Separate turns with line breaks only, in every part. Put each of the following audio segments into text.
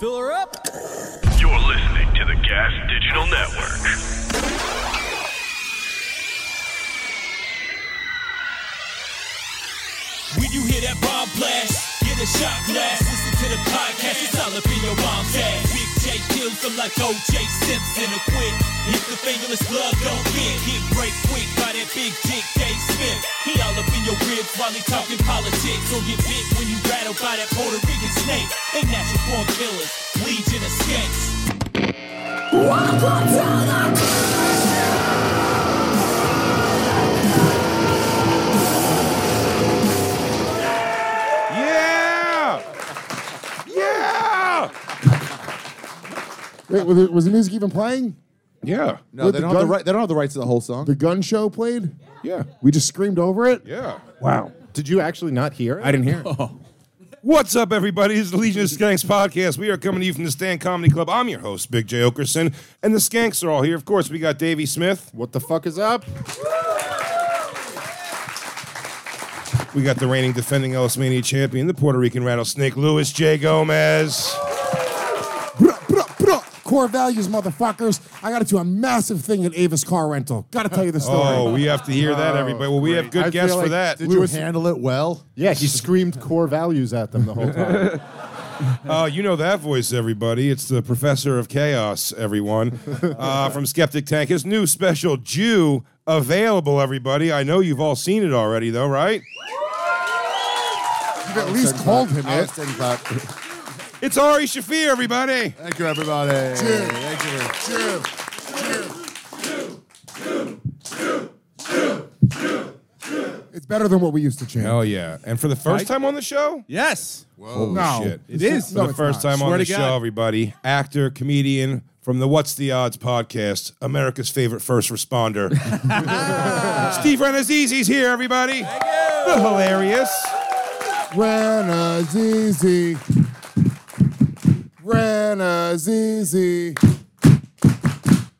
Fill her up.
You're listening to the Gas Digital Network.
When you hear that bomb blast, get a shot glass. Listen to the podcast, it's all up in your mom's ass. Big J kills them like OJ Simpson. A quick, if the fingerless glove don't fit, get break quick by that big dick Dave Smith. He all up in your ribs while he talking politics. So get bit when you rattled by that Puerto Rican snake. They natural born killers, legion of skanks.
Yeah! Yeah!
Wait, was, it, was the music even playing?
Yeah.
No,
With
they
the
don't, have the
gun-
right, they don't have the rights to the whole song.
The gun show played?
Yeah.
We just screamed over it?
Yeah.
Wow.
Did you actually not hear it? Oh.
I didn't hear it.
What's up, everybody? It's the Legion of Skanks podcast. We are coming to you from the Stan Comedy Club. I'm your host, Big J. Okerson, and the Skanks are all here. Of course, we got Davey Smith,
What the fuck is up?
we got the reigning defending Ellis Mania champion, the Puerto Rican rattlesnake, Luis J. Gomez.
Bruh, bruh, bruh. Core values, motherfuckers. I got to do a massive thing at Avis Car Rental. Got to tell you the story.
Oh, we have to hear that, everybody. Well, we have good
I
guests
feel
for
like-
that.
did you- It
Lou-
You
was-
handle it well.
Yeah, he screamed core values at them the whole time.
Uh, you know that voice, everybody. It's the Professor of Chaos, everyone, uh, from Skeptic Tank. His new special, Jew, available, everybody. I know you've all seen it already, though, right?
You've at least called him
I was
it.
thinking about-
It's Ari Shafir, everybody.
Thank you, everybody. Thank you.
It's better than what we used to change.
Hell yeah. And for the first time on the show?
Yes.
Holy
No,
shit.
it is.
For
No,
the
it's
first
not.
time on
Swear
the
to
show,
God.
everybody. Actor, comedian from the What's the Odds podcast, America's favorite first responder. Steve Renazizi's here, everybody. The hilarious.
Renazizi. Renazizi.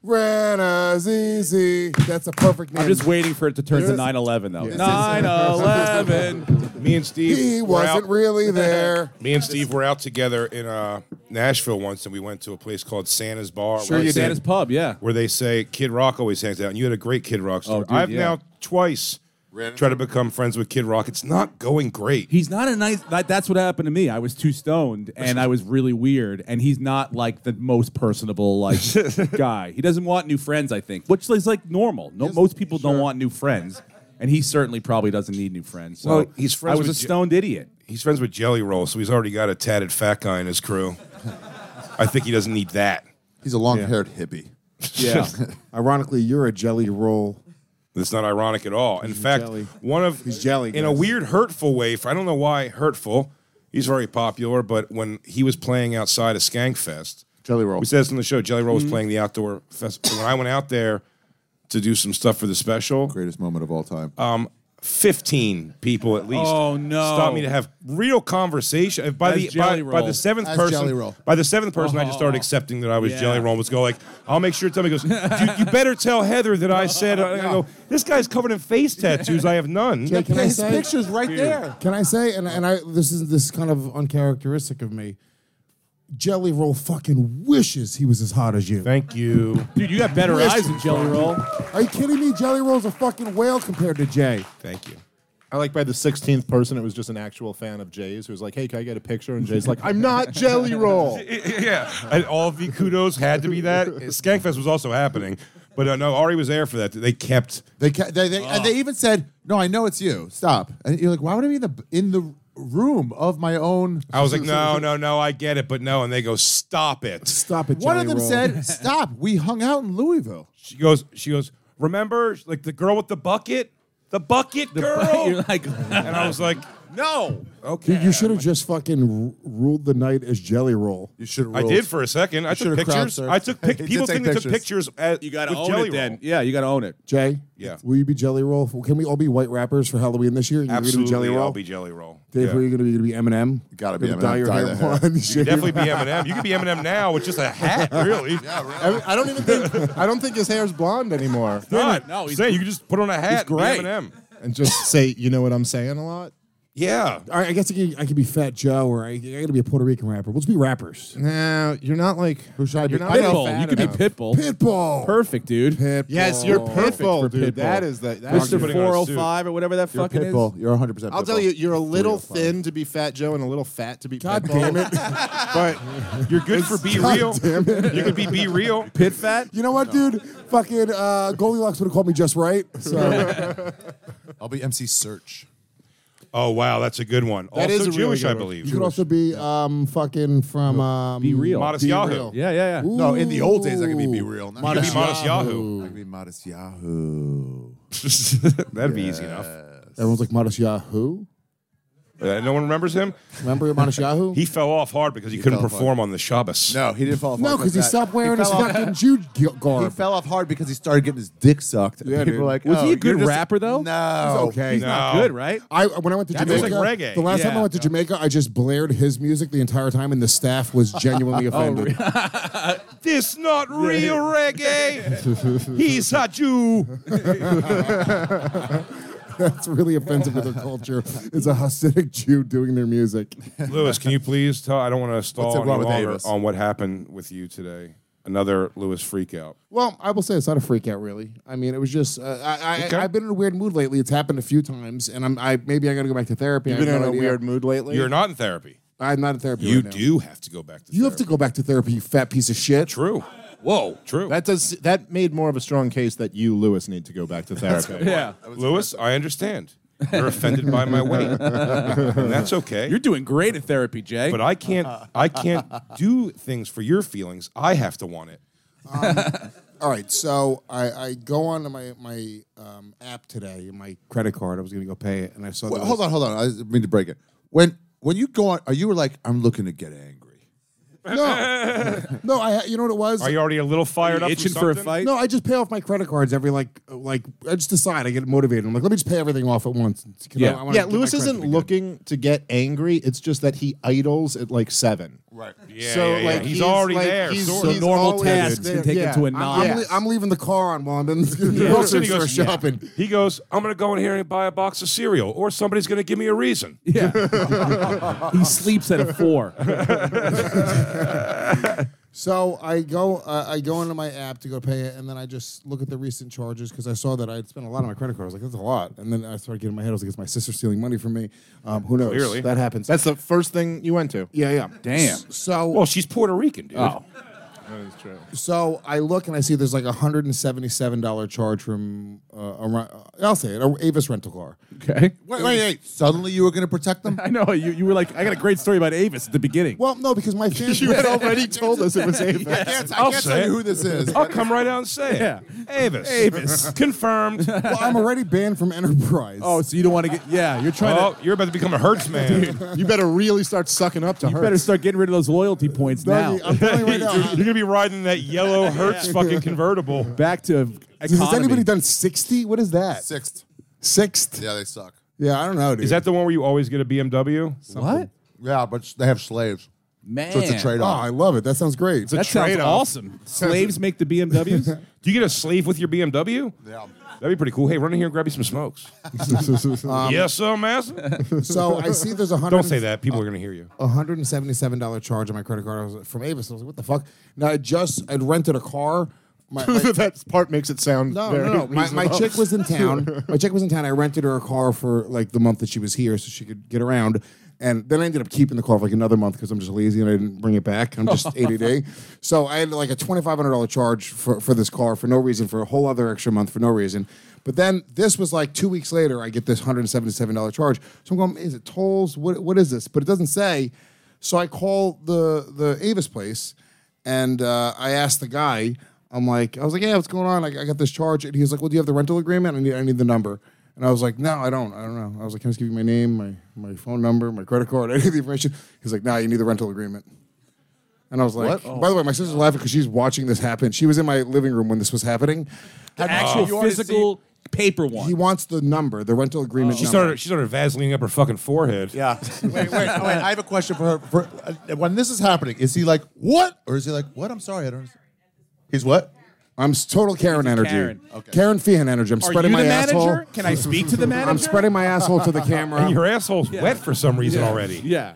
Renazizi. That's a perfect name.
I'm just waiting for it to turn
There
to
is-
9 11, though.
is-
9 11.
Me and Steve.
he
were out-
wasn't really there.
Me and Steve were out together in uh, Nashville once, and we went to a place called Santa's Bar.
Sure,
where
you
they say-
did. his pub, yeah.
Where they say Kid Rock always hangs out, and you had a great Kid Rock story.
Oh, dude,
I've
yeah.
now twice tried to become friends with Kid Rock. It's not going great.
He's not a nice. That, that's what happened to me. I was too stoned and I was really weird. And he's not like the most personable like guy. He doesn't want new friends. I think, which is like normal. No, most people don't want new friends, and he certainly probably doesn't need new friends. So
Well, he's friends
I was
with
a
J-
stoned idiot.
He's friends with Jelly Roll, so he's already got a tatted fat guy in his crew. I think he doesn't need that.
He's a long-haired hippie.
Yeah,
Ironically, you're a jelly roll.
It's not ironic at all. In fact,
jelly.
one of
He's jelly,
in a
guys.
weird hurtful way. For, I don't know why hurtful. He's very popular, but when he was playing outside of Skankfest,
Jelly Roll.
We said this on the show. Jelly Roll
Mm-hmm.
was playing the outdoor fest. when I went out there to do some stuff for the special,
Greatest moment of all time.
Um,
15 people at least.
Oh, no.
Stopped me to have real conversation. If By
As
the by,
Jelly
by
Roll. Oh.
the seventh
As
person,
Jelly Roll.
by the seventh person, I just started accepting that I was
Yeah.
Jelly Roll. and Was go like, I'll make sure. Somebody goes, Dude, you better tell Heather that I said.
Oh,
And I go, this guy's covered in face tattoos. I have none.
Jake, can I
His
say?
picture's right there.
Can I say? And, and I this is this is kind of uncharacteristic of me. Jelly roll fucking wishes he was as hot as you.
Thank you.
dude, you got better eyes than Jelly Roll.
Are you kidding me? Jelly roll's a fucking whale compared to Jay.
Thank you.
I like by the 16th person, it was just an actual fan of Jay's who was like, hey, can I get a picture? And Jay's like, I'm not Jelly Roll.
yeah, and all of the kudos had to be that. Skankfest was also happening, but uh, no, Ari was there for that. They kept.
they, ca- they, they, and they even said, "No, I know it's you. Stop." And you're like, "Why would I be in the in the room of my own?"
I was like, no, no, no, I get it, but no, and they go, stop it.
Stop it,
One of them
Jelly roll.
said, "Stop." We hung out in Louisville.
She goes, she goes, remember like the girl with the bucket? The bucket girl?
You're like,
and I was like,
No.
You, you should have just fucking r- ruled the night as Jelly Roll.
You should.
I did for a second. I took
should've crowd
pictures.
surfed.
I took pic-
He did
people
take
think they took
pictures.
pictures at
You got to
with
own
Jelly
it then.
Roll.
Yeah, you got to own it.
Jay,
Yeah.
will you be Jelly Roll? Can we all be white rappers for Halloween this year? You're gonna
Absolutely,
be Jelly Roll.
I'll be Jelly Roll.
Dave,
Yeah.
who are you gonna be? You gonna be Eminem.
Gotta be
Gonna
Eminem.
Dye your
Dye
hair
the hair.
blonde.
You could definitely be Eminem. You could be Eminem now with just a hat, really. yeah, right.
I, I don't even think I don't think his hair's blonde anymore.
Not.
No,
No,
he's-
you could just put on a hat. and be
great.
Eminem.
And just say, you know what I'm saying a lot.
Yeah.
All right, I guess I could, I could be Fat Joe, or I, I gotta be a Puerto Rican rapper. Let's be rappers.
No, you're not like who should I be?
Pitbull. You could be Pitbull.
Pitbull.
Perfect, dude.
Yes, you're
Perfect
Pitbull,
for
dude.
Pitbull.
That is the. That
Mr.
Putting on a suit.
405 or whatever that fucking is.
Pitbull. You're 100. percent
I'll tell you, you're a little thin to be Fat Joe and a little fat to be
God
Pitbull.
damn it.
but
You're good for be real. You could be be real.
Pit fat?
You know what, dude? Fucking uh, Goldilocks would have called me just right. So
I'll be MC Search.
Oh wow, that's a good one.
That
also
is a really
Jewish,
good
I
one.
believe.
you could also be um, fucking from um,
Be real.
Modest Yahoo.
Yeah, yeah, yeah.
No, in the old days, I could be Be Real. Now
You could be Modest Yahoo.
I could be Modest Yahoo.
That'd be easy enough.
Everyone's like Modest Yahoo.
Uh, no one remembers him.
Remember Modest Yahoo?
He fell off hard because he, couldn't
fell off
perform on the Shabbos.
No, he didn't fall off.
no, because he stopped wearing his fucking Jew g-
He
garb.
fell off hard because he started getting his dick sucked.
Yeah,
Yeah, People
dude.
were like,
Was
oh,
he a good
you're just-
rapper, though?
No,
He's Oh, okay.
He's
No.
not-
Not good, right?
I when I went to
That
Jamaica,
music's like reggae.
the last time I
Yeah.
went to Jamaica, I just blared his music the entire time, and the staff was genuinely offended.
This not real reggae. He's a Jew.
That's really offensive to their culture. It's a Hasidic Jew doing their music.
Lewis, can you please tell? I don't want to stall
What's
any
wrong with
longer
Avis?
on what happened with you today. Another Lewis freak out.
Well, I will say it's not a freak out, really. I mean, it was just uh, I, I,
Okay.
I've been in a weird mood lately. It's happened a few times, and I'm I maybe I got to go back to therapy.
you've been
I have
in a
no idea.
weird mood lately.
You're not in therapy.
I'm not in therapy.
You
right now.
do have to go back to.
You have to
therapy.
go back to therapy, you fat piece of shit.
True. Whoa. True.
That does that made more of a strong case that you, Lewis, need to go back to therapy.
Yeah.
Lewis, I understand. You're offended by my weight, and that's okay.
You're doing great at therapy, Jay.
but I can't. I can't do things for your feelings. I have to want it.
All right, so I, I go on to my my um, app today, my credit card. I was going to go pay it, and I saw.
Wait,
that
hold
it was-
on, hold on. I just mean to break it. When when you go on, are you were like, I'm looking to get angry.
No, no, I you know what it was.
Are you already a little fired
You
up?
itching
from
for a
something?
fight?
no, I just pay off my credit cards every like like I just decide I get motivated. I'm like, let me just pay everything off at once. 'Cause I-
Yeah.
I wanna
Yeah,
get my
Lewis
credit
isn't
to be good.
looking to get angry. It's just that he idles at like seven.
Right.
Yeah,
so
yeah, yeah.
like
he's, already
like,
there.
He's,
sort
So
of.
he's
normal
always
tasks
there.
can take
yeah.
it to a
I'm-
non.
I'm,
Yeah.
le- I'm leaving the car on while I'm in the
He walks in,
grocery
he
store
goes, "Yeah."
shopping.
He goes, I'm going to go in here and buy a box of cereal, or somebody's going to give me a reason.
Yeah. he sleeps at a four.
So I go, uh, I go into my app to go pay it, and then I just look at the recent charges because I saw that I had spent a lot on my credit card. I was like, that's a lot, and then I started getting in my head. I was like, it's my sister stealing money from me. Um, who knows?
Clearly.
that happens.
That's the first thing you went to.
yeah, yeah.
Damn.
S- So
Well, she's Puerto Rican, dude.
Oh.
That is true.
So I look and I see there's like a hundred and seventy-seven dollar charge from uh, a ren- uh, I'll say it, a Avis rental car.
Okay.
Wait, wait, wait. Suddenly you were going to protect them?
I know. You, you were like, I got a great story about Avis at the beginning.
Well, no, because my family.
You had already told us it was Oh. Avis.
can't,
I'll
can't
say
tell
it.
you who this is.
I'll come right out and say it.
Yeah.
Avis. Avis. Confirmed.
well, I'm already banned from Enterprise.
oh, so you don't want to get. Yeah, you're trying
oh, you're about to become a Hertz man.
You better really start sucking up to
to. You
her.
better start getting rid of those loyalty points now.
Dougie, I'm telling you right
You're,
now.
going to be riding that yellow Hertz fucking convertible.
Back to economy.
Has anybody done sixty? What is that?
Sixth.
Sixth?
Yeah, they suck.
Yeah, I don't know, dude.
Is that the one where you always get a BMW?
What?
Yeah, but they have slaves.
Man.
So it's a trade
Oh,
off.
I love it. That sounds great.
That sounds awesome. Slaves make the BMWs?
Do you get a slave with your BMW?
Yeah.
That'd be pretty cool. Hey, run in here and grab you some smokes.
Um,
yes, sir, master.
so I see there's a hundred.
Don't say that. People are going to hear you.
A hundred and seventy-seven dollar charge on my credit card I was, from Avis. I was like, what the fuck? Now I just I'd rented a car. My, my-
that part makes it sound
No,
Mm, very
no, no. My, my
reasonable.
chick was in town. My chick was in town. I rented her a car for like the month that she was here, so she could get around. And then I ended up keeping the car for like another month because I'm just lazy and I didn't bring it back. I'm just ADD. So I had like a $2,500 charge for, for this car for no reason, for a whole other extra month for no reason. But then this was like two weeks later, I get this $177 charge. So I'm going, is it tolls? What, what is this? But it doesn't say. So I call the, the Avis place and uh, I asked the guy, I'm like, I was like, yeah, what's going on? I, I got this charge. And he's like, well, do you have the rental agreement? I need, I need the number. And I was like, no, I don't. I don't know. I was like, can I just give you my name, my, my phone number, my credit card, any of the information? He's like, nah, you need the rental agreement. And I was like, by the way, my
Oh.
sister's laughing because she's watching this happen. She was in my living room when this was happening. Oh.
The actual physical paper one.
He wants the number, the rental agreement.
She
number.
started. She started vaselining up her fucking forehead.
Yeah. wait, wait, oh, wait. I have a question for her. For, uh, when this is happening, is he like, what? Or is he like, what? I'm sorry, I don't understand. He's what?
I'm s- total Karen
a
energy.
Karen.
Okay.
Karen Feehan energy. I'm
Are
spreading
you
my
the
asshole.
manager? Can I speak to the manager?
I'm spreading my asshole to the camera.
And your asshole's wet for some reason already.
Yeah.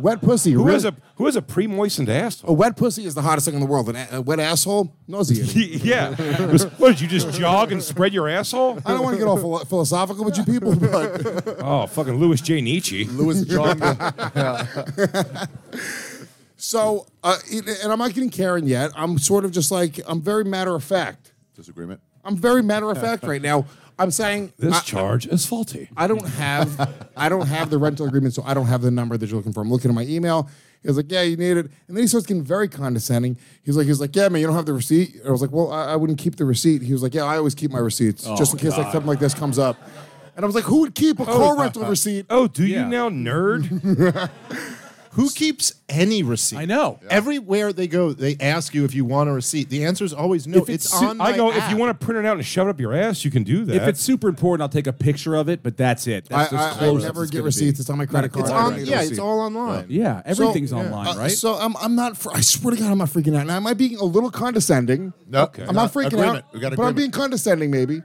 wet pussy.
Who
really-
has a who has a pre-moistened
a
asshole?
wet pussy is the hottest thing in the world. An a, a wet asshole, nauseating.
yeah. what did you just jog and spread your asshole?
I don't want to get all philo- philosophical with you people, but
Oh, fucking Louis J. Nietzsche.
Louis John.
so uh, it, and I'm not getting Karen yet. I'm sort of just like I'm very matter of fact.
Disagreement.
I'm very matter of fact right now. I'm saying
This
I-
charge is faulty.
I don't have I don't have the rental agreement, so I don't have the number that you're looking for. I'm looking at my email. He's like, yeah, you need it, and then he starts getting very condescending. He's like, he's like, yeah, man, you don't have the receipt. I was like, well, I, I wouldn't keep the receipt. He was like, yeah, I always keep my receipts
Oh
just in case like something like this comes up. And I was like, who would keep a car rental receipt?
Oh, do
Yeah.
you now, nerd?
Who keeps any receipt?
I know.
Everywhere they go, they ask you if you want a receipt. The answer is always no.
If it's
it's,
su-
on.
I
my
go. If
app."
you want to print it out and shove it up your ass, you can do that.
If it's super important, I'll take a picture of it, but that's it.
I,
That's as
I, I
close
never
as it's
get
gonna
receipts.
Be.
It's on my credit card.
it's
I don't
on.
need a
Yeah, it's
receipt.
all online.
Yeah, everything's online,
Uh,
right?
So I'm, I'm not. Fr- I swear to God, I'm not freaking out. Now I might be a little condescending.
No,
Okay.
I'm not freaking
agreement.
out,
We got
but I'm
agreement.
being condescending, maybe.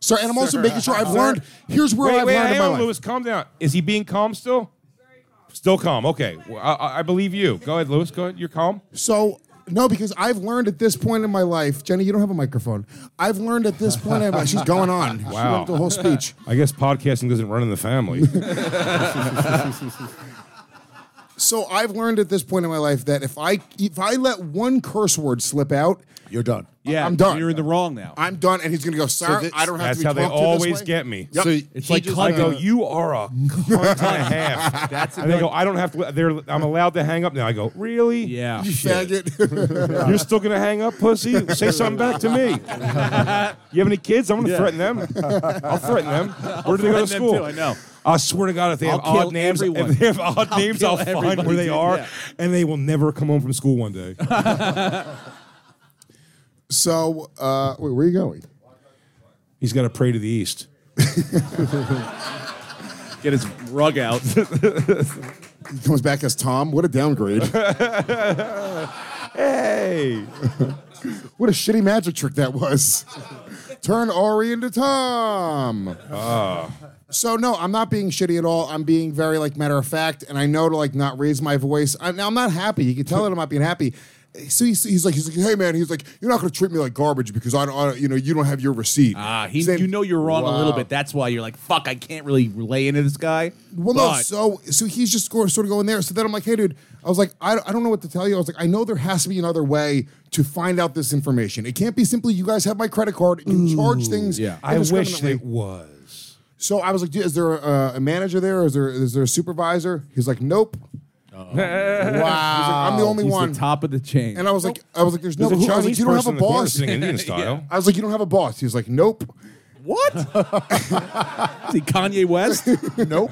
Sir, and I'm also making sure I've learned. Here's where
wait,
I've
wait,
learned
hang
in my
on,
life.
Louis. Calm down. Is he being calm still? Still calm. Okay. Well, I- I, I believe you. Go ahead, Louis. Go ahead. You're calm.
So no, because I've learned at this point in my life, Jenny, you don't have a microphone. I've learned at this point. in my- she's going on. She
Wow.
went the whole speech.
I guess podcasting doesn't run in the family.
So I've learned at this point in my life that if I if I let one curse word slip out,
You're done.
yeah,
I'm done.
You're in the wrong now.
I'm done, and he's gonna go. Sir,
this-
I don't have
That's
to be
how they
talked to this
always
way."
get me.
So
it's
he
like
just-
I go,
cunt.
uh,
you are a cunt and a half.
That's
and they
another-
go, I don't have to. They're, I'm allowed to hang up now. I go, really?
Yeah.
You faggot.
You're still gonna hang up, pussy? Say something back to me. You have any kids? I'm gonna
Yeah.
threaten them. I'll threaten them. Where do they
threaten them
go to school?
too, I know.
I swear to God, if they
I'll
have odd
kill
names,
everyone.
if they have odd names,
kill
I'll find
everybody,
where they
dude,
are,
yeah.
and they will never come home from school one day.
so uh, wait, where are you going?
He's got to pray to the east.
Get his rug out.
He comes back as Tom. What a downgrade.
Hey,
What a shitty magic trick that was. Turn Ori into Tom.
Ah.
So no, I'm not being shitty at all. I'm being very like matter of fact, and I know to like not raise my voice. I, now I'm not happy. You can tell that I'm not being happy. So he's, he's like, he's like, hey man, he's like, you're not gonna treat me like garbage because I don't, I don't- you know, you don't have your receipt.
Ah, he,
Saying-
you know you're wrong a little
Wow.
bit. That's why you're like, fuck, I can't really relay into this guy.
Well, no.
but-
So, so he's just sort of going there. So then I'm like, hey, dude. I was like, I, I don't know what to tell you. I was like, I know there has to be another way to find out this information. It can't be simply you guys have my credit card and you charge things.
yeah.
I wish
indiscriminately."
it was.
So I was like, dude, is there a, a manager there? Is there is there a supervisor? He's like, nope. wow. I'm the only
He's
one.
the top of the chain.
And I was like, I was like, there's no.
There's a
who- I was like,
Chinese
you don't have
person in
a
the corner
boss.
singing Indian style.
I was like, you don't have a boss. He was like, nope.
what? Is he Kanye West?
Nope.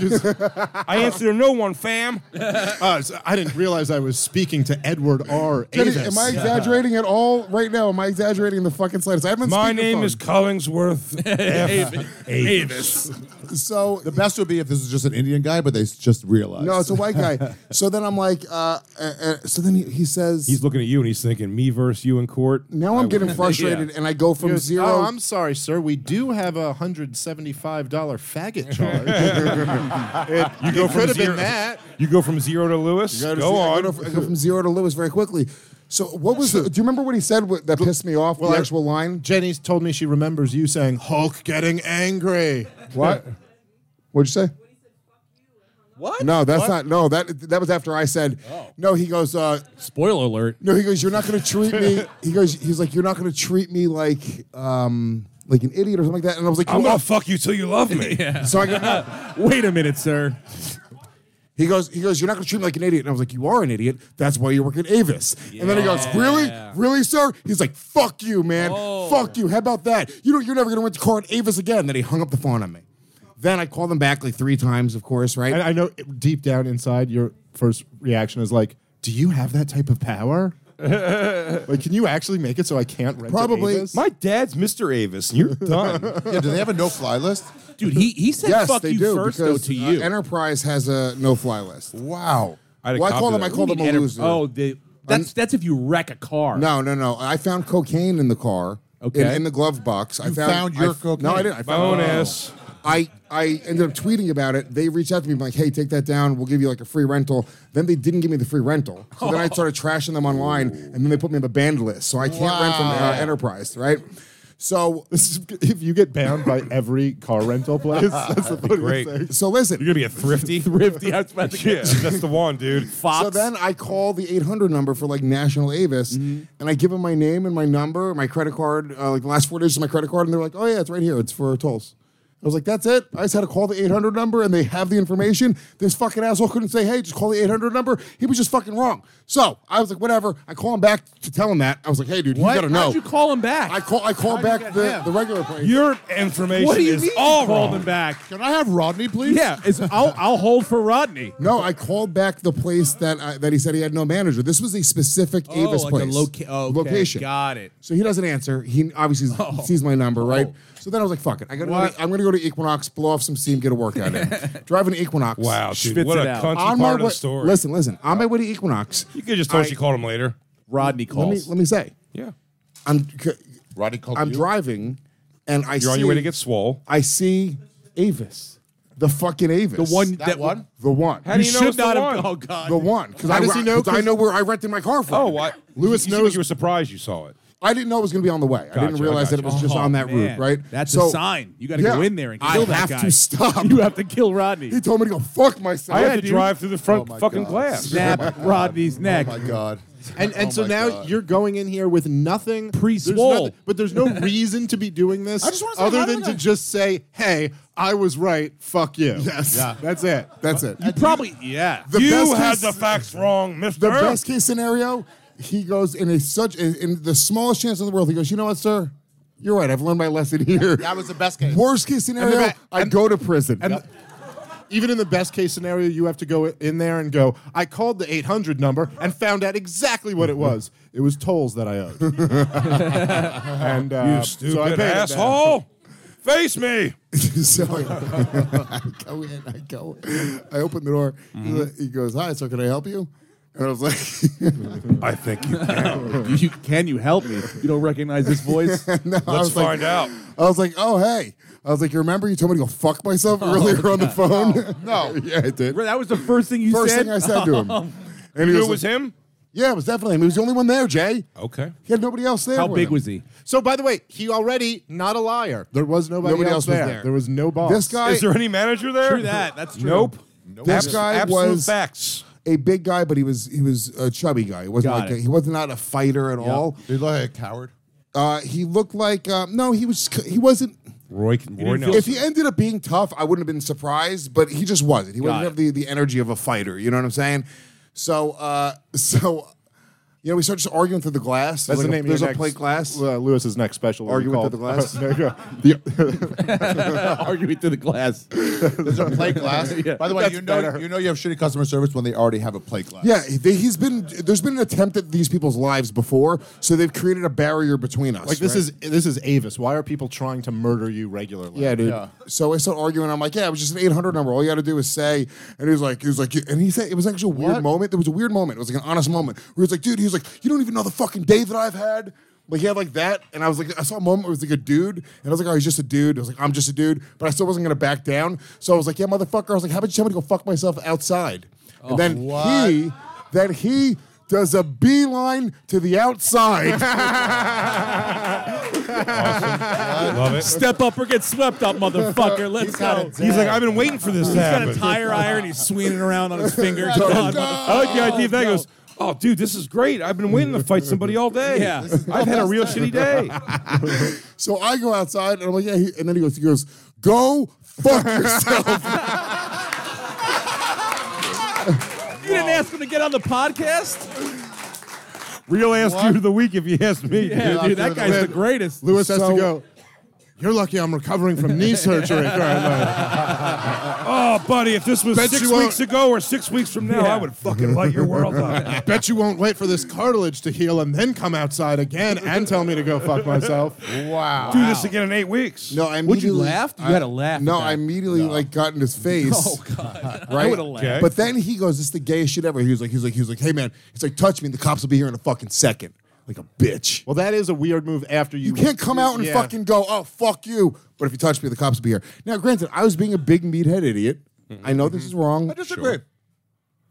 I answer no one, fam.
Uh, so I didn't realize I was speaking to Edward R.
Jenny,
Avis.
am I exaggerating at all right now? Am I exaggerating in the fucking slightest? I haven't.
My name is Collingsworth F. Avis.
So
the best would be if this was just an Indian guy, but they s- just realized.
No, it's a white guy. so then I'm like, uh, uh, uh, so then he, he says,
He's looking at you and he's thinking, me versus you in court.
now I'm getting frustrated, and I go from
Goes,
zero.
Oh, I'm sorry, sir. We do have a hundred seventy-five dollar faggot charge.
You go
Could have been that.
You go from zero to Lewis.
I
Go,
go to zero- I
on.
go, to- I go from zero to Lewis very quickly. So what was? the, do you remember what he said wa- that pissed me off?
Well,
the
I-
actual line.
Jenny's told me she remembers you saying Hulk getting angry.
What? What'd you say?
what?
No, that's not. No, that that was after I said.
Oh.
No, he goes. Uh,
Spoiler alert.
no, he goes. You're not going to treat me. He goes. He's like, you're not going to treat me like um like an idiot or something like that. And I was like,
I'm
you
gonna
are.
fuck you till you love me.
So I go. No.
Wait a minute, sir.
He goes, he goes, you're not going to treat me like an idiot. And I was like, you are an idiot. That's why you work at Avis. And then he goes, really, really, sir? He's like, fuck you, man, fuck you. How about that? You know, you're never going to rent a car at Avis again. Then he hung up the phone on me. Then I called him back like three times, of course, right?
And I know deep down inside, your first reaction is like, "Do you have that type of power? like, can you actually make it so I can't rent?" at
Probably.
Avis?
My dad's Mr. Avis, and you're done.
Yeah, do they have a no fly list?
Dude, he, he said
yes,
fuck
they
you
do
first, though,
because
to
uh,
you.
Enterprise has a no-fly list.
Wow.
I had a
Well, I
copy
called
of
him. I
that.
called him a
Enter-
loser.
Oh, the, that's that's if you wreck a car.
No, no, no. I found cocaine in the car.
Okay.
In, in the glove box. I
You
found,
found your
I f-
cocaine?
No, I didn't. I found
Bonus.
I, I ended up tweeting about it. They reached out to me like, hey, take that down. We'll give you like a free rental. Then they didn't give me the free rental. So then I started trashing them online and then they put me on the banned list. So I can't rent from uh, Enterprise, right? So
This is- if you get bound by every car rental place, that's the funniest
Great.
thing.
You're
so listen.
gonna be a thrifty.
Thrifty, I was about to
yeah,
get
that's the one, dude.
Fox.
So then I call the 800 number for like National Avis
Mm-hmm.
and I give them my name and my number, my credit card, uh, like the last four digits of my credit card. And they're like, oh, yeah, it's right here. It's for tolls. I was like, that's it. I just had to call the 800 number and they have the information. This fucking asshole couldn't say, hey, just call the 800 number. He was just fucking wrong. So I was like, whatever. I call him back to tell him that. I was like, hey, dude,
What?
you gotta know.
How'd you call him back?
I call I call back the, the regular place.
Your information
what do you
is
mean?
all
you called
wrong.
him back.
Can I have Rodney, please?
Yeah, it's, I'll I'll hold for Rodney.
no, I called back the place that I, that he said he had no manager. This was a specific Avis
Oh, like
place.
a loca- oh, okay,
location.
Got it.
So he doesn't answer. He obviously
Oh.
sees my number, right? So then I was like, fuck it. I gotta go to, I'm going to go to Equinox, blow off some steam, get a workout in. Driving to Equinox.
Wow, dude,
Spits
what
it
a
out.
country
On my
part of
way,
the story.
Listen, listen. On my way to Equinox,
you could just tell she called him later.
Rodney
let me,
calls.
let me say,
Yeah,
I'm,
Rodney called
I'm
you?
driving and I
you're
see,
on your way to get swole.
I see Avis, the fucking Avis.
the one
That,
that,
one?
The one.
How do you know
should
it's the
not
one?
have. Oh God.
the one. Because I,
does
re-
he know?
'cause I know where I rented my car from.
Oh, what?
Lewis
you, you seem like
knows
You were surprised you saw it.
I didn't know it was going to be on the way. I didn't
Gotcha, I
realize that it
gotcha.
was just
Oh,
on that route,
man.
right?
That's
So-
a sign. You got to
Yeah.
go in there and kill
I
that
have
guy.
to stop.
You have to kill Rodney.
He told me to go fuck myself.
I had to
dude.
drive through the front
Oh my
fucking
God.
glass.
Snap Rodney's neck.
Oh my God.
And and
Oh
so
my
now
God.
you're going in here with nothing
Pre-swole.
there's nothing- but there's no reason to be doing this
I just wanna say hi
other
to
than
the
to
guy.
just say, "Hey, I was right. Fuck you."
Yes.
Yeah. that's it.
That's it.
You probably yeah.
The
you
best
had
case-
the facts wrong, Mister.
The best case scenario, he goes in a such in, in the smallest chance in the world. He goes, you know what, sir? You're right. I've learned my lesson here.
That was the best case.
Worst case scenario,
ba-
I
and-
go to prison.
And even in the best case scenario, you have to go in there and go, "I called the 800 number and found out exactly what it was. It was tolls that I owed." and uh,
you stupid
so I paid it back.
asshole. Face me.
so I, I go in. I go. I open the door.
Mm-hmm.
He le- He goes, hi, sir. Can I help you? And I was like,
I think you can.
You- you- can you help me? You don't recognize this voice?
no, I
Let's
was like-
find out.
I was like, oh hey. I was like, you remember you told me to go fuck myself
Oh,
earlier on the phone? No. yeah, I did.
that was the first thing you
First
said.
thing I said to him. And he
You knew it
like-
was him.
Yeah, it was definitely him. He was the only one there, Jay.
Okay.
He had nobody else there.
How
with
big
him.
was he?
So by the way, he already not a liar. There was nobody,
Nobody
else,
else was
there.
there.
There was no boss.
This guy-
Is there any manager there?
True that, that's true.
Nope.
This
Abs-
guy
absolute
was-
facts.
a big guy, but he was he was a chubby guy. He wasn't
Got
like
it.
a, he was not a fighter at all.
Did he look like a coward?
Uh, he looked like um, no, he was he wasn't.
Roy,
feel-
Roy Nelson.
If he ended up being tough, I wouldn't have been surprised, but he just wasn't. He wouldn't
Got
have the, the energy of a fighter. You know what I'm saying? So uh, so you know, we started just arguing through the glass.
That's
Like
the
a-
name. of
There's
your
a
next-
plate glass.
Uh, Lewis's next special.
Argument
called,
to the glass?
No, no, the-
Arguing through the glass.
Is there a plate glass? By the way, you know you know you have shitty customer service when they already have a plate glass.
Yeah, they, he's been. There's been an attempt at these people's lives before, so they've created a barrier between us.
like this
right?
is this is Avis. Why are people trying to murder you regularly?
Yeah, dude.
Yeah.
So I started arguing. I'm like, yeah, it was just an 800 number. All you got to do is say. And he was like, he was like, you- and he said, it was actually a weird
What?
moment. There was a weird moment. It was like an honest moment where he was like, dude, he was like, you don't even know the fucking day that I've had. Like he had like that, and I was like, I saw a moment where it was like a dude, and I was like, oh, he's just a dude. I was like, I'm just a dude, but I still wasn't gonna back down. So I was like, yeah, motherfucker. I was like, how about you tell me to go fuck myself outside? and then he, then he does a beeline to the outside.
Love it.
Step up or get swept up, motherfucker. Let's go.
He's like, I've been waiting for this to
He's got
happen.
a tire iron. He's swinging around on his finger.
Oh,
God,
I like the idea of that. He goes, oh, dude, this is great. I've been waiting to fight somebody all day.
Yeah. This is
I've had a real shitty day.
So I go outside and I'm like, yeah. He, and then he goes, he goes, go fuck yourself.
ask him to get on the podcast?
Real ass
What?
dude of the week, if you ask me.
Yeah,
dude.
dude, that guy's the greatest.
Lewis has
So-
to go. You're lucky I'm recovering from knee surgery.
Oh, buddy, if this was
Bet
six
you won't-
weeks ago or six weeks from now,
Yeah.
I would fucking light your world up.
Bet you won't wait for this cartilage to heal and then come outside again and tell me to go fuck myself.
Wow.
Do this again in eight weeks.
No, I
Would you
immediately-
laugh? You
I-
had to laugh
No,
at
I
that.
immediately like got in his face.
Oh, God. I
Right?
would've laughed.
Okay.
But then he goes, "This is the gayest shit ever." He was like, he was like, he was like, "Hey man," he's like, "Touch me, and the cops will be here in a fucking second. Like a bitch.
Well, that is a weird move after you.
You can't come out and
Yeah.
fucking go, oh, fuck you. But if you touch me, the cops will be here. Now, granted, I was being a big meathead idiot.
Mm-hmm.
I know this is wrong.
I disagree.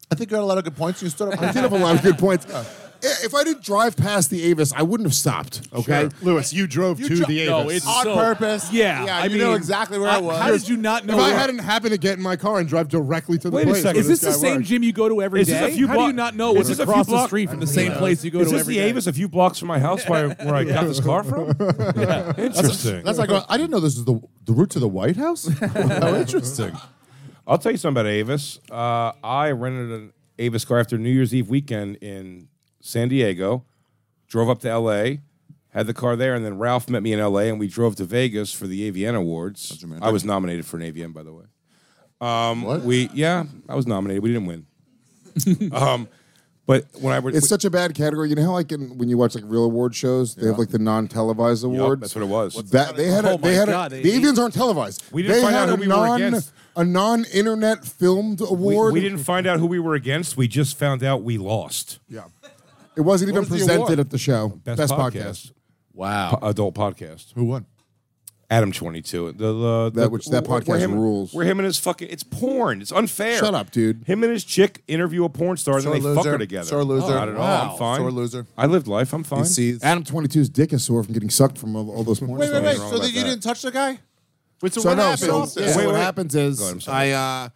I think you had a lot of good points. You stood up.
I did have a lot of good points. If I didn't drive past the Avis, I wouldn't have stopped. Okay.
Okay, Lewis, you drove
You
to
dro-
the Avis.
No,
it's
On
so-
purpose.
Yeah,
Yeah,
I
you know
mean,
exactly where
I-
I was.
how did you not know?
if I
where-
hadn't happened to get in my car and drive directly to the
Wait a
place, where
second.
Is this the
guy
same
worked.
gym you go to every
Is
day?
this a few
How
blo-
do you not know
Is
what's
this a few
across the
block-
street from the same place you go
Is
to
this
every
the
day?
Avis a few blocks from my house where, where I got this car from? Interesting.
That's like, going, I didn't know this is the, the route to the White House. How interesting.
I'll tell you something about Avis. Uh, I rented an Avis car after New Year's Eve weekend in San Diego, drove up to LA, had the car there, and then Ralph met me in LA, and we drove to Vegas for the AVN Awards. I was nominated for an AVN, by the way. Um,
What?
We yeah, I was nominated. We didn't win. um, but when I were
It's such a bad category. You know how like in, when you watch like real award shows, they have like the non-televised awards.
that's what it was. What's
That they had. A,
Oh
they
my
had.
God,
a,
they-
the Avians aren't televised.
We didn't
they
find
had
out
a
who we were
non,
against.
A non-internet filmed
we,
award.
we didn't find out who we were against. We just found out we lost.
Yeah. It wasn't even
was the
presented
award?
at the show.
Best, podcast,
Wow.
adult podcast.
Who won?
Adam Twenty Two. The, the,
That which- that
where- where
podcast
him,
rules.
Where him and his fucking it's porn. It's unfair.
Shut up, dude.
Him and his chick interview a porn star
Sore
and then they fuck
loser.
her together.
Sore loser.
Not at all.
Wow.
I'm fine.
Sore loser.
I lived life. I'm fine.
sees.
Adam 22's dick is sore from getting sucked from all, all those porn
Wait, wait,
stars.
wait.
wrong
So that
about
you
that.
didn't touch the guy?
Wait, so
So
what
no,
happened?
so,
Yeah.
so
Wait,
what
wait.
happens is
Go ahead, I'm sorry.
I uh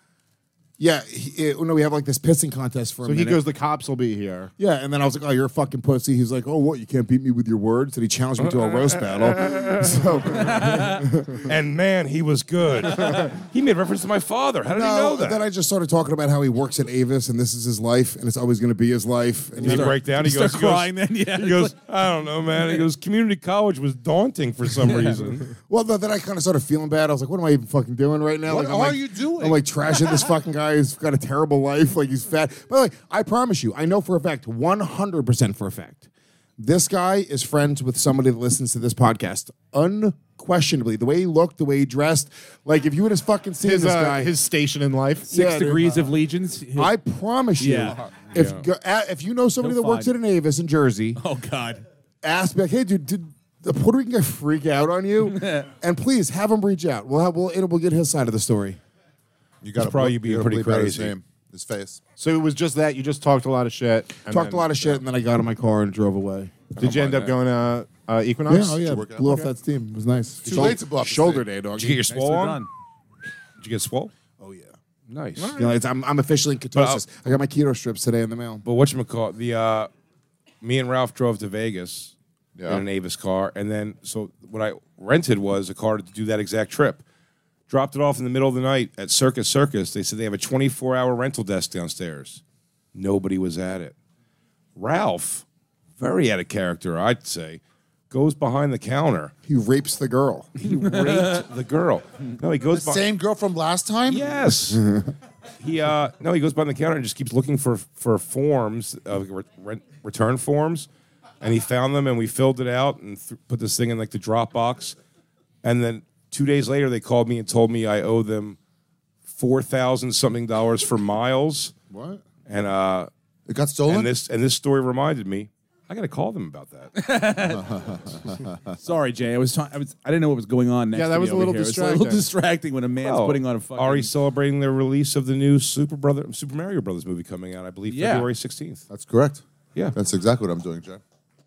yeah, he, it, no, we have like this pissing contest for a
So he
minute.
goes, the cops will be here.
yeah, and then I was like, "Oh, you're a fucking pussy." He's like, "Oh, what? You can't beat me with your words?" And he challenged me to a roast battle. So
And man, he was good. he made reference to my father. How did he know that?
then I just started talking about how he works at Avis and this is his life and it's always going to be his life. And
Did he
start-
break down? He
you start
goes, he goes-
crying then? Yeah.
He goes, I don't know, man. He goes, community college was daunting for some reason.
Well, th- then I kind of started feeling bad. I was like, "What am I even fucking doing right now?"
What
like,
are
like-
you doing?
I'm like trashing this fucking guy who's got a terrible life. Like he's fat. By the way, I promise you, I know for a fact, 100 percent for a fact, this guy is friends with somebody that listens to this podcast, unquestionably. The way he looked, the way he dressed, like if you would have fucking seen
His
this
uh,
guy,
his station in life.
Six
Yeah, dude.
degrees of legions.
I promise you,
Yeah.
if go- a- if you know somebody
He'll
that works at
find-
an Avis in Jersey,
oh God.
ask me like, hey, dude, did the Puerto Rican guy freak out on you? and please have him reach out. We'll have, we'll, it'll- we'll get his side of the story.
You got
probably being pretty crazy.
His, name, his face.
So it was just that you just talked a lot of shit. and
Talked
then-
a lot of shit, and then I got in my car and drove away.
Did you end up going to uh, Equinox?
Yeah, oh yeah,
work it out?
blew off that steam. It was nice.
Too late to blow up the
Shoulder
steam.
day, dog.
Did you get your
Nicely
swole on?
done.
Did you get swole?
Oh yeah.
Nice.
You know, it's, I'm, I'm officially in ketosis.
uh,
I got my keto strips today in the mail.
But whatchamacallit, the uh, me and Ralph drove to Vegas
Yeah.
in an Avis car, and then so what I rented was a car to do that exact trip. Dropped it off in the middle of the night at Circus Circus. They said they have a 24 hour rental desk downstairs. Nobody was at it. Ralph, very out of character, I'd say, goes behind the counter.
He rapes the girl.
He raped the girl. No, he goes behind.
Same girl from last time?
Yes. he uh, no, he goes behind the counter and just keeps looking for for forms, uh, re- rent, return forms, and he found them and we filled it out and th- put this thing in like the Dropbox, and then two days later they called me and told me I owe them four thousand something dollars for miles.
What?
And uh,
It got stolen?
and this and this story reminded me. I got to call them about that.
Sorry, Jay. I was. ta- I was. I didn't know what was going on. Next
Yeah, that
to me
was a
over
little
here. It's a little
distracting.
distracting when a man's
Oh,
putting on a fucking.
already celebrating the release of the new Super Brother Super Mario Brothers movie coming out. I believe
Yeah.
February sixteenth.
That's correct.
Yeah.
That's exactly what I'm doing, Jay.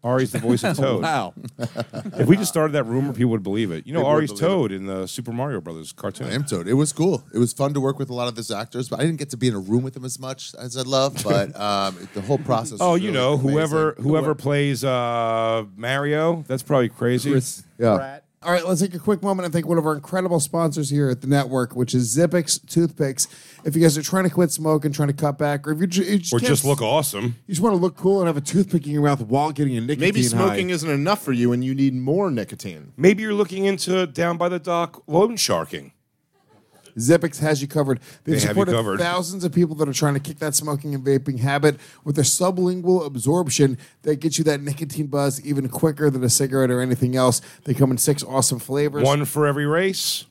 Ari's the voice of Toad.
wow.
If we just started that rumor, people would believe it. You know,
People would
Ari's
believe it.
Toad in the Super Mario Brothers cartoon.
I am Toad. It was cool. It was fun to work with a lot of these actors, but I didn't get to be in a room with them as much as I'd love. But um, it- the whole process.
Oh,
was
you
really
know,
amazing.
whoever whoever plays uh, Mario, that's probably crazy.
Chris
Yeah.
Pratt.
All right, let's take a quick moment and thank one of our incredible sponsors here at the network, which is Zippix Toothpicks. If you guys are trying to quit smoking, trying to cut back, or if you ju- you just,
Or
can't-
just look awesome.
you just want to look cool and have a toothpick in your mouth while getting a nicotine
Maybe smoking
high.
isn't enough for you, and you need more nicotine.
Maybe you're looking into down by the dock loan sharking.
Zippix has you covered. They've
They have you
supported
covered.
thousands of people that are trying to kick that smoking and vaping habit with their sublingual absorption that gets you that nicotine buzz even quicker than a cigarette or anything else. They come in six awesome flavors.
One for every race.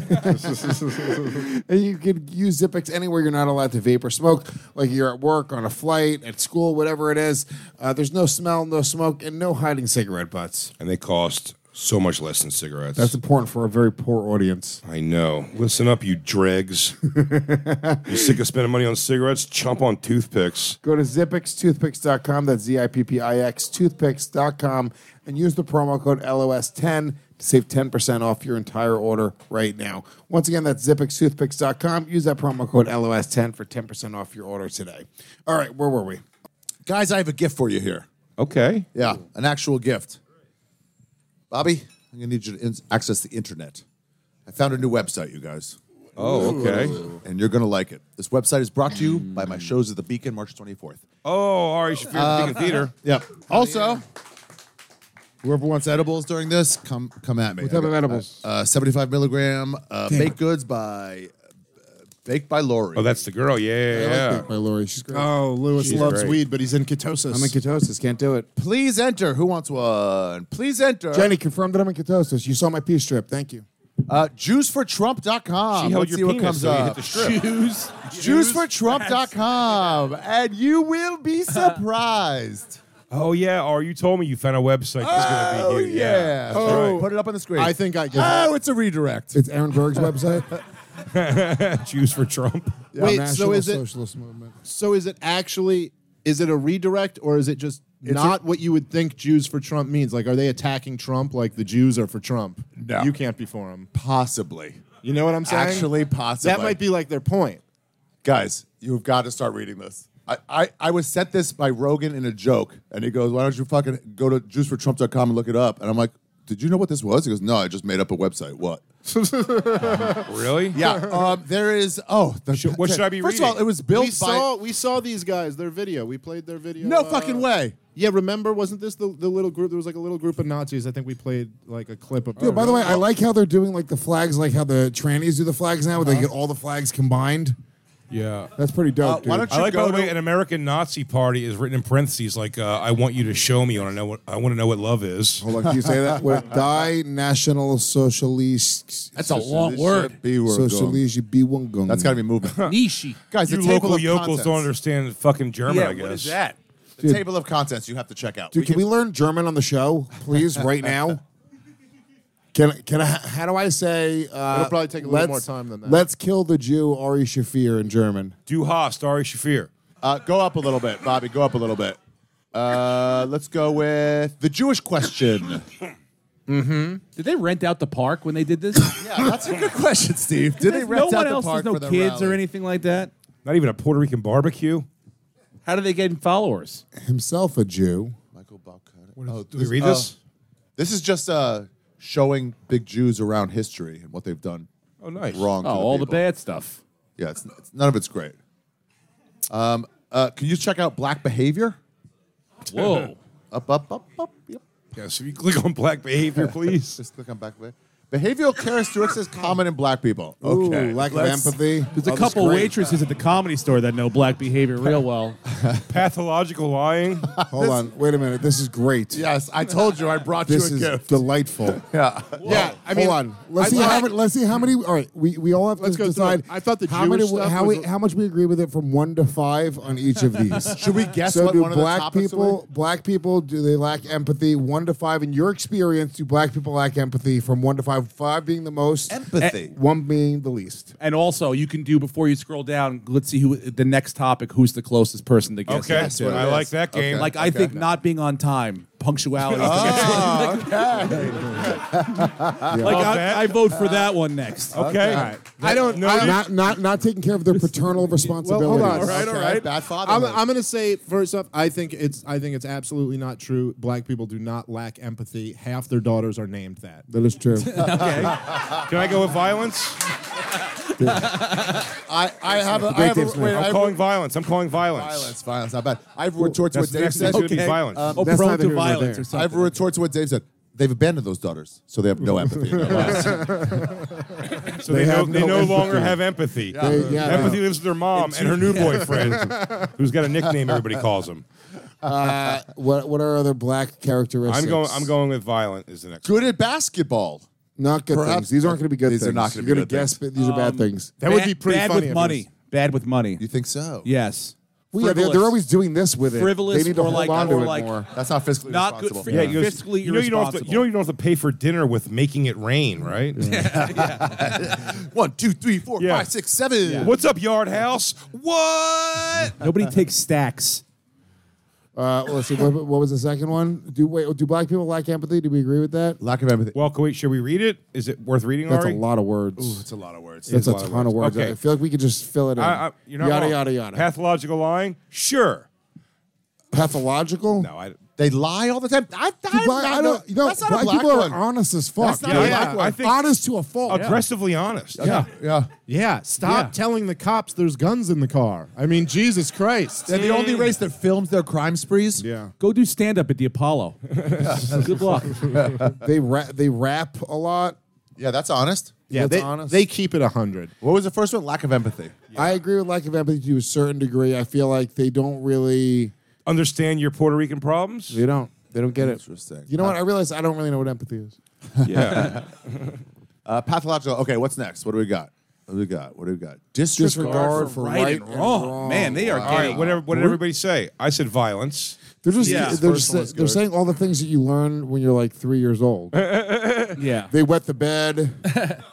And you could use Zippix anywhere you're not allowed to vape or smoke, like you're at work, on a flight, at school, whatever it is. Uh, there's no smell, no smoke, and no hiding cigarette butts.
And they cost so much less than cigarettes.
That's important for a very poor audience.
I know. Listen up, you dregs. you sick of spending money on cigarettes? Chump on toothpicks.
Go to zippixtoothpicks.com, that's Z I P P I X, toothpicks.com, and use the promo code LOS10 to save 10% off your entire order right now. Once again, that's zippixtoothpicks.com. Use that promo code LOS10 for 10% off your order today. All right, where were we?
Guys, I have a gift for you here.
Okay.
Yeah, an actual gift. Bobby, I'm going to need you to in- access the internet. I found a new website, you guys,
Oh, okay.
and you're going to like it. This website is brought to you by my shows at the Beacon March 24th.
Oh, Ari Shafir, Beacon Theater.
Yep. Also, whoever wants edibles during this, come come at me.
What type of edibles?
Uh, 75 milligram uh, baked goods by uh, Baked by Lori.
Oh, that's the girl. Yeah, yeah, yeah.
By Lori. She's great.
Oh, Lewis
She's
loves
great.
weed, but he's in ketosis.
I'm in ketosis. Can't do it.
Please enter. Who wants one? Please enter.
Jenny, confirm that I'm in ketosis. You saw my pee strip. Thank you.
Uh, JuiceForTrump.com.
She held
Let's
your
see what
penis
comes
so you hit
up.
the strip.
Jews.
JuiceForTrump.com. And you will be surprised.
Oh, yeah, Ari, you told me you found a website that's
oh,
going to be you.
yeah.
That's right.
Put it up on the screen.
I think I get
Oh, it's a redirect.
It's Aaron Berg's website.
Juice for Trump.
it. Wait, so
National
is it
Socialist Movement.
so is it actually is it a redirect or is it just not what you would think Jews for Trump means? Like, are they attacking Trump like the Jews are for Trump?
No.
you can't be for him.
Possibly.
You know what I'm saying?
Actually, possibly.
that might be like their point.
Guys, you've got to start reading this. I, I, I was sent this by Rogan in a joke, and he goes, Why don't you fucking go to juicefortrump.com and look it up? And I'm like, Did you know what this was? He goes, No, I just made up a website. What?
Really?
Yeah. um, there is, oh, the,
what should I be
First of all,
reading?
it was built
we
by.
saw we saw these guys. Their video. We played their video.
no
uh,
fucking way.
Yeah, remember? Wasn't this the, the little group? There was like a little group of Nazis. I think we played like a clip of.
Dude, by the way, I like how they're doing like the flags, like how the trannies do the flags now, where
Uh-huh.
they get all the flags combined.
Yeah.
That's pretty dope,
why
dude.
don't
I
you
like,
go
by the
to-
way, an American Nazi party is written in parentheses, like, uh, I want you to show me, and I, know what, I want to know what love is.
Hold on, can you say that? What, die National Socialist.
That's a long word.
Socialist B1 gun.
That's got to be movement.
Nishi.
Guys,
You
the
local
table of
yokels
contents.
don't understand fucking German,
Yeah,
I guess.
what is that? The table of contents you have to check out.
Dude, can we learn German on the show, please, right now? Can can I? How do I say? Uh,
It'll probably take a little more
let's-
time than that.
Let's kill the Jew Ari Shafir in German.
Du hast Ari Shafir.
Uh, go up a little bit, Bobby. Go up a little bit. Uh, let's go with the Jewish question.
Did they rent out the park when they did this?
yeah, that's a good question, Steve. Did they
There's
rent
no
out
one
the
else.
park
There's no
for the
kids
rally?
or anything like that.
Not even a Puerto Rican barbecue.
How do they get followers?
Himself a Jew.
Michael Balcone.
Oh, do we read this?
This is just uh, showing big Jews around history and what they've done
Oh, nice.
wrong.
Oh,
to the
all the
people.
bad stuff.
Yeah, it's, it's none of it's great. Um, uh, can you check out Black Behavior?
Whoa. Oh,
Up, up, up, up. Yep.
Yes, if you click on black behavior, please.
Just click on Black Behavior. Behavioral characteristics common in black people. Okay.
Ooh, lack of
Let's-
empathy.
There's a couple waitresses at the comedy store that know black behavior real well.
Pathological lying.
Hold on. Wait a minute. This is great.
Yes, I told you I brought
This
you
is
a gift.
delightful.
yeah.
Yeah, I mean,
Hold on. Let's
I
see
like-
how many. Let's see how many. All right, we, we all have
Let's go
to
through
decide.
it. I thought the
how
Jewish
many,
stuff
how,
was
we,
a-
how much we agree with it from one to five on each of these.
Should we guess
so
what
do
one of the
black
topics will
people? Black people do they lack empathy? One to five in your experience, do black people lack empathy from one to five? Five being the most, eh,
Empathy.
one being the least.
And also, you can do before you scroll down. Let's see who the next topic. Who's the closest person to guess?
Okay,
it to.
I like that game. Oh,
Okay.
Like I think not being on time
punctuality. like
I'll bet.
I, I vote for that one next.
Okay.
I don't know.
Not, not, not taking care of their paternal
Well,
responsibility.
hold on.
all right. Bad father.
I'm, I'm going to say first off, I think it's I think it's absolutely not true. Black people do not lack empathy. Half their daughters are named that.
That is true.
Can I go with violence?
I, I have a. I
Great
have a
Dave's
wait,
name.
I
I'm
have
calling
a-
violence. I'm calling violence.
violence. Violence. Not bad. I have a retort to
That's
what
the
Dave
next thing
said.
should be violence.
Oh,
That's
prone
neither
to
here nor
violence or
there.
I have
something.
a retort to what Dave said. They've abandoned those daughters, so they have no empathy. in their lives.
so they,
They
no,
have
they
no
no
empathy.
longer have empathy.
They- yeah,
empathy
no.
lives with their mom and her new boyfriend, who's got a nickname everybody calls him.
Uh, what what are other black characteristics?
I'm going. I'm going with violent is the next.
Good at basketball.
Not good
Perhaps-
things. These aren't going to be good
These are
things.
not gonna
You're
be
gonna
good
guess, but these are bad things.
That would be pretty
Um, bad
funny if
with
it
money.
was-
Bad with money.
You think so?
Yes.
Well, yeah, they're, they're
Frivolous.
always doing this with it.
Frivolous
they need to
or
hold
like-
on to
or
it
like-
more.
That's not fiscally
Not good
responsible.
for
Yeah,
you.
he goes,
Fiscally
you know you don't have to. You
irresponsible.
know you don't have to pay for dinner with making it rain, right?
One, two, three, four,
Yeah.
five, six, seven.
What's up, Yard House? What?
Nobody takes stacks.
Uh, well, let's see. What, what was the second one? Do wait? Do black people lack empathy? Do we agree with that?
Lack of empathy.
Well, can we, should we read it? Is it worth reading,
That's a
Laurie?
lot of words.
It's a lot of words.
That's a,
lot of
ton of
words.
words.
Okay.
I feel like we could just fill it in.
I, I, you're not
yada
wrong.
yada yada.
Pathological lying? Sure.
Pathological?
No, I.
They lie all the time. I, I,
Black, I don't. You know,
that's not
black
a black
people
one.
are honest as fuck.
That's not
a
They're
black
like-
one. I think-
honest to a fault.
Aggressively honest.
Yeah, yeah.
Yeah, stop
Yeah.
telling the cops there's guns in the car. I mean, Jesus Christ.
They're the only race that films their crime sprees.
Yeah.
Go do stand up at the Apollo. Good luck.
They ra- they rap a lot.
yeah, that's honest.
Yeah,
That's
they,
honest.
they keep it 100.
What was the first one? Lack of empathy.
I agree with lack of empathy to a certain degree. I feel like they don't really.
Understand your Puerto Rican problems?
They don't. They don't get it.
Interesting.
You know
Uh,
what? I realize I don't really know what empathy is.
Yeah.
Uh, pathological. Okay, what's next? What do we got? What do we got? What do we got?
Disregard,
Disregard
for
right and wrong. Man, they are
All right.
getting.
Whatever. What did everybody say? I said violence.
They're just
Yeah.
they're,
First
just-
one's
they're
good.
saying all the things that you learn when you're like three years old.
Yeah.
they wet the bed.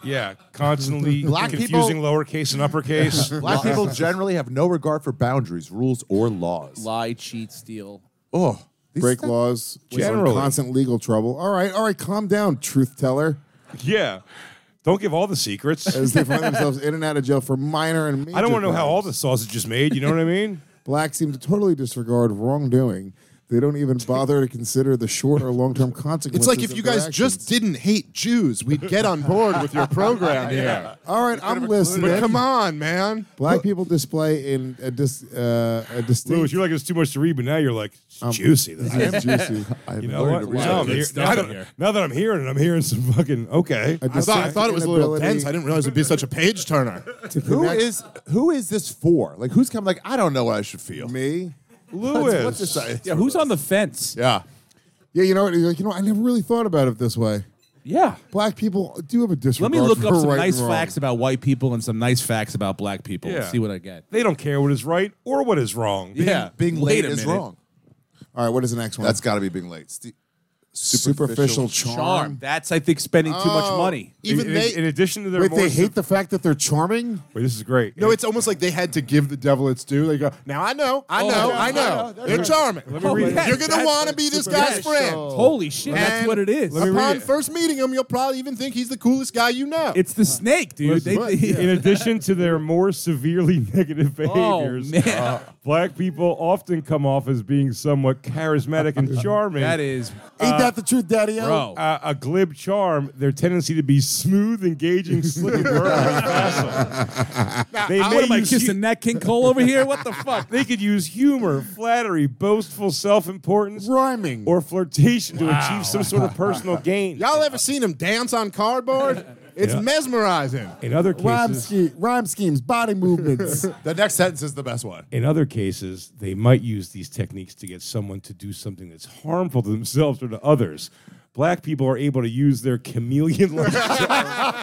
Yeah. Constantly
Black
confusing
people-
lowercase and uppercase.
Black people generally have no regard for boundaries, rules, or laws.
Lie, cheat, steal.
Oh, these-
break laws, was in
Generally.
constant legal trouble. All right, all right, calm down, truth teller.
yeah. Don't give all the secrets.
As they find themselves in and out of jail for minor and major
I don't want to know how all
crimes.
the sausage is made. You know what I mean?
blacks seem to totally disregard wrongdoing. They don't even bother to consider the short or long term consequences.
It's like if
of
you
their
guys just
actions.
didn't hate Jews, we'd get on board with your program here.
All right, I'm
But
listening.
come on, man.
Black people display in a dis, uh, a distinct.
Louis, you're like, it's too much to read, but now you're like, it's juicy. This is
It's juicy.
I haven't
You know
learned
what?
to
Now,
read.
I'm
Good
here-
stuff
now
in
that-
here.
now that I'm hearing it, I'm hearing some fucking okay.
A
I thought, I
distinct
thought it was a little
inability
dense. I didn't realize it would be such a page turner.
Who is who is this for? Like, who's coming? Like, I don't know what I should feel.
Me?
Louis,
What's this? I-
Yeah, who's on the fence?
Yeah.
Yeah, you know what? You're like, you know, I never really thought about it this way.
Yeah.
Black people do have a
Let
disregard.
me look up
for
some
right
nice
and wrong.
facts about white people and some nice facts about black people.
Yeah.
See what I get.
they don't care what is right or what is wrong.
Yeah.
Being
Wait
late
a
is
minute.
wrong.
All right, what is the next one?
That's got to be being late. Ste- superficial
superficial, charm. Oh.
Charm. Oh, That's, I think, spending too much money.
Even
in,
they.
in addition to their
Wait, they
more-
hate the fact that they're charming.
Wait, this is great.
no, it's almost like they had to give the devil its due. They go, now I know, I know,
yeah,
I
I
know. You're charming.
me read it.
You're going to
Oh, That's
want to be this guy's friend.
Holy shit. That's
And
what it is.
Upon
it.
first meeting him, you'll probably even think he's the coolest guy you know.
It's the snake, dude. They,
But
they-
in addition to their more severely negative
Oh,
behaviors, uh,
man.
black people often come off as being somewhat charismatic and charming.
that is,
Ain't that the truth, Daddy?
bro.
Uh, a glib charm, their tendency to be smooth, engaging, slick, and verbally facile. They
I
may
am I
use
kissing that King Cole over here? What the fuck?
They could use humor, flattery, boastful self-importance,
Rhyming.
or flirtation to achieve some sort of personal gain.
Y'all ever seen him dance on cardboard? It's
Yeah.
mesmerizing.
In other
rhyme,
cases,
ske- rhyme schemes, body movements.
The next sentence is the best one.
in other cases, they might use these techniques to get someone to do something that's harmful to themselves or to others. Black people are able to use their chameleon like to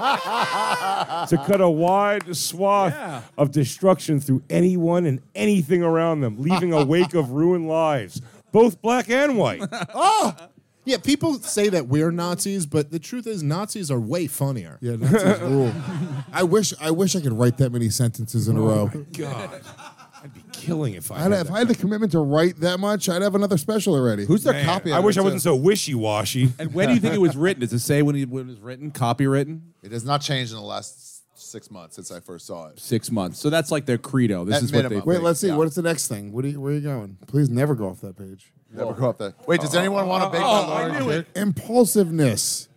cut a wide swath
Yeah.
of destruction through anyone and anything around them, leaving a wake of ruined lives, both black and white.
Yeah, people say that we're Nazis, but the truth is Nazis are way funnier.
yeah, Nazis
Oh
rule. I wish I wish I could write that many sentences in a row.
God, I'd be killing if I.
I'd,
had
if
that
I had the commitment to write that much, I'd have another special already.
Who's their
Man,
copy?
I wish I
editor,
wasn't so
too?
wishy washy.
And when do you think it was written? Does it say when, he, when it was written? Copywritten?
It has not changed in the last six months since I first saw it.
Six months. So that's like their credo. This
At
is what
minimum.
they
Wait,
think.
let's see.
Yeah.
What's the next thing? What are you, where are you going? Please never go off that page.
Never go up that. Wait, does anyone want to bake that large cake?
Impulsiveness.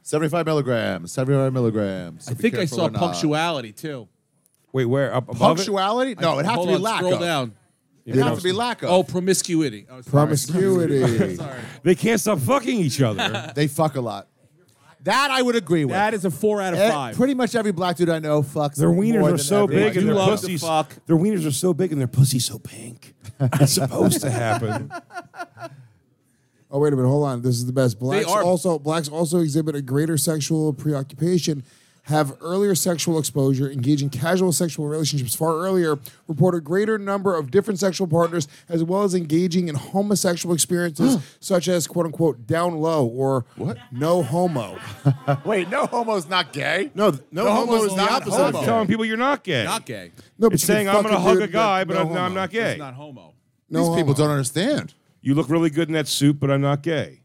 Seventy-five milligrams. Seventy-five milligrams.
I think I saw punctuality too.
Wait, where up above it?
Punctuality? No, it has to
Hold
be
on,
lack
scroll
of.
down.
It has to be lack of.
Oh, promiscuity. Oh, sorry.
Promiscuity.
They can't stop fucking each other.
They fuck a lot. That I would agree with.
That is a four out of
Eh,
five.
Pretty much every black dude I know fucks.
Their
more
wieners are
than
so
everyone.
big and
You
their
love to
pussies.
fuck.
Their wieners are so big and their pussies so pink. It's supposed to happen.
oh, wait a minute. Hold on. This is the best. Blacks
are-
also blacks also exhibit a greater sexual preoccupation, have earlier sexual exposure, engage in casual sexual relationships far earlier, report a greater number of different sexual partners, as well as engaging in homosexual experiences such as quote unquote down low or no homo.
Wait, no homo's not gay.
No, th- no
No
homo
homo's
is the
not
opposite.
homo.
of gay.
Telling people you're not gay.
not gay.
No, but
It's
you
saying
can
I'm gonna
fuck a
hug
dude
a guy,
that-
but
no
I'm, no, I'm
homo.
not gay.
It's not homo.
No
These people
homo.
don't understand.
you look really good in that suit, but I'm not gay.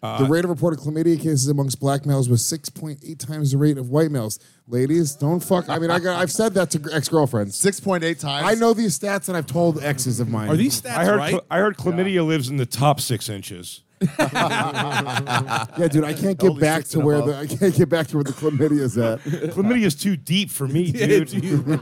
The rate of reported chlamydia cases amongst black males was 6.8 times the rate of white males. Ladies, don't fuck. I mean, I got, I've said that to ex girlfriends.
Six point eight times.
I know these stats and I've told exes of mine.
Are these stats
I heard.
right?
cl- I heard chlamydia lives in the top six inches.
Yeah, dude, I can't get
Only
back
six
to
and
where
above.
the I can't get back to where the chlamydia is at.
Chlamydia is too deep for me, dude.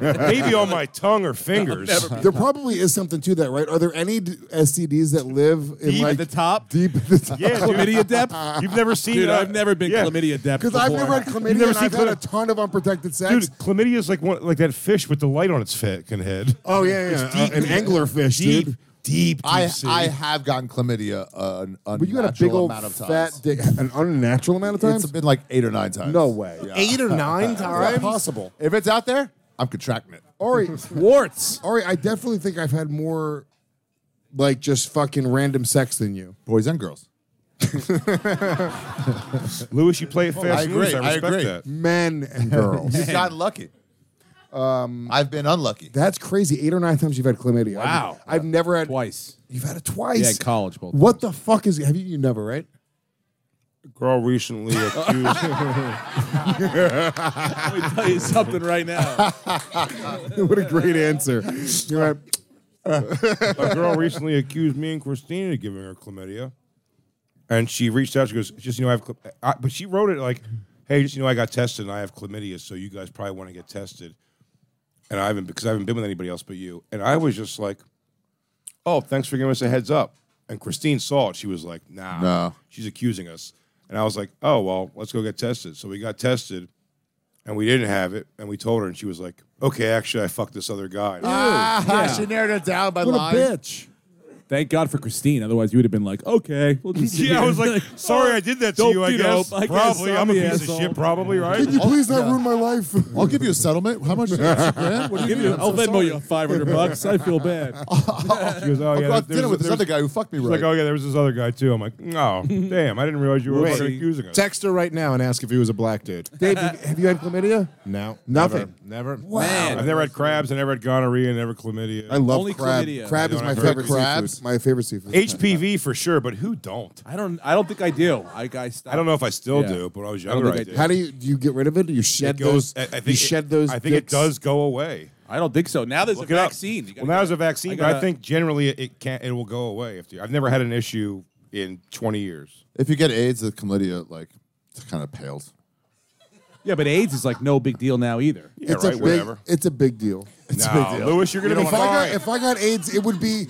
Maybe on my tongue or fingers.
There probably is something to that, right? Are there any d- STDs that live in
Deep E at
like
the top?
Deep at the top.
Yeah, dude.
chlamydia depth?
You've never seen
Dude,
that?
I've never been
Yeah.
chlamydia depth.
Because I've
before.
never had chlamydia.
never
and
seen
I've had a
chlamydia?
ton of unprotected
Dude,
sex.
chlamydia is like one, like that fish with the light on its fucking head.
oh yeah, yeah, yeah. Uh, an anglerfish,
deep,
dude.
deep, deep
I,
sea.
I have gotten chlamydia uh, an
But you got a big
unnatural
old
amount of times.
fat dick, an unnatural amount of times.
It's been like eight or nine times.
No way.
Yeah.
Eight or nine times.
possible.
If it's out there, I'm contracting it.
Ori,
warts.
Ori, I definitely think I've had more, like just fucking random sex than you.
Boys and girls.
Lewis, you
Oh,
play it fast.
I
and
agree,
loose. I
I
respect
agree.
that.
Men and girls.
You've gotten lucky. Um, I've been unlucky.
That's crazy. Eight or nine times you've had chlamydia.
Wow.
I've, I've never had
Twice.
You've had it twice.
Yeah, in college both
What the fuck is? Have you? You never right?
Girl recently accused.
Let me tell you something right now.
what a great answer. You're right.
a girl recently accused me and Christina of giving her chlamydia, and she reached out. She goes, "Just you know, I have," chlam- I, but she wrote it like, "Hey, just you know, I got tested and I have chlamydia, so you guys probably want to get tested." And I haven't because I haven't been with anybody else but you. And I was just like, "Oh, thanks for giving us a heads up." And Christine saw it. She was like, "Nah,
No.
she's accusing us." And I was like, "Oh well, let's go get tested." So we got tested. And we didn't have it, and we told her, and she was like, "Okay, actually, I fucked this other guy."
Ah, She narrowed it down by
What a
lying.
bitch.
Thank God for Christine. Otherwise, you would have been like, okay, we'll just see
Yeah, I
here.
was like, sorry I did that to
dope,
you, I
you know,
guess.
I guess
probably.
I'm
I'm a
the
piece
asshole.
of shit, probably, right?
Could you please not
yeah.
ruin my life?
I'll give you a settlement. How much? is it? Six grand? What do you
Give
mean?
you,
I'm
I'll
so
Venmo
sorry.
you 500 bucks. I feel bad.
She goes, oh,
I'll
yeah,
go out to
there's-
dinner with this
there's-
other guy who fucked me
She's
right.
like, oh, yeah, there was this other guy, too. I'm like, oh, damn, I didn't realize you were
Wait.
fucking accusing us.
Text her right now and ask if he was a black dude.
Dave, you- have you had chlamydia?
No,
Nothing.
Never. never.
I've never had crabs, I never had gonorrhea, I never chlamydia.
I love
Only
crab.
chlamydia.
Crab
You
is
know,
my
I've heard
favorite
crabs.
seafood. My favorite seafood.
HPV for sure, but who don't?
I don't. I don't think I do. I I, stopped.
I don't know if I still
Yeah.
do, but when I was
don't
younger, I,
think I
did.
did.
How do you do you get rid of it? Do you shed
It goes-
those?
I- I think
you
it-
shed those.
I think it
dicks?
does go away.
I don't think so. Now there's
Look
a
it up.
vaccine. You
Well,
gotta
now there's
go-
a vaccine, but
gotta-
I think generally it, it can't. It will go away. If you, I've never had an issue in 20 years.
If you get AIDS, the chlamydia like kind of pales.
Yeah, but AIDS is like no big deal now either.
Yeah,
it's
right.
a big,
whatever.
It's a big deal.
It's no, Oh, Lewis, you're gonna be
if I,
fine.
got, if I got AIDS, it would be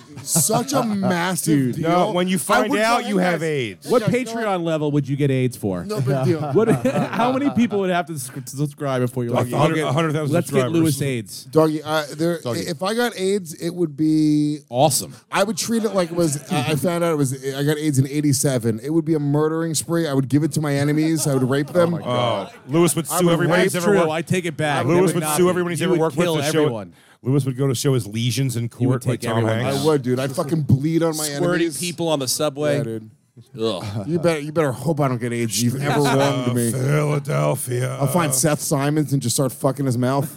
such a massive deal.
No, when you
I
find
would
out
go,
you
"Hey,
have
guys,
AIDS.
What
Yeah, you know
Patreon level would you get AIDS for?
No big deal.
What, how many people would have to sc- subscribe before you're like,
Like 100
I'll get-
100,000
Let's get
subscribers.
Lewis AIDS.
Doggy, uh, there, if I got AIDS, it would be.
Awesome.
I would treat it like it was. I I found out it was. I got AIDS in '87. It would be a murdering spree. I would give it to my enemies. I would rape them.
Oh, Lewis would sue everybody
That's
he's ever
true.
worked.
I take it back. That
Lewis would
not
sue
be-
everyone he's
you
ever
would
worked with.
kill
To
everyone.
Show, Lewis would go to show his lesions in court
take
like Tom
everyone
Hanks.
down.
I would, dude. I'd fucking bleed on my
Squirting
enemies.
people on the subway.
Yeah, dude.
Ugh.
You better. You better hope I don't get AIDS. You've ever wronged me.
Philadelphia.
I'll find Seth Simons and just start fucking his mouth.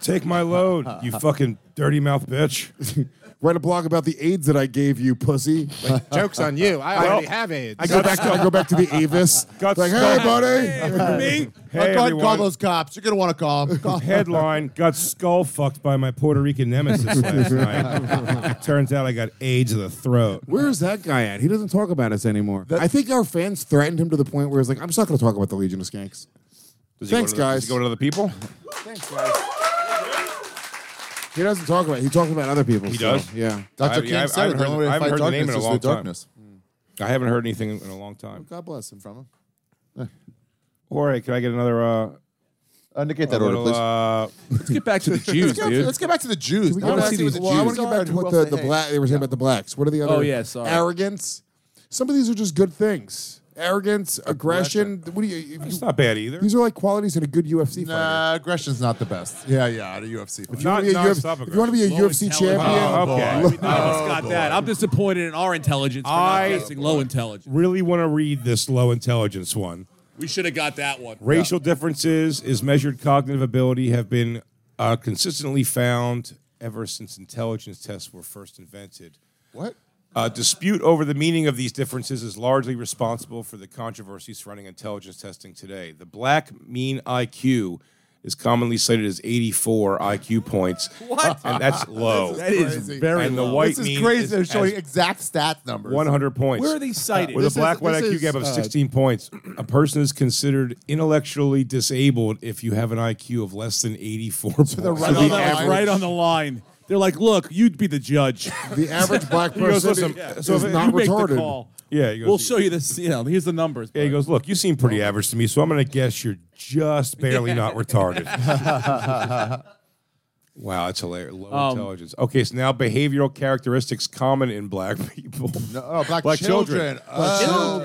Take my load, you fucking dirty mouth bitch.
Write a blog about the AIDS that I gave you, pussy. Like,
Joke's on you. I already have AIDS.
I go back to I go back to the Avis.
Got
like, hey,
stuck-
buddy.
me?
Go
Hey,
ahead and call
everyone.
those cops. You're gonna want to call. 'em. Call-
Headline Got skull fucked by my Puerto Rican nemesis last night. Turns out I got AIDS of the throat.
Where is that guy at? He doesn't talk about us anymore. I think our fans threatened him to the point where he's like, "I'm just not going to talk about the Legion of Skanks."
Does
Thanks,
he go to the,
guys.
Does he go to other people?
He doesn't talk about. It. He talks about other people.
He
so,
does?
Yeah.
Dr.
I-
King
I- I
said it.
haven't
The
heard-
only way
I
to
haven't
fight
heard the name
darkness
in a
is
long
through
time.
darkness.
I haven't heard anything in a long time.
God bless him from him.
Jorge, can I get another uh,
Uh, negate
a
that order,
little,
please.
uh,
Let's get back to the Jews,
Let's go-
dude.
Let's get back to the Jews.
Well,
I
I
wanna see
want
what the Jews
to get
are
back
and
to
who
what
else
the,
they
the
hate.
black they were saying about the blacks. What are the other?
Oh, yeah, sorry.
Arrogance. Some of these are just good things. Arrogance, aggression. What do you? if
it's
you-
not bad either.
these are like qualities in a good UFC fighter.
Nah, aggression's not the best. Yeah, yeah, the UFC. fight.
Not
If you wanna be a
nonstop
UFC if you want to be a
Low
UFC
intelligence.
champion,
Oh, okay.
We none of us got that. I'm disappointed in our intelligence for
I-
not guessing low intelligence.
Really want to read this low intelligence one.
We should have got that one.
Racial differences is measured cognitive ability have been uh, consistently found ever since intelligence tests were first invented.
What?
Uh, dispute over the meaning of these differences is largely responsible for the controversy surrounding intelligence testing today. The black mean IQ is commonly cited as 84 IQ points. What? And that's low.
That is Crazy.
very
And the
low.
white
This is
mean
crazy.
is
They're showing
as
exact stat numbers.
100 points.
Where are they cited?
With
This
a black
is-
white
this
IQ
is,
gap of
uh,
16 points, a person is considered intellectually disabled if you have an IQ of less than 84 points.
right
Oh,
on
that was
average-
right on the line. They're like, look, you'd be the judge.
the average black person
goes, "Listen,
is
so if
not
you make the
retarded.
call.
Yeah, he goes,
We'll show you this. You know, here's the numbers.
Yeah, he goes, look, you seem pretty average to me, so I'm going to guess you're just barely not retarded. wow, that's hilarious. Low intelligence. Okay, so now behavioral characteristics common in black people.
No, oh, black,
Black
children.
children.
Uh,
Oh.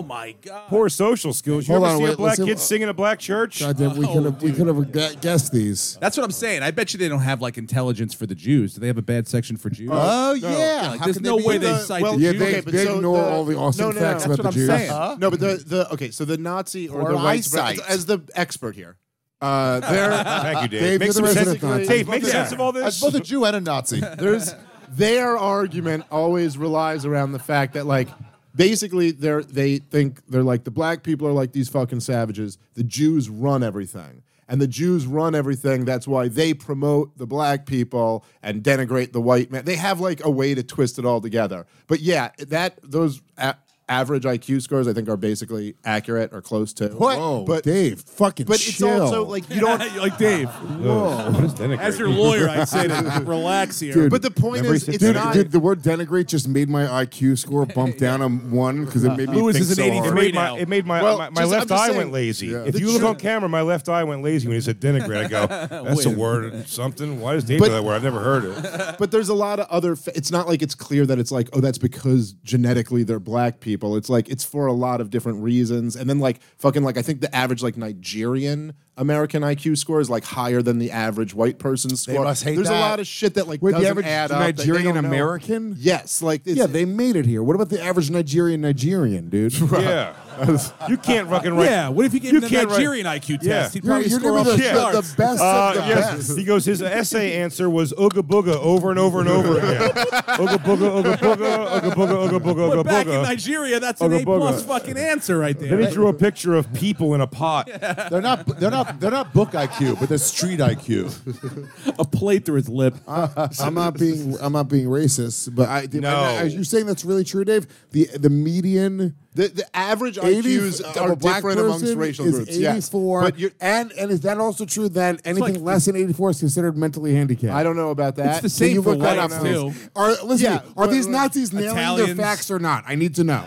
Oh my god.
Poor social skills. You
Hold
ever
on,
see
wait,
a black
let's see
kid
what-
sing in a black church?
Goddamn, we could have we could have gu- guessed these.
That's what I'm saying. I bet you they don't have like intelligence for the Jews. Do they have a bad section for Jews?
Uh,
Oh,
Yeah,
yeah.
like,
How
there's
can
no
be
way
in
they
the-
cite
well,
the
Yeah,
Jews.
they,
Okay, but
they
so
ignore
the-
all the awesome
no, no,
facts
no.
about the
That's
Jews.
what I'm saying.
No, but the, the okay, so the Nazi or,
Or
the white
eyesight.
as the expert here.
Uh, they're
Thank you, Dave.
Dave,
make
you're
some
the
sense.
resident Nazi.
Dave, make sense of all
As
this.
both a Jew and a Nazi.
There's their argument always relies around the fact that like basically they're they think they're like the black people are like these fucking savages. The Jews run everything. And the Jews run everything. That's why they promote the black people and denigrate the white man. They have like a way to twist it all together. But yeah, that those a- average IQ scores I think are basically accurate or close to.
What?
oh,
But
Dave, fucking
but it's
chill.
also like you don't
like Dave,
What is denigrating?
as your lawyer, I'd say to relax here.
But the point
Memory
is,
system.
it's
Dude,
not.
dude, the word denigrate just made my IQ score bump down a one because it made me
Lewis
think
is an
so hard.
83.
It made my,
now.
it made my,
Well,
my, my
just- I'm
left
just
eye
saying-
went lazy.
Yeah.
If
The
you look on camera, my left eye went lazy when he said denigrate. I go, that's a
Wait.
word, something. Why does Dave
But-
know that word? I've never heard it.
but there's a lot of other. Fa- it's not like it's clear that it's like, oh, that's because genetically they're black people. It's like it's for a lot of different reasons. And then like fucking like I think the average like Nigerian American IQ score is like higher than the average white person's score.
must hate
there's
that.
a lot of shit that like
Wait, the
doesn't
average
add up, that they don't
Nigerian
know.
American?
Yes, like it's,
yeah, they made it here. What about the average Nigerian Nigerian, dude?
Yeah. you can't fucking write.
yeah, what if he gave
You
him a
can't write-
Nigerian IQ test?
Yeah.
He'd
You're-
probably
you're
score
giving
off the
us the-
charts.
the best
Uh,
of the
yes.
best.
He goes, his essay answer was Ooga Booga over and over and over again. Ooga Booga, Ooga Booga, Ooga Booga, Ooga Booga, Ooga
But back in
Booga.
Nigeria, that's an
Ooga
A plus
booga.
fucking answer right there.
Then he drew a picture of people in a pot.
They're not. They're not. They're not book IQ, but they're street IQ.
a plate through his lip.
I'm not being I'm not being racist, but I, did,
No.
I- I- you're saying that's really true, Dave. The the median
the, the average
80
IQs
of
are
a black
different amongst
person
racial
is
groups.
84,
Yes, but you're,
and and is that also true that anything
like-
less than 84 is considered mentally handicapped?
I don't know about that.
It's the
Can
same
you
for
look that
whites,
up,
too.
please? Are listen?
Yeah,
are
but-
these Nazis nailing their
Italians.
facts or not? I need to know.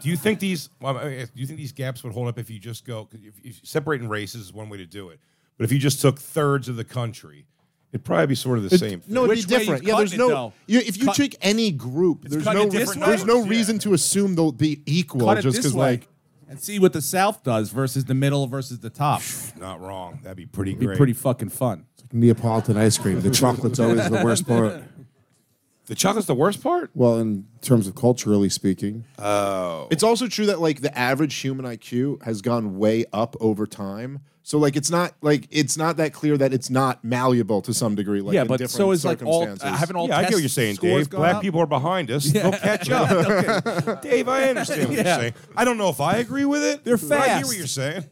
Do you think these? Well, I mean, do you think these gaps would hold up if you just go? 'cause If, if separating races is one way to do it, but if you just took thirds of the country, it'd probably be sort of the same. Thing.
No, it'd
Which
be
way
different.
you
Yeah, there's
cutting it,
no.
though?
You, if you
Cut-
take any group, there's
cutting
no.
it
There's
different ways?
no
Yeah.
reason to assume they'll be equal
Cut it
just
this
because
way
like.
and see what the South does versus the middle versus the top.
Not wrong. That'd be pretty
Be
great.
pretty fucking fun.
Neapolitan ice cream. The chocolate's always the worst part.
The chocolate's the worst part?
Well, in terms of culturally speaking,
It's also true that like the average human IQ has gone way up over time. So like it's not like it's not that clear that it's not malleable to some degree. Like
yeah,
in
but
different
so is like all.
circumstances.
I haven't all.
yeah, I get
test
what you're saying,
scores
Dave.
gone
Black
up?
people are behind us. They'll catch up. Okay. Dave, I understand what you're
Yeah.
saying. I don't know if I agree with it.
They're
but I hear what
fast.
you're saying.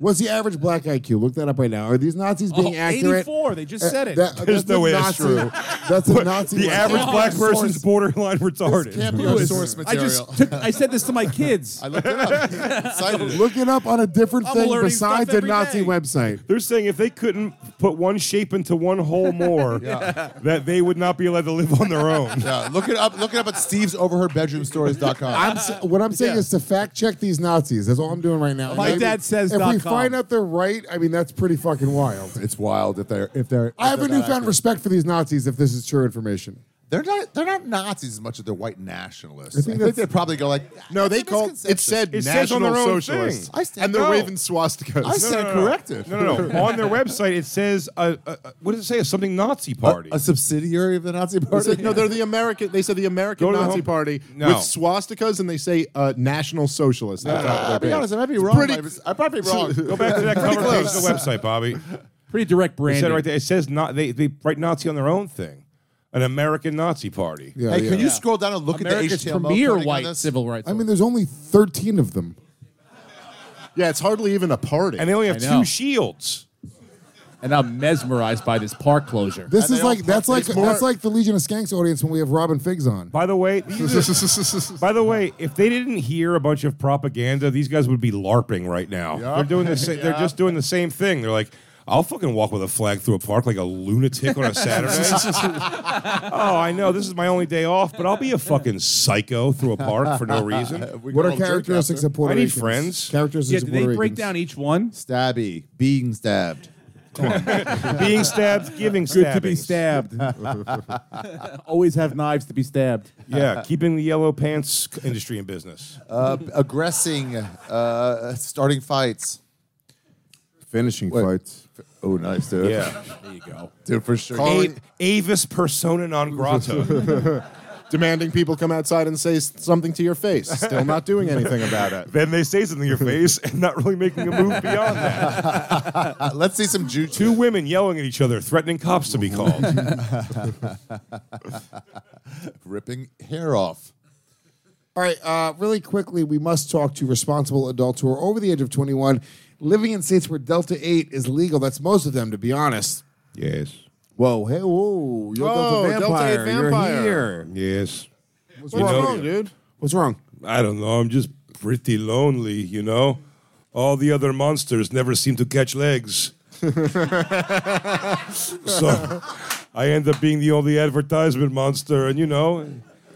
what's the average black IQ? Look that up right now. Are these Nazis being
Oh,
accurate?
84. They just
Uh,
said it.
that-
There's
that's
no
a
way that's
Nazi,
true.
That's a Nazi.
The
one.
average black person's borderline retarded.
can't be
Your
Lewis,
source
I
material.
just took, I said this to my kids.
I looked it up. Cited it.
Look it up on a different
I'm
thing
learning stuff
besides a
every
Nazi
day.
website.
They're saying if they couldn't put one shape into one hole more, that they would not be allowed to live on their own.
Yeah, look it up. Look it up at Steve's
I'm s- what I'm saying is to fact check these Nazis. That's all I'm doing right now.
My
And I-
dad says
If
dot
we
com.
find out they're right, I mean that's pretty fucking wild.
It's wild if they're if they're.
I have
if they're
a
not
newfound
accurate.
respect for these Nazis if this is true information.
They're not they're not Nazis as much as they're white nationalists. I
think
think,
that's-
they probably go like
no, they
"That's a
called it
misconception."
said
It says on
national
their own
socialists.
thing.
I stand-
and they're
no.
waving swastikas.
I said corrected.
No, no, no. on their website, it says, uh, uh, uh, what does it say? Something Nazi party.
A, a subsidiary of the Nazi
They
party.
said, no, they're the American. They said the American
Go to the
Nazi
home-
Party
No.
with swastikas, and they say uh, National Socialist. That's how
I'll Ah, be
they're
honest, I
paid.
might be
It's
wrong.
pretty-
I was- I might be wrong.
Go back to that cover page of the website, Bobby.
Pretty direct
It
branding.
said right there. It says not. They, they write Nazi on their own thing, an American Nazi party.
Yeah,
Hey,
yeah.
can you scroll down and look
America's
at the HTML
premier
coding on
white
this?
civil rights.
I mean, there's only 13 of them.
yeah, it's hardly even a party.
And they only have
I know.
two shields.
and I'm mesmerized by this park closure.
This
they
is
all
like that's like
participate more-
that's like the Legion of Skanks audience when we have Robin Figs on.
By the way, these are- by the way, if they didn't hear a bunch of propaganda, these guys would be larping right now. They're doing the same. They're just doing the same thing. They're like. I'll fucking walk with a flag through a park like a lunatic on a Saturday. oh, I know. This is my only day off, but I'll be a fucking psycho through a park for no reason.
We
What
got
are
a drink
characteristics
after.
of Puerto
I need
Ricans?
friends.
Characteristics
yeah, did
of Puerto
they break
Ricans.
down each one?
Stabby, being stabbed.
Being stabbed, giving
Good to be
stabbings.
stabbed. Always have knives to be stabbed.
Yeah, keeping the yellow pants industry in business.
Uh, aggressing, uh, starting fights.
finishing
Wait.
fights?
Oh, nice, dude.
Yeah.
there you go.
Dude, for sure.
A- Avis persona non grata.
demanding people come outside and say s- something to your face. Still not doing anything about it.
then they say something in your face and not really making a move beyond that.
Uh, let's see some juju.
Two women yelling at each other, threatening cops to be called.
Ripping hair off.
All right, uh, really quickly, we must talk to responsible adults who are over the age of 21, living in states where Delta 8 is legal. That's most of them, to be honest.
yes.
Whoa, hey, whoa. You're
Whoa,
Delta
Delta
Vampire.
8 vampire.
You're here.
Yes.
What's
You know-
dude.
What's wrong?
I don't know. I'm just pretty lonely, you know? All the other monsters never seem to catch legs. so I end up being the only advertisement monster, and you know,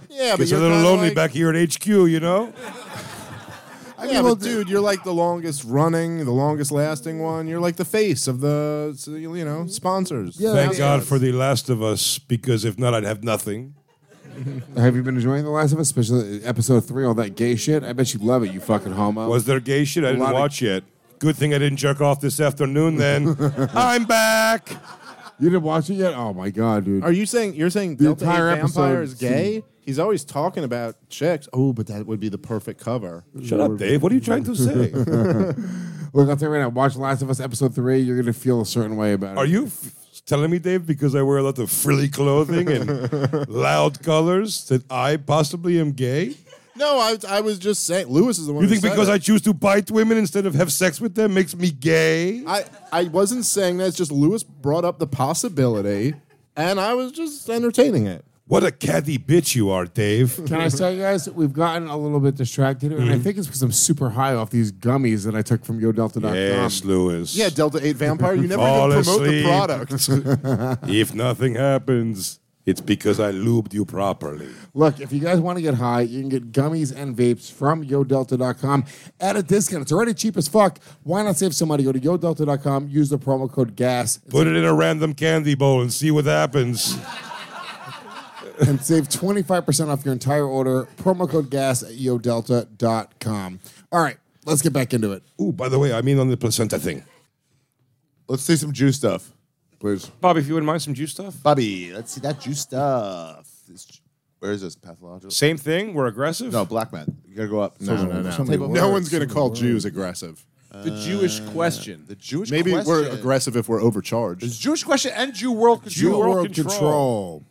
Yeah, but
it's
you're
a little
kinda
lonely
like,
back here at HQ, you know?
I mean, well, dude, you're like the longest running, the longest lasting one. You're like the face of the, s- you know, sponsors.
Yeah.
Thank
Yeah.
God for The Last of Us, because if not, I'd have nothing.
Have you been enjoying The Last of Us, especially episode three, all that gay shit? I bet you love it, you fucking homo.
Was there gay shit? I didn't
lot of-
watch yet. Good thing I didn't jerk off this afternoon then. I'm back.
you didn't watch it yet? Oh, my God, dude.
Are you saying you're saying
The
Delta
entire
Eight Vampire
episode
is gay? He's always talking about chicks. Oh, but that would be the perfect cover.
Shut up, Dave. What are you trying to say?
Look, I'll tell you right now, watch Last of Us episode three. You're going to feel a certain way about it.
Are you f- telling me, Dave, because I wear a lot of frilly clothing and loud colors, that I possibly am gay?
No, I, I was just saying. Lewis is the one.
You
who
think
said
because I
it.
choose to bite women instead of have sex with them makes me gay?
I I wasn't saying that. It's just Lewis brought up the possibility, and I was just entertaining it.
What a catty bitch you are, Dave.
Can
Mm-hmm.
I tell you guys, we've gotten a little bit distracted, and I think it's because I'm super high off these gummies that I took from YoDelta.com.
yes, Lewis.
Yeah, Delta Eight Vampire. You never
Fall
even promote the
asleep.
product.
if nothing happens, it's because I lubed you properly.
Look, if you guys want to get high, you can get gummies and vapes from YoDelta.com at a discount. It's already cheap as fuck. Why not save some money? Go to YoDelta.com, use the promo code GAS,
Put it in a random candy bowl and see what happens.
and save 25% off your entire order. Promo code GAS at YoDelta.com. All right, let's get back into it.
Ooh, by the way, I mean on the placenta thing.
Let's see some juice stuff, please.
Bob, if you wouldn't mind some juice stuff.
Bobby, let's see that juice stuff. This ju-
Where is this pathological?
Same thing. We're aggressive.
No, black man. You gotta go up.
No, no, no.
Table.
no one's going to call Jews aggressive.
The Jewish
Uh,
question.
The Jewish
Maybe we're
question.
aggressive if we're overcharged.
It's Jewish question and Jew world
Jew
control.
world
control.
control.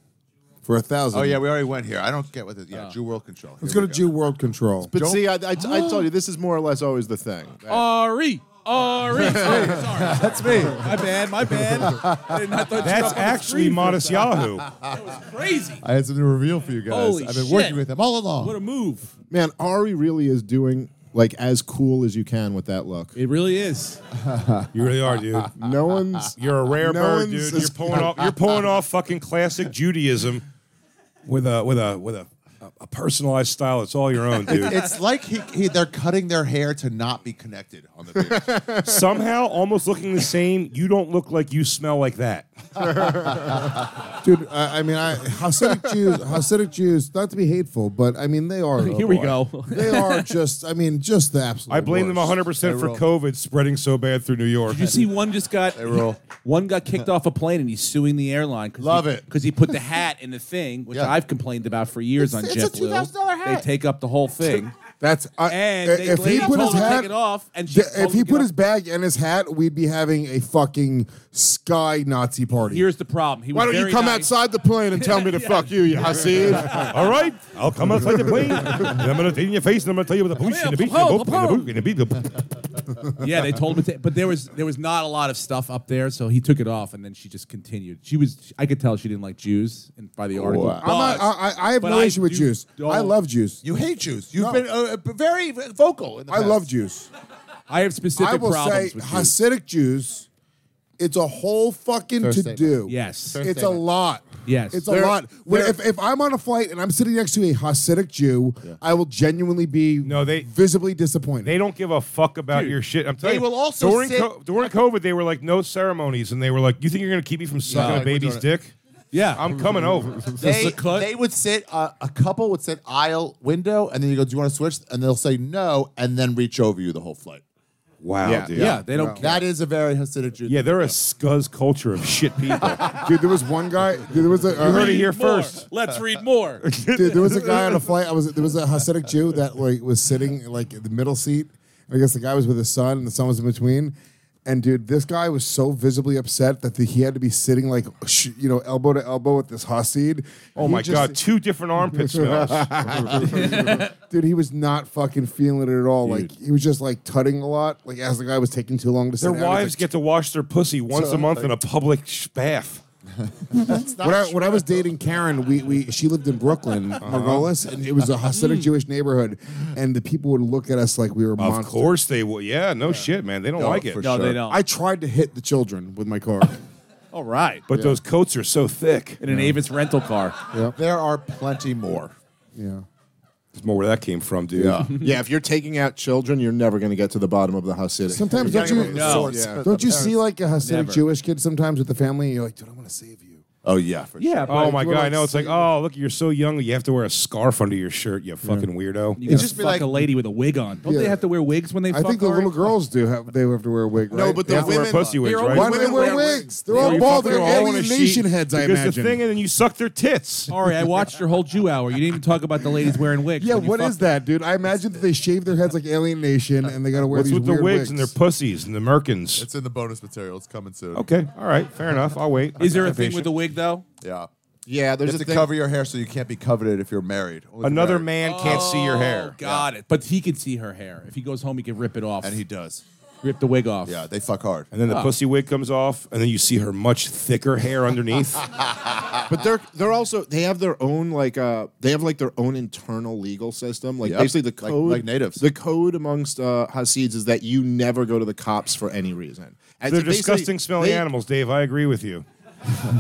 for a thousand. Uh,
Oh yeah, we already went here. I don't get what this. Yeah, Jew world control.
let's
Here
go
we
to Jew world control.
But see, I, I, I told you, this is more or less always the thing.
E.
Ari. Ari. Sorry. sorry.
That's me.
My bad, my bad. I did not thought
That's actually modest Yahoo.
Crazy.
I had something to reveal for you guys.
Holy
I've been
shit.
working with them all along.
What a move.
Man, Ari really is doing like as cool as you can with that look.
It really is.
You really are, dude.
No one's.
You're a rare
No
bird,
one's
dude. You're
as-
pulling off. You're pulling off fucking classic Judaism with a with a with a a personalized style. It's all your own, dude.
it's like he, he, they're cutting their hair to not be connected on the beard.
Somehow, almost looking the same. You don't look like you smell like that.
Dude, I, I mean, I, Hasidic Jews, Hasidic Jews, not to be hateful, but I mean, they are.
Here we go.
they are just, I mean, just the absolute.
I blame them
worst.
100 percent for
roll.
COVID spreading so bad through New York.
You see, one just got
roll.
one got kicked off a plane, and he's suing the airline. Cause
Love
he,
it.
because he put the hat in the thing, which
Yeah.
I've complained about for years on
It's- it's a
JetBlue.
$2,000 hat.
They take up the whole thing,
That's I,
and
i-
they,
if he put his
take it
hat,
off, and she
th-
told him
if he
to get
put
off.
his bag and his hat, we'd be having a fucking sky Nazi party.
here's the problem. He
Why
was
don't you
very
come
nice.
outside the plane and tell me to fuck you, you Hasid?
All right, I'll come outside the plane. and I'm gonna in your face, and I'm gonna tell you what the boots
here,
and the beach,
papa,
and the boot, and the
papa.
boot, and the beat, the boot.
Yeah, they told him to. But there was there was not a lot of stuff up there, so he took it off, and then she just continued. She was. I could tell she didn't like Jews, and by the article,
Wow.
I'm not,
But-
I, I- I have
but
no
I
issue with
do-
Jews. I
don't-
love Jews.
You hate Jews. You've
No.
been uh, uh, very vocal. In the
I
past.
love Jews.
I have specific
I will say
problems with Jews.
Hasidic Jews. It's a whole fucking
Fair
to
statement.
do.
Yes. Fair
it's a
statement.
lot.
Yes.
it's
There-
a lot. When,
there-
if, if I'm on a flight and I'm sitting next to a Hasidic Jew, I will genuinely be
No, they-
visibly disappointed.
They don't give a fuck about your shit. I'm telling
they
you.
will also
during
sit-
co- during COVID, they were like no ceremonies, and they were like, "You think you're gonna keep me from sucking
like,
a
we're
baby's
doing
dick?
Yeah,
I'm coming over."
They,
Just a cut.
they would sit, uh, a couple would sit aisle window, and then you go, Do you want to switch? And they'll say no, and then reach over you the whole flight.
Wow, dude.
yeah, they don't. care.
That is a very Hasidic Jew.
Yeah, they're a scuzz culture of shit people.
dude, there was one guy. Dude, there was a. uh,
You heard it
Read
here
more.
first.
Let's read more.
Dude, there was a guy on a flight. I was there was a Hasidic Jew that like was sitting like in the middle seat. I guess the guy was with his son, and the son was in between. And dude, this guy was so visibly upset that the, he had to be sitting like sh- you know elbow to elbow with this Hasid.
Oh my god, two different armpit smells.
dude, he was not fucking feeling it at all. Like he was just like tutting a lot. Like as the guy was taking too long to.
Their
sit down,
wives
he's like,
get to wash their pussy once a month in a public sh- bath.
when I, when I was dating Karen, we, we she lived in Brooklyn,
Uh-huh.
Margolis, and it was a Hasidic Jewish neighborhood, and the people would look at us like we were
Of
monsters. Oh,
course they will. Yeah, no shit, man. They don't like it.
for
No, they
sure.
don't.
I tried to hit the children with my car.
All right,
But those coats are so thick.
in an Avis rental car.
There are plenty more.
yeah.
There's more where that came from, dude.
yeah, if you're taking out children, you're never going to get to the bottom of the Hasidic.
Sometimes don't you don't you see like a Hasidic Jewish kid sometimes with the family? And you're like, dude, I want to save you.
Oh, yeah. For sure.
Oh my god, I know. It's like, oh, look, you're so young. You have to wear a scarf under your shirt. You fucking weirdo.
You
It'd
just
just be
fuck
like-
a lady with a wig on. Don't they
Yeah.
have to wear wigs when they
I
fuck?
think the
Ari?
little girls do have they have to wear a wig.
No,
right?
but
They
the
have to wear-
women.
pussy wigs,
They're all
right?
why do they
women
wear
wear
wigs?
wigs.
They're all
You
bald.
fuck
They're
their all in a
alienation
sheet
heads. I
because
imagine.
the thing, and then you suck their tits.
Ari, I watched your whole Jew hour. You didn't even talk about the ladies wearing wigs.
yeah,
when you
what
fucked
is that, dude? I imagine that they shave their heads like alienation, and they got to wear
What's
these
with the
weird
wigs, and their pussies and the merkins?
It's in the bonus material. It's coming soon.
okay, all right, fair enough. I'll wait.
Is there
I'm
a thing with
patient.
the wig though?
Yeah.
Yeah,
You
there's
have
a
to
thing.
cover your hair so you can't be coveted if you're married. Only if you're
another
married.
man can't see
Oh,
your hair?
Got it. But he can see her hair. If he goes home, he can rip it off.
And he does.
rip the wig off.
Yeah, they fuck hard.
And then the pussy wig comes off, and then you see her much thicker hair underneath.
but they're they're also they have their own like uh they have like their own internal legal system like
Yep.
basically the
Like-
code
like natives.
the code amongst uh, Hasids is that you never go to the cops for any reason. And
They're
so basically,
disgusting smelling
they-
animals, Dave. I agree with you.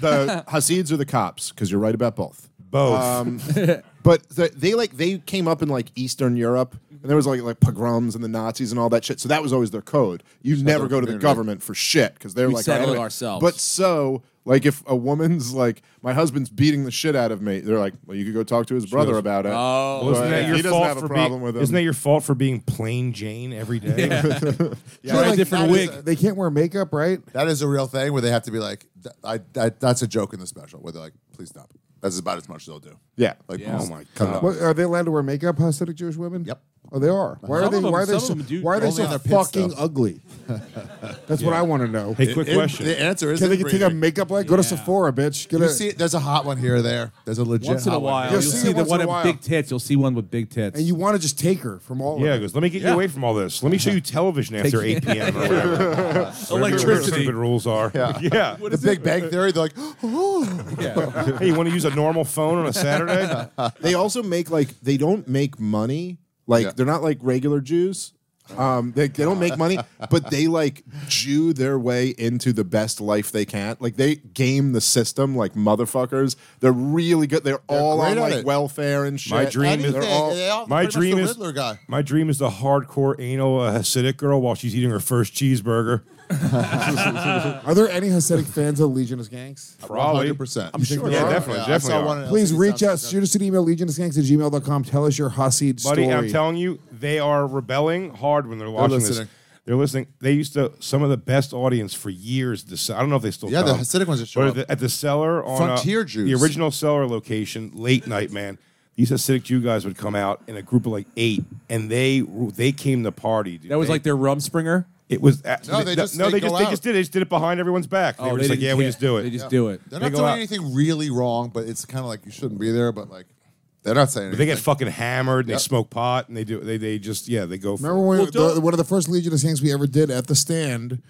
The Hasids or the cops because you're right about both.
Both.
Um, But the, they like they came up in like Eastern Europe, and there was like like pogroms and the Nazis and all that shit. So that was always their code. You never go to the
community.
government for shit because they're
We
like
settle it
"All right."
ourselves.
But so like if a woman's like my husband's beating the shit out of me, they're like, well, you could go talk to his brother about it.
Oh.
Well, isn't
But
that
he
your
doesn't
fault
have a
for
problem
being,
with him.
Isn't that your fault for being plain Jane every day?
Yeah,
Try a
like,
different
that
wig.
is- they can't wear makeup, right?
That is a real thing where they have to be like, th- I, that, that's a joke in the special where they're like, please stop.
That's about as much as they'll do.
Yeah.
Like,
Yeah.
oh my god.
What, are they allowed to wear makeup, Hasidic Jewish women?
Yep.
Oh, they are. Why
Some
are they?
of them-
why are they?
some
so,
of them do.
why are they
Only
so
on their pit
fucking
stuff.
ugly? That's what I want to know.
Hey, quick
It-
question.
The answer is
Can they
it,
take a
Brady?
makeup line? Go to Sephora, bitch. Get
You
a,
see, there's a hot one here or there. There's a legit
Once in a
hot one
while,
here.
you'll
You'll see it
see the
once
one
in a
with
while.
big tits. You'll see one with big tits.
and you want to just take her from all
yeah,
of
it
it.
goes, let me get you
Yeah.
away from all this. Let me show you television after 8 p.m. or whatever. Whatever your
Electricity.
stupid rules are. Yeah.
The Big Bang Theory, they're like, oh.
hey, you want to use a normal phone on a Saturday?
They also make like they don't make money. Like
Yeah.
they're not like regular Jews. Um, they, they don't make money, but they like Jew their way into the best life they can. Like they game the system like motherfuckers. They're really good. They're, all
great
on
at
like
it.
welfare and shit.
My dream is
They're all- they all- pretty
my
much
dream
the
is
Riddler guy.
my dream is the hardcore anal uh, Hasidic girl while she's eating her first cheeseburger.
Are there any Hasidic fans of Legionist Gangs?
Probably.
100%.
I'm sure. Yeah,
there are.
definitely,
I
definitely
saw
are.
one in
Please
LCD
reach
sound
us.
system.
Shoot us an email, legionistgangs at gmail.com. Tell us your Hasid
Buddy,
story.
I'm telling you, they are rebelling hard when they're watching
listening.
this. They're listening. They used to some of the best audience for years. This I don't know if they still.
Yeah, the
come.
Hasidic ones that show up.
But At the, at the cellar on uh,
Frontier Jews.
the original cellar location, late night, man. These Hasidic Jew guys would come out in a group of like eight, and they they came to party. Dude.
that was
They-
like their Rumspringer.
it was. uh,
No, they just-
no,
they
they
go
just they
out.
just did it. They just did it behind everyone's back. they were just like,
didn't
yeah, we
care.
just do it.
Oh, They just do it.
They're
They
not
go
doing
out.
anything really wrong, but it's kind of like you shouldn't be there, but like, they're not saying
But
anything.
they get fucking hammered. and They
Yep.
smoke pot, and they do. They they just yeah. They go. for
Remember when
Well, don't-
the, one of the first Legionist Gangs we ever did at the stand?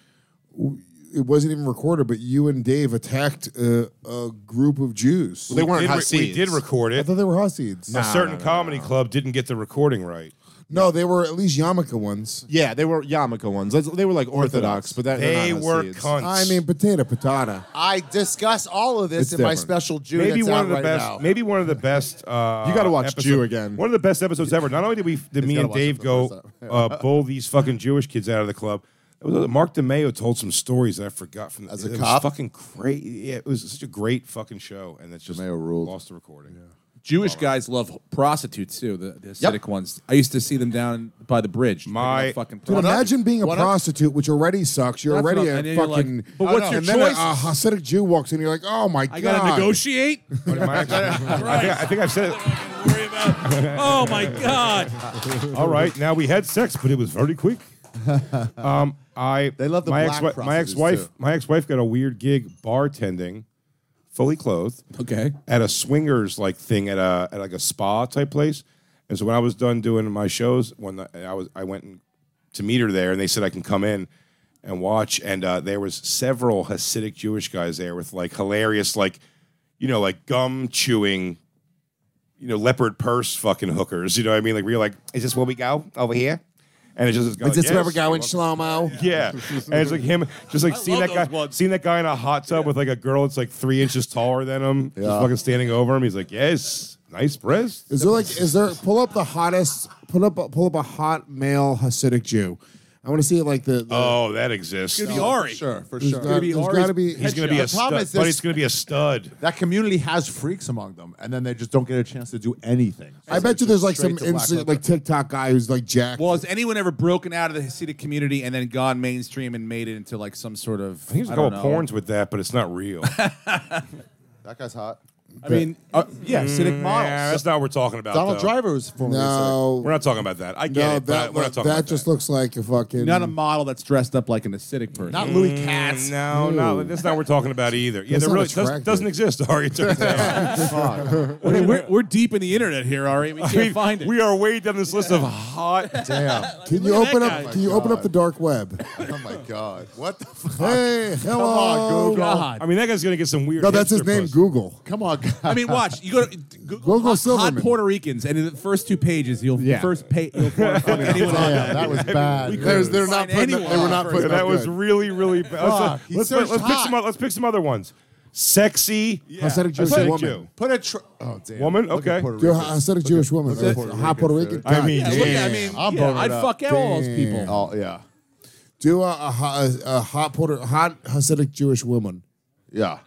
w- It wasn't even recorded, but you and Dave attacked uh, a group of Jews.
We
they weren't
did, re- we
Hasids.
did record
I
it.
thought they were Hasids.
a certain comedy club didn't get the recording right.
No, they were at least Yarmulke ones.
Yeah, they were Yarmulke ones. That's- They were like Orthodox, but that,
They
they're not
were
Hasids.
cunts.
I mean, potato, potato.
I discuss all of this
It's
in my
different.
special Jew
maybe
that's
one
out
of the
right
best.
now.
Maybe one of the best. Uh,
You gotta watch
episode-
Jew again.
One of the best episodes ever. Not only did we, did me
gotta
and
watch it
Dave
for the
go
first time.
uh, bull these fucking Jewish kids out of the club. It was, uh, Mark DeMeo told some stories that I forgot from.
As a
it
cop?
was fucking crazy. Yeah, it was such a great fucking show, and that's just
DeMeo ruled.
lost the recording.
Jewish guys love prostitutes too. The, the Hasidic
Yep.
ones. I used to see them down by the bridge. picking
My-
up fucking
Dude,
prostitutes.
imagine being a
what up?
prostitute, which already sucks. You're
That's
already
what I'm- and
a
then you're like,
fucking.
but what's your
and then a,
choice?
a Hasidic Jew walks in, you're like, oh my
I
god.
gotta negotiate.
But am I, I, think, I think I've said it.
oh my god!
All right, now we had sex, but it was very quick. Um, I
They love the
my
black
ex my
prostitutes,
ex wife
too.
my ex wife got a weird gig bartending, fully clothed.
Okay.
at a swingers like thing at a at like a spa type place. And so when I was done doing my shows, when the, I was I went and, to meet her there, and they said I can come in and watch. And uh, there was several Hasidic Jewish guys there with like hilarious like you know like gum chewing. You know, leopard purse fucking hookers. You know what I mean? Like, we're like, is this where we go over here? And it's just this guy.
Is
like,
this where we
Oh, "Yes."
go in slow mo?
Yeah, and it's like him, just like seeing that guy, seeing that guy in a hot tub with like a girl that's like three inches taller than him, just fucking standing over him. He's like, "Yes, nice breast."
Is there like is there pull up the hottest pull up pull up a hot male Hasidic Jew? I want to see like the, the
Oh, that exists.
Could be
No.
Ari.
Sure, for
there's
sure.
got- there's gotta be
He's gonna be a
The problem
stud,
is
but
this-
he's gonna be a stud.
That community has freaks among them, and then they just don't get a chance to do anything.
I
So
bet you
it's
there's
just
like
straight
some
to black
instant,
leather.
like TikTok guy who's like Jack.
Well, has anyone ever broken out of the Hasidic community and then gone mainstream and made it into like some sort of?
I think there's
I
a
don't
couple
know.
porns with that, but it's not real. yeah,
that guy's hot.
I mean, uh, yeah,
Mm,
Hasidic models.
that's not what we're talking about.
Donald
though.
Driver was formerly Hasidic.
no,
We're not talking about that. I get
no,
it. but I-
that
we're not talking
that
about
just
that.
looks like a fucking.
not a model that's dressed up like an Hasidic person.
Not Louis Katz.
No, no, that's not what we're talking about either. Yeah,
That's
that
not
really does,
attractive.
doesn't exist. Ari It took it down.
I mean, we're, we're deep in the internet here, Ari. We can't find it.
we are way down this list of hot
Damn.
um, can you
Look at
open
that
up?
guy.
Can you open up the dark web?
oh my God. What the fuck?
hey, hello.
Come on, Google.
Oh, God.
I mean, that guy's gonna get some weird.
No, that's his
hipster
name.
pussy.
Google.
Come on, God.
I mean, watch. You go to Google,
Google
hot, hot
Silverman.
Puerto Ricans, and in the first two pages, you'll
Yeah.
first pay. You'll find anyone on
Damn,
that.
that was bad.
There's- they're
Find
not putting. it-
anyone.
They were not
Yeah,
putting.
that
up
was
good.
really, really bad.
Fuck, he
Let's, let's,
searched
let's pick
hot.
some. o- Let's pick some other ones. Sexy
Hasidic Jewish
Hasidic
woman.
Jew.
Put a tr- oh damn
Woman?
Look at
Okay.
Puerto
You're a
Rican.
Hasidic Jewish woman.
at
Hot
Puerto
hot Puerto
Rican,
Rican.
dude.
I
God
mean,
Yeah, look, I mean,
I'm
yeah,
bummed
I'd
out.
fuck out all those people.
Oh yeah,
Do a, a, ho- a, a hot Puerto, hot Hasidic Jewish woman.
yeah.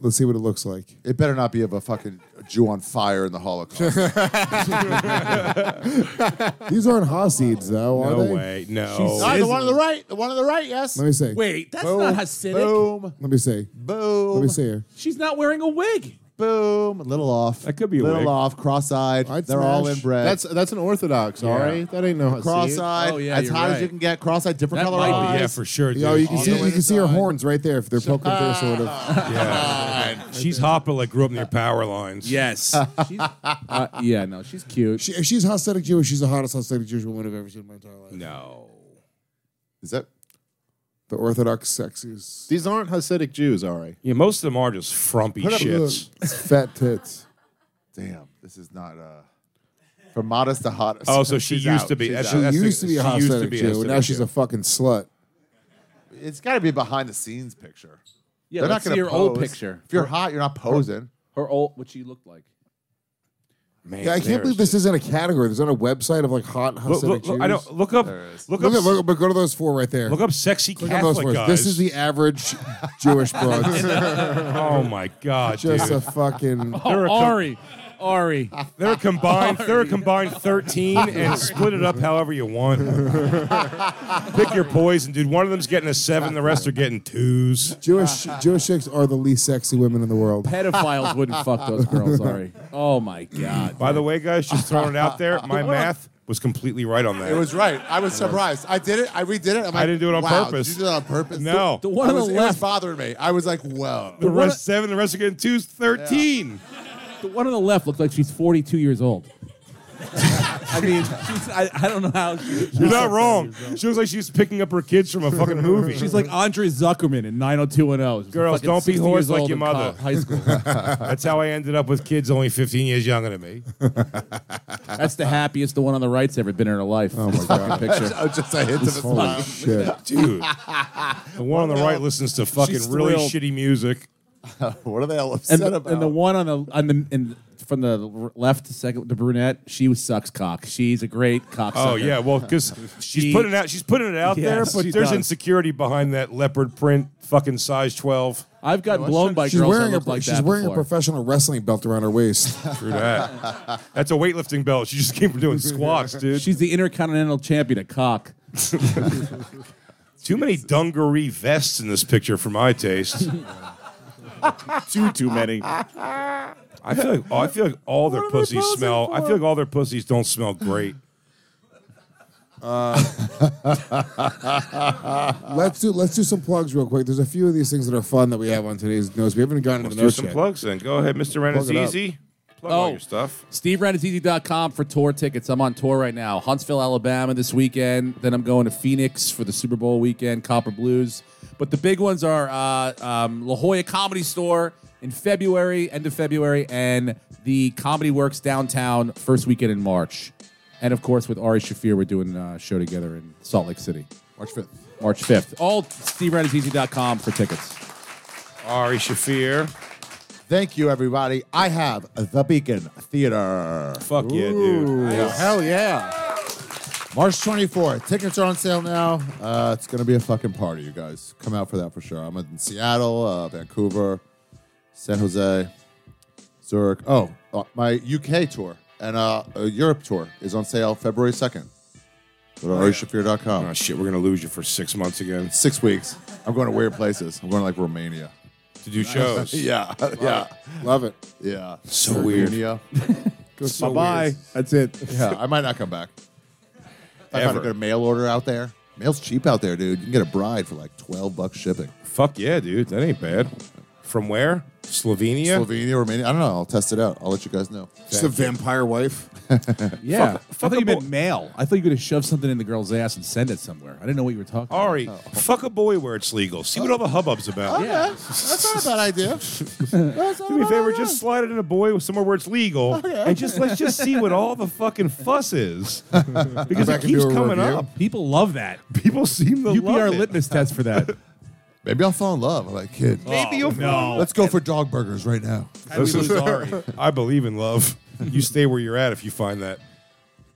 Let's see what it looks like.
It better not be of a fucking Jew on fire in the Holocaust.
These aren't Hasids, though, are
No
they?
way. No.
Ah, the one on the right, the one on the right. Yes.
Let me see.
Wait, that's not Hasidic.
Boom.
Let me see.
Boom.
Let me see her.
She's not wearing a wig.
boom, a little off.
That could be a
little
wig.
off, cross-eyed.
I'd
They're all
smash.
inbred.
That's that's an orthodox, all right. That ain't no see it.
cross-eyed.
Oh, yeah,
as
you're
hot as
right.
you can get. Cross-eyed, different
That
color
might be,
eyes.
Yeah, for sure. Dude.
Yo, you can
All
see
the way
you can see
uh,
her
inside.
horns right there if they're poking through, sort of.
yeah. She's Hoppa like grew up near power lines.
Yes. She's- uh, yeah, no, she's cute.
She, if she's Hasidic Jewish, she's the hottest Hasidic Jewish woman I've ever seen in my entire life.
No.
Is that?
The Orthodox sexiest,
These aren't Hasidic Jews, all right.
Yeah, most of them are just frumpy shits.
fat tits.
Damn, this is not. uh From modest to hot.
Oh, so she
She's
used
out.
to be.
She's
that's-
out.
that's
She
the-
used to be a
she used to
Hasidic
be a
Jew.
Hasidic
Now she's
Jew.
a fucking slut.
It's got to be a behind the scenes picture.
Yeah,
They're not
let's
going
see
to
her old
pose.
picture.
If you're hot, you're not posing.
Her old, what she looked like.
Man,
Yeah, I can't believe
there's-
this isn't a category. There's not a website of like hot Hasidic
Look, look,
Jews.
look, I don't look up. Look up.
Look at look, but go to those four right there.
Look up sexy
Look at
Catholic
those four.
guys.
This is the average Jewish broad.
oh my god,
Just
dude.
a fucking.
They're a co-
Ari, Ari.
They're a combined. They're a combined thirteen, and split it up however you want. Pick your poison, dude. One of them's getting a seven. The rest are getting twos.
Jewish Jewish chicks are the least sexy women in the world.
Pedophiles wouldn't fuck those girls, Ari. Oh my god.
By the way, guys, just throwing it out there. My math was completely right on that.
It was right. I was surprised. I did it. I redid it. I'm like,
didn't do it on
wow,
purpose.
Did you do that on purpose?
No. The
one
I
on
was,
the
it was
left.
bothering me. I was like, well.
the rest seven. The rest are getting twos. Thirteen.
The one on the left looked like she's 42 years old. I mean, she's, I, I don't know how. She,
You're not wrong. She looks like she's picking up her kids from a fucking movie.
she's like Andre Zuckerman in 90210. She's
Girls,
fucking
don't be
60 years
whores like
old
your
in
mother.
co- High school.
That's how I ended up with kids only 15 years younger than me.
That's the happiest the one on the right's ever been in her life. Oh my god. Picture.
Oh, just a hint of a
Holy
smile.
shit.
Dude, the one on the right listens to fucking
She's
really
thrilled.
shitty music.
What are they all upset
And the,
about?
and the one on the on the in, from the r- left to second, the brunette, she was sucks cock. She's a great cock.
Oh yeah, well, because she's
She-
putting out, she's putting it out
Yes,
there,
she
but there's
does.
insecurity behind that leopard print, fucking size 12.
I've gotten blown by
She's
girls that
wearing a
look like
she's
that
wearing a
before.
professional wrestling belt around her waist.
True that. That's a weightlifting belt. She just came from doing squats, dude.
She's the intercontinental champion of cock.
Too many dungaree vests in this picture for my taste.
Too too many.
I feel like, oh, I feel like all their pussies smell. I feel like all their pussies don't smell great.
let's do let's do some plugs real quick. There's a few of these things that are fun that we have on today's nose. We haven't gotten
Let's
into the
do
nose
some
yet.
plugs then. Go ahead, Mr.
Plug it up.
Renazizi. Plug all
Oh.
your stuff.
SteveRenizzi.com for tour tickets. I'm on tour right now. Huntsville, Alabama this weekend. Then I'm going to Phoenix for the Super Bowl weekend, Copper Blues. But the big ones are uh, um, La Jolla Comedy Store in February, end of February, and the Comedy Works downtown first weekend in March. And of course, with Ari Shafir, we're doing a show together in Salt Lake City,
March 5th.
March 5th. All SteveRenizzi.com for tickets.
Ari Shafir.
Thank you, everybody. I have the Beacon Theater.
Fuck yeah, dude.
Hell yeah. March 24th. Tickets are on sale now. Uh, it's going to be a fucking party, you guys. Come out for that for sure. I'm in Seattle, uh, Vancouver, San Jose, Zurich. Oh, uh, my UK tour and uh, uh, Europe tour is on sale February 2nd. Go to arishafir.com.
Oh shit, we're gonna lose you for six monts again
Six weeks. I'm going to weird places. I'm going to like Romania.
to do shows.
Yeah. yeah.
Love it.
Yeah.
So weird.
Romania.
So
Bye-bye.
That's it.
Yeah, I might not come back. I
Ever.
gotta get a mail order out there. Mail's cheap out there, dude. You can get a bride for like twelve bucks shipping.
Fuck yeah, dude. That ain't bad. From where? Slovenia.
Slovenia, Romania. I don't know. I'll test it out. I'll let you guys know.
Just a vampire wife.
Yeah. I
fuck
thought
a
you meant
boy-
mail. I thought you were going to shove something in the girl's ass and send it somewhere. I didn't know what you were talking about.
Ari, fuck a boy where it's legal. See what all the hubbub's about.
Yeah, that's not a bad idea.
Oh, Do Oh, me a favor, just slide it in a boy somewhere where it's legal, and just let's just see what all the fucking fuss is, because it
back and
keeps
do a
coming
review.
up.
People love that.
People seem to
You be
love
our
it.
litmus test for that.
Maybe I'll fall in love. I'm like, kid.
Maybe you'll
no.
Let's go for dog burgers right now.
This is- I believe in love. You stay where you're at if you find that.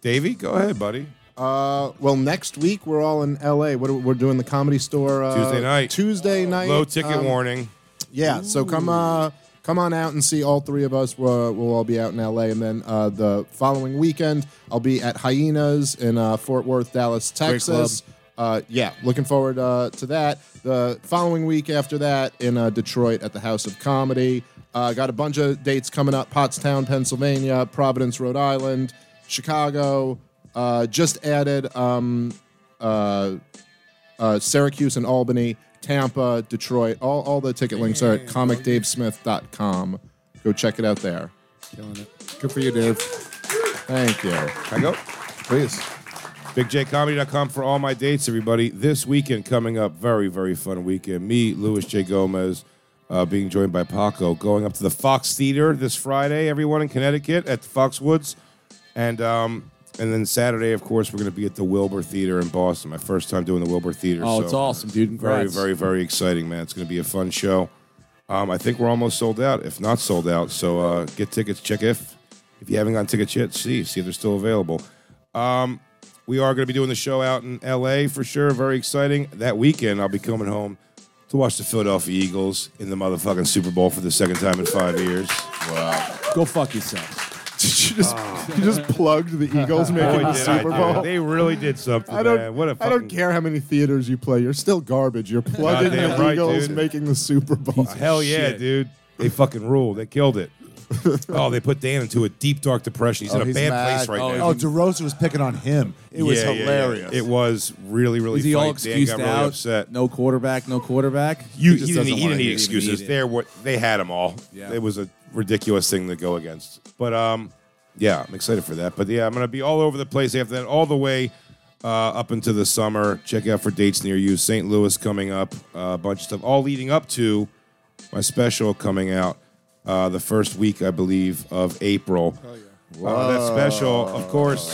Davey, go ahead, buddy.
Uh, well, next week we're all in L.A. What are, we're doing the Comedy Store uh,
Tuesday night.
Tuesday night.
Low ticket
um,
warning.
Yeah, so come uh, come on out and see all three of us. We'll, we'll all be out in L.A. And then uh, the following weekend, I'll be at Hyenas in uh, Fort Worth, Dallas, Texas. Uh, yeah, looking forward uh, to that. The following week after that in uh, Detroit at the House of Comedy.
Uh, got a bunch of dates coming up: Pottstown, Pennsylvania; Providence, Rhode Island; Chicago. Uh, just added um, uh, uh, Syracuse and Albany, Tampa, Detroit. All, all the ticket links are at comicdavesmith.com. Go check it out there.
Good for you, Dave.
Thank you.
Can I go? Please. BigJComedy.com for all my dates, everybody. This weekend coming up, very, very fun weekend. Me, Louis J. Gomez, uh, being joined by Paco, going up to the Fox Theater this Friday, everyone in Connecticut at the Foxwoods. And um, and then Saturday, of course, we're going to be at the Wilbur Theater in Boston. My first time doing the Wilbur Theater.
Oh,
so
it's awesome, dude.
Very,
Congrats.
very, very exciting, man. It's going to be a fun show. Um, I think we're almost sold out, if not sold out. So uh, get tickets. Check if if you haven't gotten tickets yet, see see if they're still available. Um, we are going to be doing the show out in L.A. for sure. Very exciting. That weekend, I'll be coming home to watch the Philadelphia Eagles in the motherfucking Super Bowl for the second time in five years.
Go fuck yourself.
you, just,
Oh.
you just plugged the Eagles making
Boy,
the
did I
Super
do
Bowl.
it. They really did something.
I don't.
man. What a
I don't
fucking-
care how many theaters you play. You're still garbage. You're plugging the
Goddamn right,
Eagles
dude.
making the Super Bowl.
Hell yeah,
Shit.
dude. They fucking rule. They killed it. oh, they put Dan into a deep dark depression. He's in a bad place right now.
Oh, DeRosa was picking on him. It was
Yeah, yeah, yeah.
hilarious.
It was really, really.
Is he
funny.
all excused
Dan got
out?
really upset.
No quarterback, no quarterback.
you
just
he didn't,
doesn't
he
wanna
didn't need
even
excuses.
need it.
They're what they had them all.
Yeah.
It was a ridiculous thing to go against. But um, yeah, I'm excited for that. But yeah, I'm gonna be all over the place after that, all the way uh, up into the summer. Check out for dates near you. St. Louis coming up, uh, a bunch of stuff, all leading up to my special coming out uh, the first week, I believe, of April. Oh yeah. that special, of course.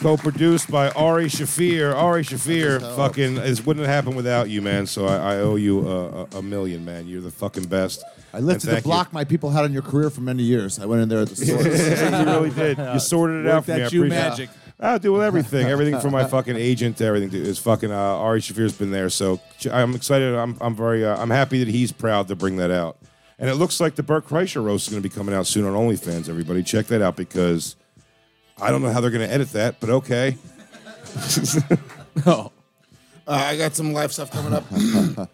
Co-produced by Ari Shafir. Ari Shafir, fucking, this wouldn't happen without you, man. So I, I owe you a, a, a million, man. You're the fucking best.
I
And
lifted the
thank you.
block my people had on your career for many years. I went in there at the source.
you really did. You sorted it out for me. I
that Jew
appreciate it.
magic.
I do everything. Everything from my fucking agent to everything. To, is fucking uh, Ari Shafir's been there, so ch- I'm excited. I'm I'm very uh, I'm happy that he's proud to bring that out. And it looks like the Burt Kreischer roast is going to be coming out soon on OnlyFans. Everybody, check that out because I don't know how they're going to edit that, but okay.
Uh, I got some live stuff coming up. Uh,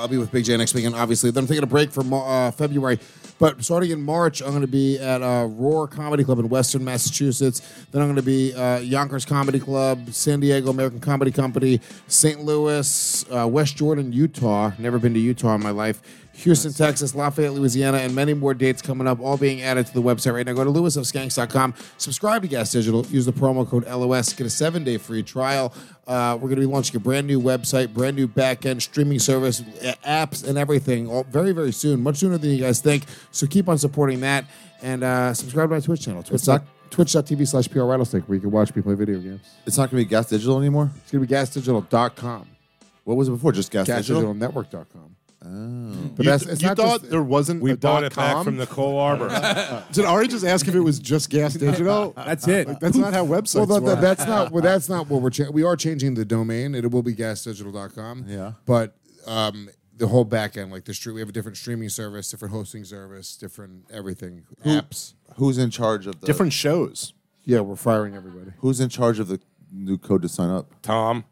I'll be with Big J next weekend, obviously. Then I'm taking a break for Mar- uh, February. But starting in March, I'm going to be at uh, Roar Comedy Club in Western Massachusetts. Then I'm going to be uh, Yonkers Comedy Club, San Diego American Comedy Company, St. Louis, uh, West Jordan, Utah. Never been to Utah in my life. Houston, Texas, Lafayette, Louisiana, and many more dates coming up, all being added to the website right now. Go to lewisofskanks.com, subscribe to Gas Digital, use the promo code LOS, get a seven day free trial. Uh, we're going to be launching a brand new website, brand new backend, streaming service, a- apps, and everything all very, very soon, much sooner than you guys think. So keep on supporting that and uh, subscribe to my Twitch channel, twitch dot- twitch.tv slash PR Rattlesnake, where you can watch me play video games.
it's not going to be Gas Digital anymore.
It's going to be gasdigital.com,
What was it before? Just Gas, Digital.
gasdigitalnetwork.com. Oh. But
You,
that's, it's
you
not
thought
just,
there wasn't
We
a
bought
dot
it
com?
back from Nicole Arbor.
Did Ari just ask if it was just Gas Digital?
That's it.
Like, that's not how
Well,
websites
that,
work.
that, that's not well, that's not what we're cha- we are changing the domain. It will be gasdigital.com.
Yeah.
But um, the whole back end, like the street, we have a different streaming service, different hosting service, different everything apps.
Who's in charge of the
Different shows.
Yeah, we're firing everybody.
Who's in charge of the new code to sign up?
Tom.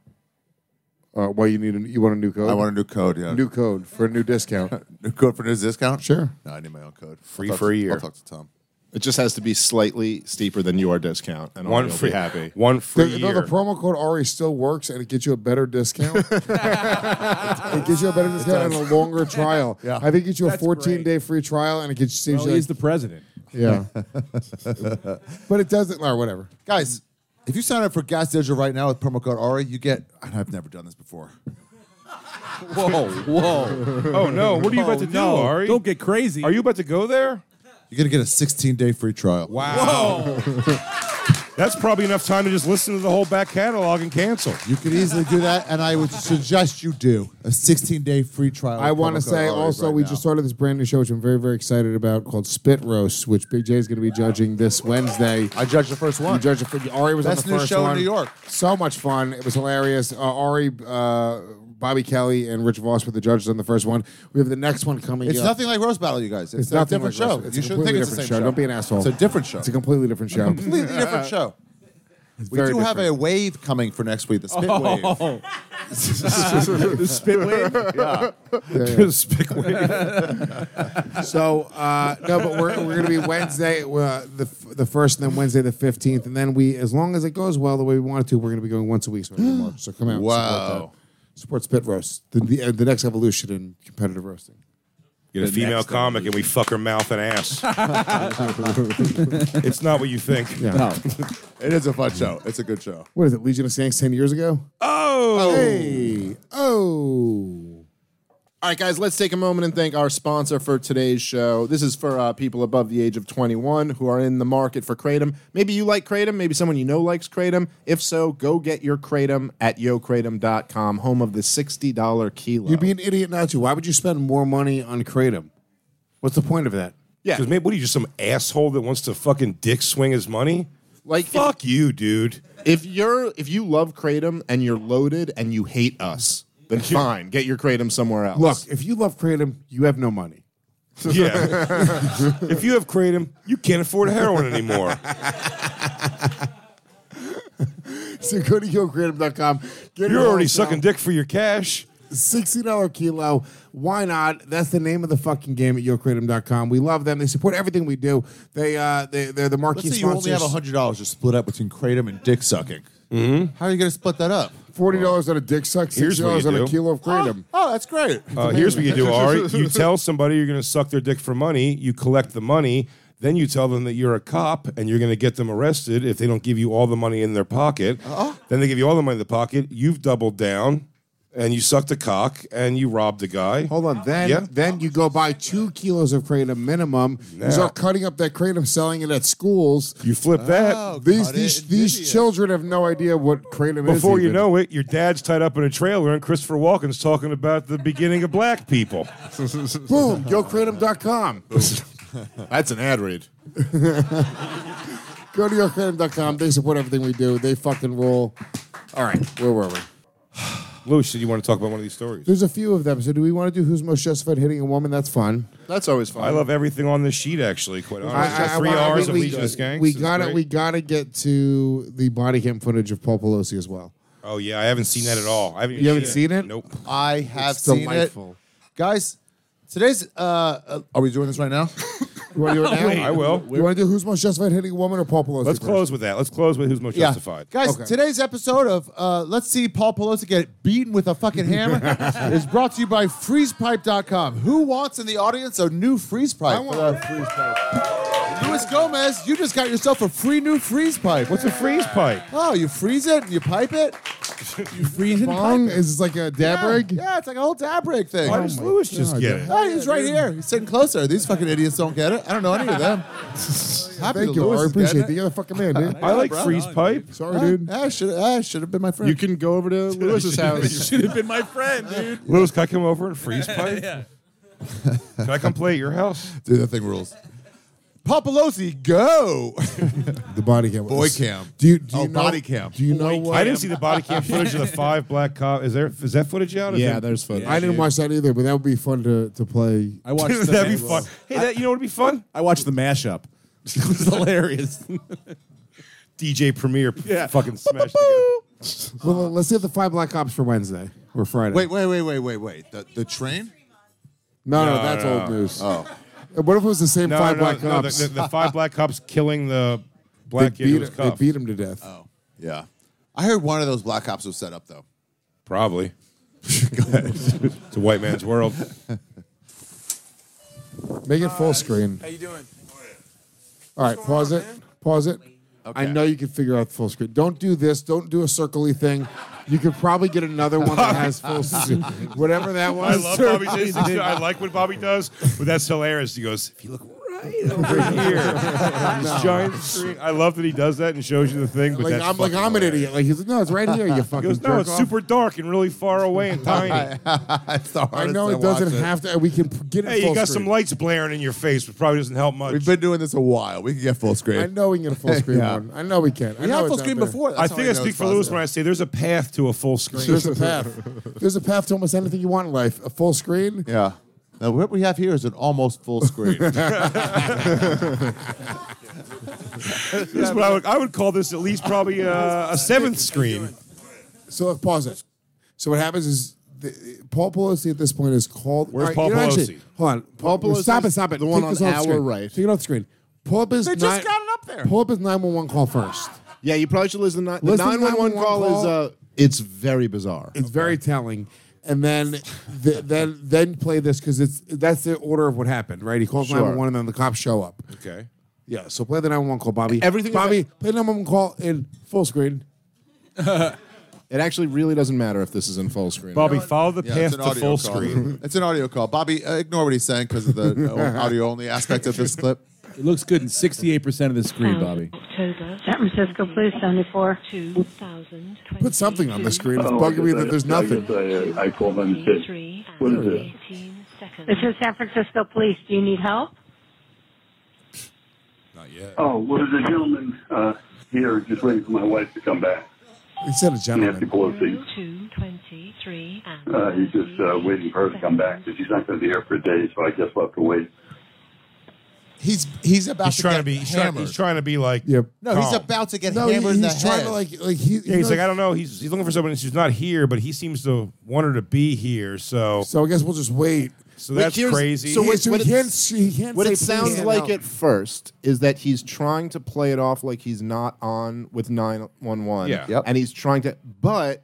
Uh, well, you need a, you want a new code?
I want a new code. Yeah,
a new code for a new discount.
New code for new discount.
Sure.
No, I need my own code.
Free
I'll talk
for a
to-
year.
I'll talk to Tom.
It just has to be slightly steeper than your discount, and
One free One free
The, no, the
year.
promo code Ari still works, and it gets you a better discount. it gets you a better discount and a longer trial.
Yeah.
I think it gets you a
That's
14
great.
day free trial, and it gets saves
Oh,
Well,
you.
he's
Like,
the president.
yeah, but it doesn't. Or whatever.
Guys, if you sign up for Gas Digital right now with promo code Ari, you get. and I've never done this before.
Whoa, whoa.
oh no! What are you about to do,
no,
Ari?
Don't get crazy.
Are you about to go there?
You're gonna get a 16 day free trial.
Wow. That's probably enough time to just listen to the whole back catalog and cancel.
You could easily do that, and I would suggest you do a 16 day free trial.
I
with
want to
promo code
say
Ari
also
right
we
now.
just started this brand new show which I'm very very excited about called Spit Roast, which Big J is going to be judging this Wednesday.
I judged the first
You
one.
judged it. Ari was on
Best
the
new
first
show in
one.
New York.
So much fun. It was hilarious. Uh, Ari, uh, Bobby Kelly, and Rich Voss were the judges on the first one. We have the next one coming.
It's
up.
nothing like Roast Battle, you guys. It's,
It's
a
nothing
different
like
show.
Roast- it's a
you shouldn't think
completely
it's the same
different
show.
show. Don't be an asshole.
It's a different show.
It's a completely different show.
completely different show. We do
very Oh.
have a wave coming for next week, the spit wave.
the spit wave.
Yeah.
So uh, no, but we're, we're gonna be Wednesday uh, the f- the first, and then Wednesday the fifteenth, and then we, as long as it goes well the way we want it to, we're gonna be going once a week starting in March. So come out, and
Wow.
support, that. support Spit Roast, the the, uh, the next evolution in competitive roasting.
Get a female comic and we fuck her mouth and ass. it's not what you think.
No.
It is a fun show. It's a good show.
What is it? Legion of Saints ten years ago.
Oh,
Hey, oh,
All right, guys, let's take a moment and thank our sponsor for today's show. This is for uh, people above the age of 21 who are in the market for Kratom. Maybe you like Kratom. Maybe someone you know likes Kratom. If so, go get your Kratom at yokratom.com, home of the $60 kilo.
you'd be an idiot not to. Why would you spend more money on kratom? What's the point of that?
yeah,
Because maybe what are you just some asshole that wants to fucking dick swing his money?
Like-
fuck you, dude.
if you're if you love Kratom and you're loaded and you hate us, then fine, get your Kratom somewhere else.
Look, if you love kratom, you have no money.
Yeah. if you have kratom, you can't afford heroin anymore.
So go to yokratom.com. Get
You're
it
already
all
sucking
down.
dick for your cash.
Sixty dollar kilo. Why not? That's the name of the fucking game at yourkratom.com. We love them. They support everything we do. They uh they they're the marquee
Let's say you
sponsors.
only have hundred dollars to split up between kratom and dick sucking. Mm-hmm. How are you going to split that up?
Forty dollars on a dick suck.
Here's
Six
what you
dollars on a
do.
kilo of kratom.
Oh, that's great.
Uh, here's what you do, Ari. You tell somebody you're going to suck their dick for money. You collect the money. Then you tell them that you're a cop and you're going to get them arrested if they don't give you all the money in their pocket.
Uh-huh.
Then they give you all the money in the pocket. You've doubled down and you sucked a cock and you robbed a guy.
Hold on. Then
Yeah.
then you go buy two kilos of kratom minimum. You start cutting up that kratom, selling it at schools.
You flip that.
These
Cut Oh, it
these,
and
these
video.
children have no idea what kratom is.
Before you
even.
know it, your dad's tied up in a trailer and Christopher Walken's talking about the beginning of black people.
boom, yourkratom.com.
That's an ad read.
Go to yourkratom.com. They support everything we do. They fucking rule. All right, where were we?
Luce, did you want to talk about one of these stories?
There's a few of them. So do we want to do who's most justified hitting a woman? That's fun.
That's always fun.
I love everything on this sheet, actually, quite honestly.
I- I- I
Oh, Three
wanna- I
hours
mean,
of
we-
Legion of Skanks.
We
is
gotta
great.
we gotta get to the body cam footage of Paul Pelosi as well.
Oh, yeah, I haven't seen that at all. I haven't even
You haven't seen it?
Nope.
I have
It's
seen
delightful.
it, guys. Today's. Uh, uh, are we doing this right now?
You want to do it now?
I will.
You want to do who's most justified hitting a woman or Paul Pelosi?
Let's
first?
close with that. Let's close with who's most justified.
Guys,
Okay.
today's episode of uh, Let's See Paul Pelosi Get Beaten with a Fucking Hammer is brought to you by FreezePipe.com. Who wants in the audience a new freeze pipe?
I want
Uh,
a freeze pipe.
Luis Gomez, you just got yourself a free new freeze pipe.
What's a freeze pipe?
Oh, you freeze it and you pipe it? you freeze it?
Bong is like a dab
yeah,
rig.
Yeah, it's like a whole dab rig thing.
Why does Lewis just
God.
get it?
Oh, he's right here. He's sitting closer. These fucking idiots don't get it. I don't know any of them. Happy
Thank
to
you.
Lewis
I
is getting
appreciate it.
it.
You're the fucking man, dude.
I like freeze pipe.
Sorry, dude.
I should I should have been my friend.
You can go over to Lewis's house.
Should have been my friend, dude.
Lewis, can I come over and freeze pipe? Can I come play at your house?
Dude, that thing rules. Paul Pelosi, go.
The body cam.
Boy cam.
Do you, do you
Oh,
know,
body cam.
Do you know
Boy
what?
I didn't see the body cam footage of the five black cop. Is there? Is that footage out? Is
yeah,
it-
there's fun.
I didn't watch that either, but that would be fun to, to play.
I watched the
That'd be fun. Hey, that, you know what'd be fun?
I watched the mashup. It was hilarious.
DJ Premier fucking smashed together.
Well, let's get the five black cops for Wednesday or Friday.
Wait, wait, wait, wait, wait, wait. The the train?
no, no,
No,
that's
no.
old news. Oh, what if it was the same
No,
five
no,
black
no,
cops?
The, the, the five black cops killing the
they,
black kid who
beat,
was
they
cuffed.
beat him to death.
Oh. Yeah. I heard one of those black cops was set up though.
Probably. it's a white man's world.
Make it full screen.
you doing?
All right, pause it. Pause it. I know you can figure out the full screen. Don't do this. Don't do a circly thing. You could probably get another one that has full screen. Whatever that
I
was.
love Bobby. Jason. I like what Bobby does, but that's hilarious. He goes, if you look right over here, this giant screen. I love that he does that and shows you the thing. But
Like
that's
I'm like
fucking
I'm an
hilarious.
idiot. Like he's no, it's right here. You fucking
He goes, no,
jerk
it's
off."
super dark and really far away and tiny.
That's the
I
hardest
know it
watched
doesn't have to. We can p- get it.
hey,
full
you got
screen.
some lights blaring in your face, which probably doesn't help much.
We've been doing this a while. We can get full screen.
I know we can get a full screen
Yeah.
one. I know we can. I
We
know
had
it's out
full screen
there.
before.
I
That's
think
how
I speak
it's
for Lewis
positive.
when I say there's a path to a full screen.
There's a path. There's a path to almost anything you want in life. A full screen.
Yeah. Now what we have here is an almost full screen.
This is what I would, I would call this at least probably uh, a seventh screen.
So look, pause it. So what happens is the, Paul Pelosi at this point is called.
Where's
All right,
Paul
you know, Actually,
Pelosi?
hold on, Paul
Pelosi's
Stop it! Stop it!
the one
Take this
on
off the
our
screen.
right.
Take it off the screen. Pull up his.
They just got it up there.
Pull up his nine one one call first.
Yeah, you probably should listen to ni- the
Listen to
911 call,
911
is uh it's very bizarre.
It's very telling. And then, th- then, then play this because it's that's the order of what happened, right? He calls
Sure.
nine one one, and then the cops show up.
Okay.
Yeah. So play the nine one one call, Bobby.
Everything is
Bobby,
like-
play the nine one one call in full screen.
It actually really doesn't matter if this is in full screen.
Bobby, follow the
Yeah,
path
it's an
to
audio
full
call.
screen.
It's an audio call. Bobby, uh, ignore what he's saying because of the uh, audio only aspect of this clip.
It looks good in 68% of the screen, Bobby.
October. San Francisco, please, 74. 2000.
Put something on the screen. It's bugging me that there's nothing.
uh, I call them
What is it? This is San Francisco Police. Do you need help?
Oh, well, there's a gentleman uh, here just waiting for my wife to come back.
He said a
Nancy
gentleman.
Pelosi.
Two twenty-three.
Uh, he's just uh, waiting for her to come back. She's not going to be here for a day, so I guess we'll have to wait.
He's he's about
He's
to
trying
get
to be. He's trying,
hammered.
he's trying to be like.
Yep.
no, he's
calm.
about to get
No, he-
hammered in the
he's trying
head.
to like, like he,
Yeah, he's like, I don't know. He's he's looking for someone who's not here, but he seems to want her to be here. So
So I guess we'll just wait.
so
Wait,
that's
here's-
crazy.
so
So
what-
he, so
what
he
it's-
can't, he can't
What
say
it
please
sounds
hand
like
out.
at first is that he's trying to play it off like he's not on with 911.
Yeah. Yep.
And he's trying to, but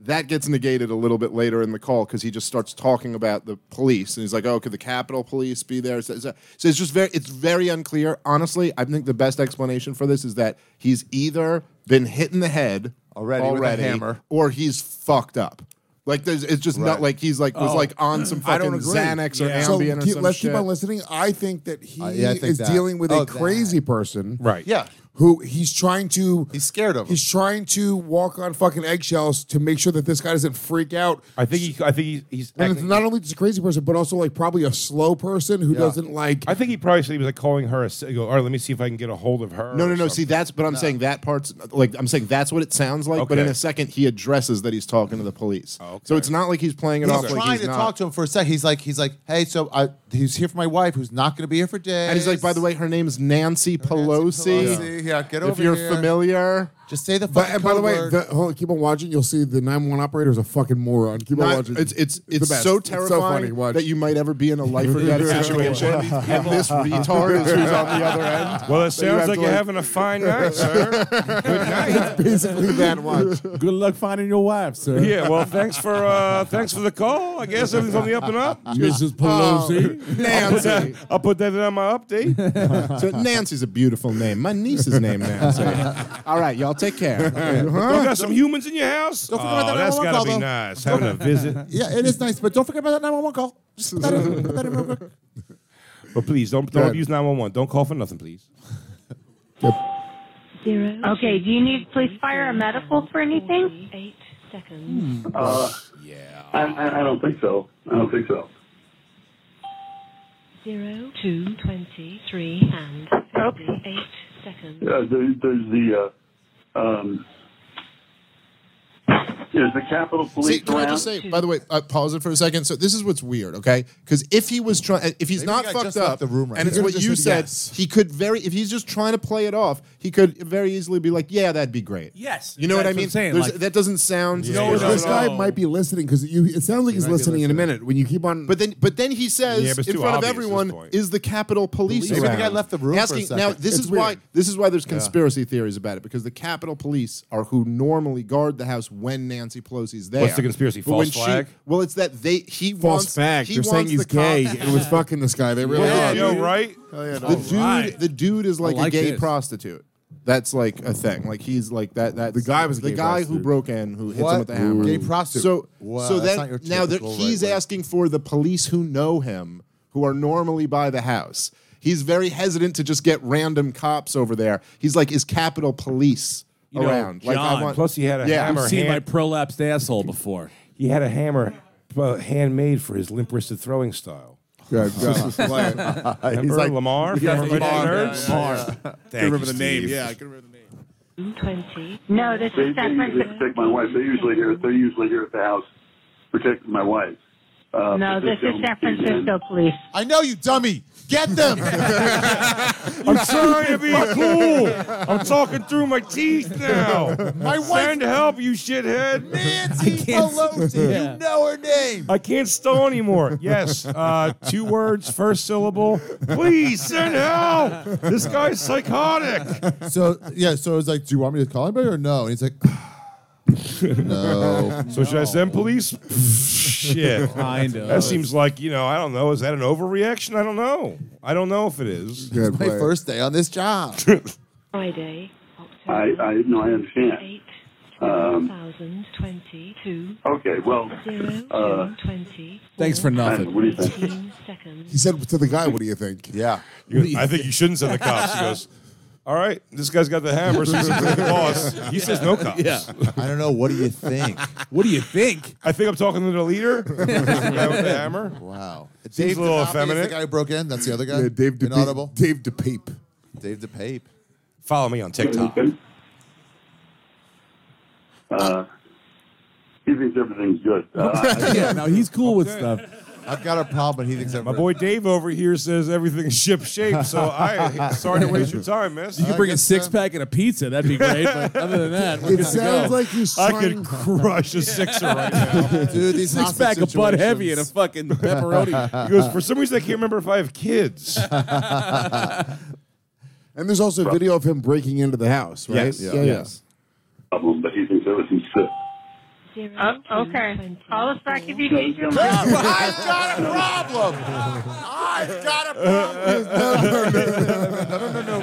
that gets negated a little bit later in the call because he just starts talking about the police. And he's like, oh, could the Capitol Police be there? So, so- so it's just very, it's very unclear. Honestly, I think the best explanation for this is that he's either been hit in the head
Already with a
already
hammer.
or he's fucked up. Like there's, it's just not
Right.
like he's like was like on some
Oh, I don't
fucking
agree.
Xanax or
Yeah.
So
Ambien or
keep-
some
let's
shit.
keep on listening. I think that he
Uh, yeah, I think
is
that.
dealing with
Oh,
a
that.
crazy person.
Right.
Yeah.
Who he's trying to.
He's scared of him.
He's trying to walk on fucking eggshells to make sure that this guy doesn't freak out.
I think he. I think he's. he's
And it's
acting-
not only just a crazy person, but also like probably a slow person who doesn't like.
I think he probably said he was like calling her. A, s- go, all right, let me see if I can get a hold of her.
No, no,
or
no.
something.
See, that's but I'm saying that part's like I'm saying that's what it sounds like. But in
Okay.
a second, he addresses that he's talking to the police. So it's not like he's playing it
Oh, He's
off.
trying
like he's
to
not.
talk to him for a sec. He's like, he's like, hey, so I, he's here for my wife, who's not going to be here for days.
and he's like, by the way, her name's Nancy Pelosi.
Pelosi. Yeah, get
If
over
you're
here.
familiar,
just say the.
But
fucking
and by the
code
way,
word.
the, hold on, keep on watching. You'll see the 911 operator is a fucking moron. Keep on
not-
watching.
it's it's
the
it's
best.
so
It's
terrifying
funny. Watch.
that you might ever be in a life or death situation, and this retard is who's on the other end.
Well, it sounds
have
like
to,
you're
like-
having a fine night, sir.
basically that watch.
Good luck finding your wife, sir.
yeah. Well, thanks for uh, thanks for the call. I guess everything's on the up and up.
Mrs. Pelosi.
I'll put that, I'll put that in my update.
So Nancy's a beautiful name. My niece's name Nancy. All right, y'all take care.
You got some humans in your house.
forget about
oh,
that
that's
911
gotta be
call, though.
nice. Having a visit.
yeah, it is nice, but don't forget about that 911 call. Just put that in- put that in real quick.
But please don't don't
ahead.
abuse nine one one. Don't call for nothing, please.
Zero. Okay, do you need police, fire, or medical for anything? Eight seconds.
I, I, I don't think so. I don't think so.
Zero, two, twenty-three, and eight seconds.
Uh, there, there's the uh, um, there's the Capitol Police
See, can I
around.
just say, by the way, uh, pause it for a second. So this is what's weird, okay? Because if he was trying, if he's
Maybe
not
I
fucked
just left
up,
the room right
and
now.
it's
He
what
could've
you
just said
said,
yes.
he could very, if he's just trying to play it off, he could very easily be like, "Yeah, that'd be great."
Yes,
you know what I
that's what
mean.
I'm saying,
There's-
like-
that doesn't sound.
No,
suspicious.
no,
this
no.
guy might be listening because you. It sounds like he's listening, in a minute when you keep on.
But then, but then he says
Yeah, but it's
in
too
front of
obvious at this
everyone,
point.
"Is the Capitol Police?"
Maybe the
around?"
guy left the room for a
Asking
second.
now, this
It's
is why
weird.
this is why there's conspiracy theories about it because the Capitol Police are who normally guard the house when Nancy Pelosi's there.
What's the conspiracy?
But when
False
she-
flag?
well, it's that they he
false
wants
fact.
He
They're saying
wants
he's
the cop-
gay. it was fucking this guy. They really
Yeah,
are.
yo, right.
the dude,
right.
the dude is like,
like
a gay
this.
prostitute. That's like a thing. Like he's like that. That the
guy was a
the
gay
guy who
prostitute.
broke in who hits him
What?
with the hammer.
Gay prostitute.
So
Wow,
so
that's not
then
your
now that
typical
he's
right way.
asking for the police who know him, who are normally by the house. He's very hesitant to just get random cops over there. He's like, is Capitol Police
know,
around? like
John,
Plus, he had a
Yeah, I've
hammer.
I've seen my
hand-
prolapsed asshole before.
he had a hammer uh, handmade for his limp-wristed throwing style.
Good, good.
Remember
like-
Lamar?
Yeah,
Remember
Lamar, yeah,
Nerds?
yeah,
Thank you, Steve.
can remember the name.
Twenty. No, this
They,
is
they
San
usually
Francisco.
take my wife. They usually here. They're usually here at the house protecting my wife. Uh,
No,
but
this is
gentleman
San
came in.
Francisco Police.
I know you, dummy. Get them.
I'm trying to be cool. I'm talking through my teeth now. My wife. Send help, you shithead.
Nancy Pelosi. You know her name.
I can't stall anymore. Yes, uh, two words, first syllable. Please send help. This guy's psychotic.
So yeah, so it's like, do you want me to call anybody or no? And he's like, no.
So should I send police? Shit.
Kind of.
That seems like, you know, I don't know. Is that an overreaction? I don't know. I don't know if it is.
Good
My
play.
first day on this job.
Friday,
I, um,
October
I no, I understand.
8, 2022,
Okay, well,
0,
uh,
20.
Thanks for
Matt,
nothing.
what do you think?
18
He
seconds.
said to the guy, "What do you think?"
Yeah.
He goes, I think you shouldn't send the cops. He goes, all right, this guy's got the hammer. So he seems like the boss. He says no cops.
Yeah.
I don't know. What do you think?
What do you think?
I think I'm talking to the leader. the guy with the hammer.
Wow.
a little
DePape is
effeminate.
The guy who broke in. That's the other guy.
Yeah, Dave DePape.
Inaudible.
Dave DePape.
Dave DePape.
Follow me on TikTok.
Uh, he thinks everything's good. Uh, I-
Yeah, no, he's cool with stuff.
I've got a problem. He thinks I'm
My boy Dave over here says everything's ship shape, so I sorry to waste your time, miss.
You could bring a
guess so.
six pack and a pizza. That'd be great. But other than that, we're good
It
to go.
sounds like you're
I
trying.
could crush a sixer right now.
Dude, these
six
hostage
pack of Bud Heavy and a
situations.
fucking pepperoni.
He goes, for some reason I can't remember if I have kids.
and there's also a video of him breaking into the house, right?
Yes.
Yeah, yes.
problem, but he thinks everything's good.
Oh, okay. Call us back if you need your
I've got a problem. I've got a problem.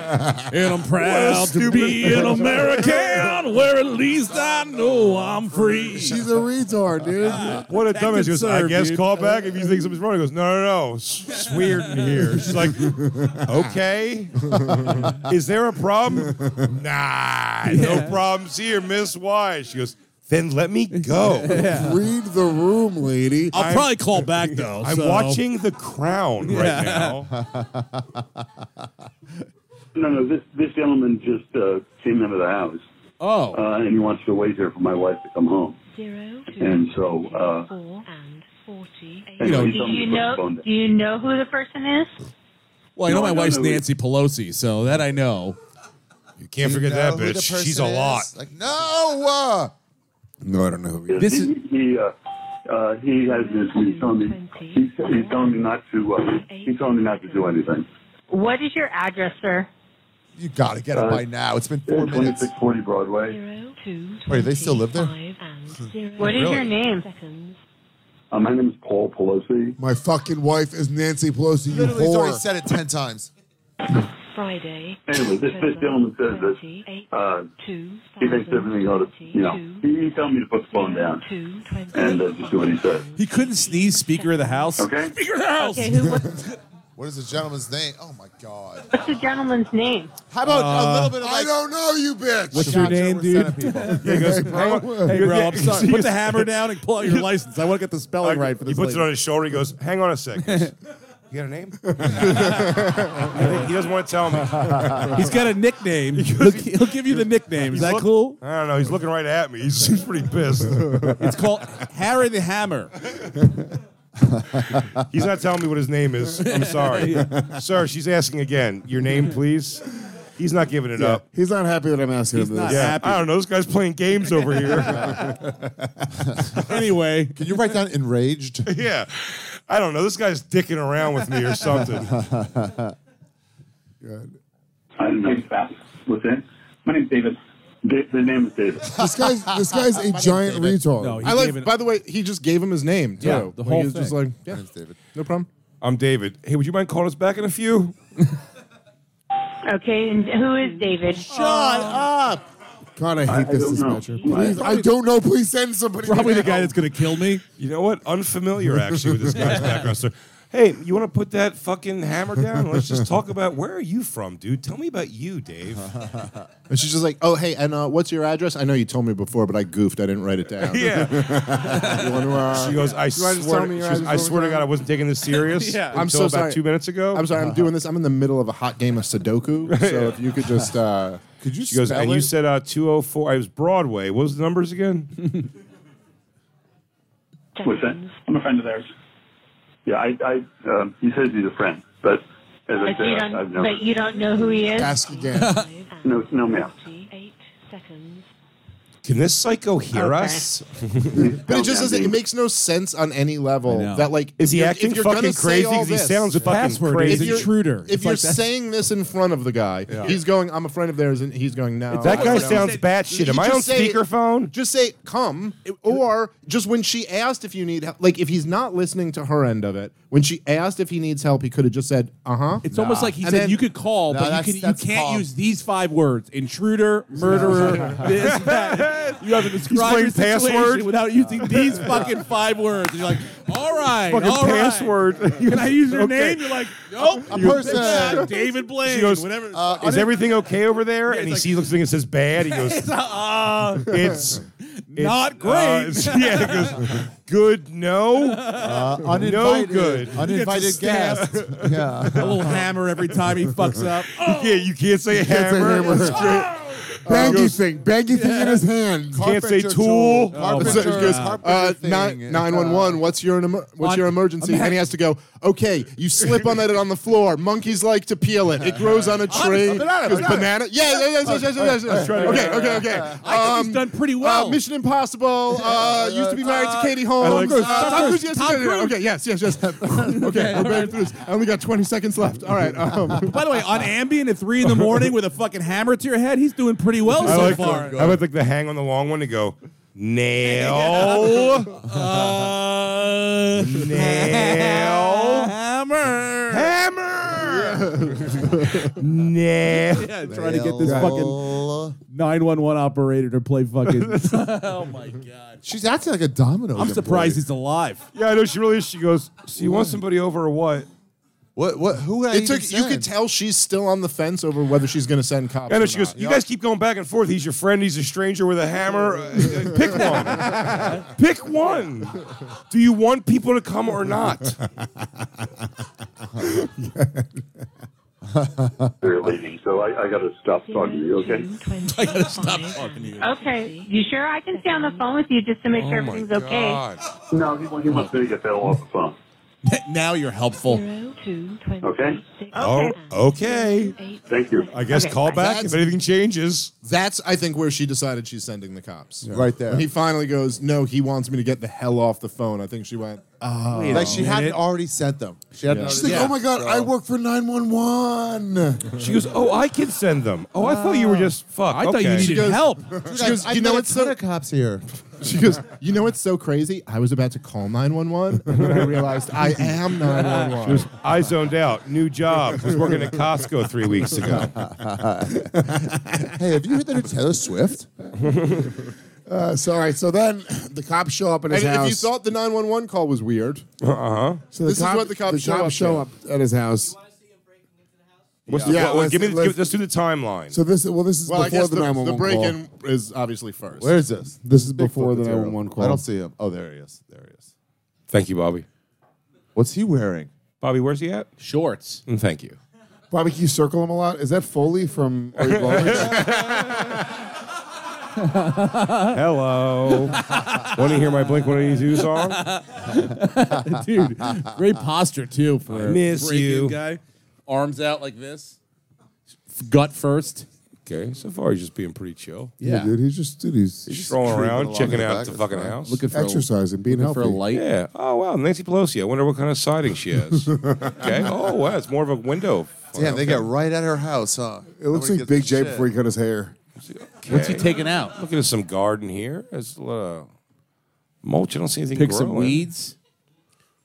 and I'm proud to be an American where at least I know I'm free.
She's a retard, dude.
What a
could
dumbass. He goes, I
serve,
guess
dude."
call back if you think something's wrong. He goes, no, no, no. It's, it's weird in here. She's like, okay. Is there a problem? Nah, no problems here, Miss Wise. She goes, then let me go.
Read the room, lady.
I'll probably call back though.
I'm
so-
watching The Crown right now.
No, no, this this gentleman just uh, came into the house,
Oh,
uh, and he wants to wait here for my wife to come home.
Zero, two,
And so, uh,
four, and 48.
You know,
do
he's on
you
the
know?
phone.
Do you know who the person is?
well, I know
No,
my
I don't
wife's
know who-
Nancy Pelosi, so that I know.
You can't
You
forget
know
Uh,
that
who the
bitch. She's a
person is?
lot.
Like, no. Uh,
No, I don't know who he is.
This
he,
is-
he, uh, uh, he has this. He's telling me. He's, he's telling me not to. Uh, he's telling me not to do anything.
What is your address, sir?
you got to get it
Uh,
by now. It's been four minutes.
Twenty-six forty Broadway.
Zero, two,
Wait, they still live there?
What is your name? Seconds.
Uh, my name is Paul Pelosi.
My fucking wife is Nancy Pelosi, you
Literally, he's already
whore.
said it ten times.
Friday.
Anyway, this this gentleman says that uh, he thinks everything ought to. You know, he, he told me to put the phone down and uh, just do what he says.
He couldn't sneeze Speaker of the House.
Okay.
Speaker of the House.
Okay, who, what's,
What is the gentleman's name? Oh my god.
what's the gentleman's name?
How about a little bit of
I
like,
don't know you, bitch.
What's your name, dude?
Yeah, he goes, "Hang on."
Hey, bro, I'm
Yeah,
sorry.
he
Put
goes-
the hammer down and pull out your license. I want to get the spelling right for
He
this.
puts it
lady.
on his shoulder. He goes, "Hang on a second. you got a name?" I think he doesn't want to tell me.
He's got a nickname. He'll, he'll give you the nickname. Is
He's
that
look-
cool?
I don't know. He's looking right at me. He seems pretty pissed.
It's called Harry the Hammer.
He's not telling me what his name is. I'm sorry, sir. She's asking again. Your name, please. He's not giving it up.
He's not happy that I'm asking
He's
him
not
this.
Yeah,
happy.
I don't know. This guy's playing games over here.
Anyway,
Can you write down enraged?
yeah, I don't know. This guy's dicking around with me or something.
I don't know. What's that? My name's David. Da- the name is David.
This guy's this guy's a giant retard.
no, he
I like.
gave it-
by the way, he just gave him his name too.
Yeah, the
Like,
whole
he was just
thing.
like, yeah,
Thanks, David.
no problem.
I'm David. Hey, would you mind calling us back in a few?
Okay, and who is David?
God, I hate
I
this
don't know.
dispatcher. Please, I don't know. Please send somebody.
probably the
now.
guy that's going to kill me.
You know what? Unfamiliar actually with this guy's background story. Hey, you want to put that fucking hammer down? Let's just talk about where are you from, dude? Tell me about you, Dave.
And she's just like, oh hey, and uh, what's your address? I know you told me before, but I goofed. I didn't write it down.
yeah.
You wanna, uh,
She goes, I
wanna just
swear,
tell me
she
your
goes,
address
I
one
swear to
more
God, I
time?
wasn't taking this serious.
Yeah.
until
I'm so
about
sorry.
two minutes ago.
I'm sorry, I'm doing this. I'm in the middle of a hot game of Sudoku. So if you could just, uh, could you?
She goes, and you said uh, 204. I was Broadway. What was the numbers again?
What's that? I'm a friend of theirs. Yeah, I. I um, he says he's a friend, but As I
But you
said, I- I've
don't,
never.
but you don't know who he is?
Ask again.
No, no, ma'am.
Can this psycho hear
Okay.
us?
But it just
Yeah, I
doesn't. It
mean-
makes no sense on any level.
know.
That like,
Is he
if you're-
acting
if you're
fucking
gonna say
crazy?
all
'Cause he
this-
sounds fucking
Password is
crazy.
If you're- intruder.
If
It's
you're
like that's-
saying this in front of the guy, he's going. I'm a friend of theirs, and he's going.
Oh,
No,
That guy
no.
sounds batshit. Am
You
I
just
on
say-
speakerphone?
Just say come, or just when she asked if you need help. Like if he's not listening to her end of it, when she asked if he needs help, he could have just said, "Uh huh."
It's almost like he
And
said
then-
you could call,
No,
but
that's-
you, can, you
that's
can't
calm.
use these five words: intruder, murderer, this, that. You have to describe
playing
your situation
password?
without using these fucking five words. And you're like, all right,
Fucking
all right.
password.
Can I use your
Okay.
name? You're like, "Oh, nope.
A person-
Yeah, David Blaine.
She goes, "Uh,
whatever.
Is everything okay over there? and he
like-
sees looks thing and says bad. He goes,
it's uh, uh,
it's, it's,
Not
uh,
great.
it's- yeah, he goes, good. No,
Uh, uninvited,
good.
Uninvited guest. yeah.
a little hammer every time he fucks up. Oh,
yeah, you can't say
That's a
hammer. Uh,
hammer. Baggy thing. Baggy thing in his hand.
Can't say
Carpenter
tool.
tool.
Oh,
So
Carpenter,
it goes,
carpenter
uh,
thing.
nine nine one one. What's your em- what's
on-
your emergency?
I'm-
and he has to go. Okay, you slip on it on the floor. Monkeys like to peel it. It grows on a tree.
banana,
Goes,
banana.
banana. Yeah, yeah, yes, yes, yes, yes, yes. Okay, okay, okay.
I think
Um,
he's done pretty
uh,
well.
Mission Impossible. Uh, used to be married to Katie Holmes.
Tom
Uh,
Cruise,
Tom
Tom
Cruise,
Cruise. Yes,
Tom
yes, yes, yes.
Cruise.
Okay, yes, yes, yes. okay, we're back to this. I only got 20 seconds left. All right. Um,
By the way, on Ambien at three in the morning with a fucking hammer to your head, he's doing pretty well
I
so
like.
far.
I would like the hang on the long one to go. Nail,
Uh,
nail,
hammer.
hammer, nail.
Yeah, trying to get this fucking 911 operator to play fucking. oh my god.
She's acting like a domino.
I'm
employee.
surprised he's alive.
Yeah, I know she really. is. She goes. So you want somebody over or what?
What? What? Who? I
it
even
took. You
send?
could tell she's still on the fence over whether she's going to send cops.
I
or
know she
not.
goes. You guys keep going back and forth. He's your friend. He's a stranger with a hammer. Uh, uh, Pick one. Pick one. Do you want people to come or not?
They're leaving, so I, I got to stop talking to you. Okay.
I gotta stop talking to you.
Okay. You sure I can stay on the phone with you just to make sure everything's okay?
No, he, he wants me to get that off the phone.
now you're helpful.
Okay.
Oh, okay.
Thank you.
I guess call back
That's-
if anything changes.
That's I think where she decided she's sending the cops.
Right there.
When he finally goes, no, he wants me to get the hell off the phone. I think she went.
Oh.
"Oh."
like she hadn't already sent them. She hadn't.
She's
already-
like,
Yeah.
oh my god, I work for 911.
She goes, "Oh, I can send them. Oh, I thought you were just fuck.
I thought you needed help.
Dude,
She
I-
goes,
I
you know
got a
it's
ton
so-
of cops here.
She goes, you know what's so crazy? I was about to call nine one one, and then I realized I am nine one one.
I zoned out. New job. Was working at Costco three weeks ago.
Hey, have you heard the new Taylor Swift?
Uh, so all right, so then the cops show up at his
And
house.
if you thought the nine one one call was weird,
Uh-huh.
so
this is what the cops show up
show up at his house.
What's the,
Yeah,
what- what-
let's-
give me. the-
let's-
give- Let's do the timeline.
So this well, this is
well, I
before
guess
the
the, the
911
break
call.
in is obviously first.
Where is this?
This is before
Bigfoot
the
material.
911 call.
I don't see him. Oh, there he is. There he is.
Thank you, Bobby.
What's he wearing?
Bobby, where's he at?
Shorts.
Mm, Thank you.
Bobby, can you circle him a lot? Is that Foley from? Are You Baldwin?
Hello. Want to hear my Blink One Eighty Two song?
Dude, great posture too for
miss
break-in
you.
guy. Arms out like this. Gut first.
Okay, so far he's just being pretty chill.
yeah, dude, he's just dude, he's,
He's strolling around,
along
checking
in the
out
back,
the
it's
fucking
fine.
house.
Looking for
exercising, being
A, looking
healthy.
for a light.
yeah. Oh wow, Nancy Pelosi. I wonder what kind of siding she has. okay. Oh wow, it's more of a window.
Damn, they got right at her house, huh?
It looks like Big J before he cut his hair.
What's he taking out?
Looking at some garden here. There's a lot of mulch. I don't see anything.
Pick some
growing.
weeds.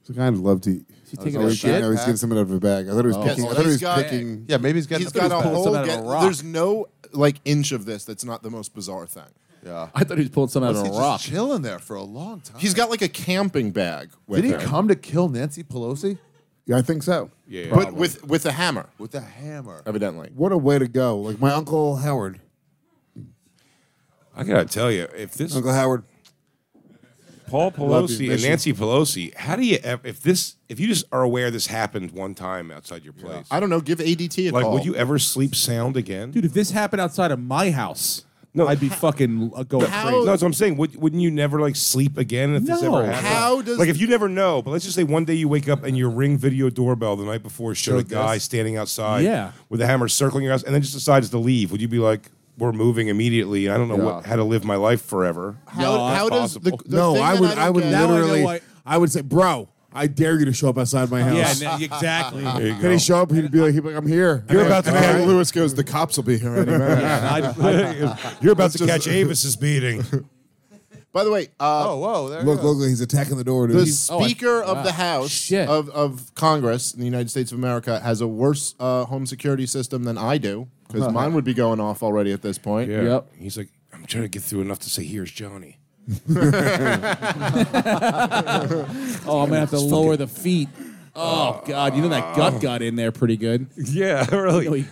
He's like, I'd love to eat. He's
taking
oh,
a
he's-
shit?
No, he's getting something out of a bag. I thought he was
Oh,
picking. I
Yes,
thought he was
he's got-
picking.
Yeah, maybe he's got.
He's got a whole.
out of
Get,
a rock.
There's no like inch of this that's not the most bizarre thing.
Yeah.
I thought he was pulling something out
Was
of
he
a rock.
just chilling there for a long time?
He's got like a camping bag. With
Did he
him,
come to kill Nancy Pelosi
Yeah, I think so.
Yeah.
But with with a hammer,
with a hammer?
evidently.
What a way to go! Like my uncle Howard.
I gotta tell you, if this
Uncle Howard.
Paul
Love you,
Pelosi and
miss you.
Nancy Pelosi, how do you ev- if this if you just are aware this happened one time outside your place?
I don't know. Give ADT a
like,
call.
would you ever sleep sound again?
Dude, if this happened outside of my house,
No.
I'd be fucking uh, going
How-
Oh.
crazy.
No, that's what I'm saying. Would, wouldn't you never like sleep again if this
No.
ever happened?
How does-
like if you never know? But let's just say one day you wake up and your ring video doorbell the night before showed a guy standing outside,
Yeah.
with a hammer circling your house, and then just decides to leave. Would you be like, "We're moving immediately"? I don't know what,
Yeah.
how to live my life forever.
How, how does the,
possible.
the
no,
thing
I
that
would.
don't
I, would
get-
literally. I,
why-
would say, bro, I dare you to show up outside my house.
Yeah, no, exactly.
There you
Can
go.
he show up? He'd be like, he'd be like, I'm here.
You're about to
All right.
catch Lewis goes, the cops will be here any minute.
You're about to catch Avis's beating.
By the way, uh,
Oh, whoa. There
Look,
you go.
look, he's attacking the door. Dude.
the
He's-
oh, I-
Speaker of the House
Shit.
Of, of Congress in the United States of America has a worse uh, home security system than I do because mine would be going off already at this point.
Yeah.
Uh-huh. Yep.
He's like, I'm trying to get through enough to say, "Here's Johnny."
Oh, I'm gonna have to lower the feet. Oh God, you know that gut got in there pretty good.
Yeah, really.
No, he-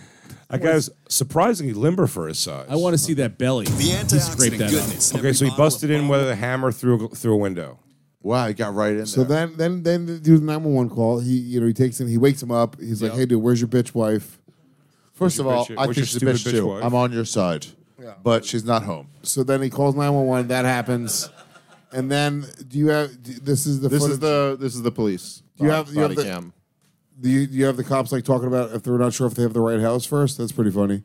that guy's surprisingly limber for his size.
I want to see that belly. The
Antioxidant goodness. in
Okay,
every
so he
bottle of
busted in with a hammer through a, through a window.
Wow, he got right in
So
there.
then, then, then the dude's nine one one call. He, you know, he takes him. He wakes him up. He's like, "Hey, dude, where's your bitch wife?"
First of
your
all,
bitch-
I
what's
think
your
she's a
stupid
bitch
bitch
too.
wife?
I'm on your side. But she's not home.
So then he calls nine one one. That happens, and then do you have? do- This is the
This
footage.
is the this is the police.
You
bo-
have- you have
body
the-
cam.
do you, do you have the cops like talking about if they're not sure if they have the right house first? That's pretty funny.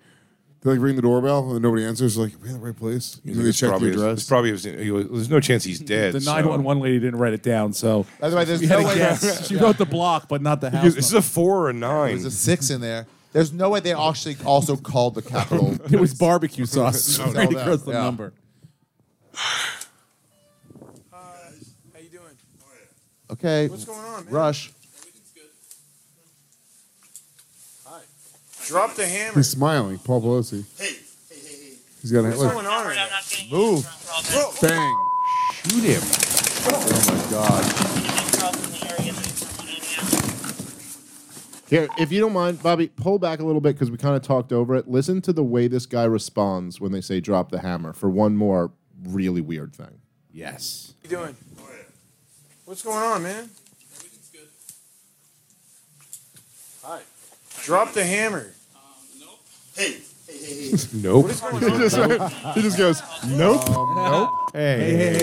They like ring the doorbell and nobody answers. Like, we in the right place.
He's
Then
like,
they
"It's
check the
probably-
address.
it's probably his- he was- there's no chance he's dead.
The
so-
911 lady didn't write it down, so
By the way, there's no way
yes, she wrote the block, but not the house.
Is this a four or a nine?
there's a six in there. There's no way they actually also called the Capitol.
number. it was barbecue sauce
It's all
right
that,
across the
yeah.
number.
How you doing?
Okay.
What's going on, man?
Rush.
Drop the hammer.
He's smiling. Paul Pelosi.
Hey, hey, hey, hey.
He's got a
What's
look.
going on right now?
Move.
Bro,
Bang.
Shoot him.
Oh my God.
Here, if you don't mind, Bobby, pull back a little bit because we kind of talked over it. Listen to the way this guy responds when they say drop the hammer for one more really weird thing.
Yes.
How you doing? What's going on, man? Everything's good. Hi. Drop the hammer. Um, nope. Hey, hey, hey, hey.
Nope.
What's going on?
He just goes, nope, nope, hey,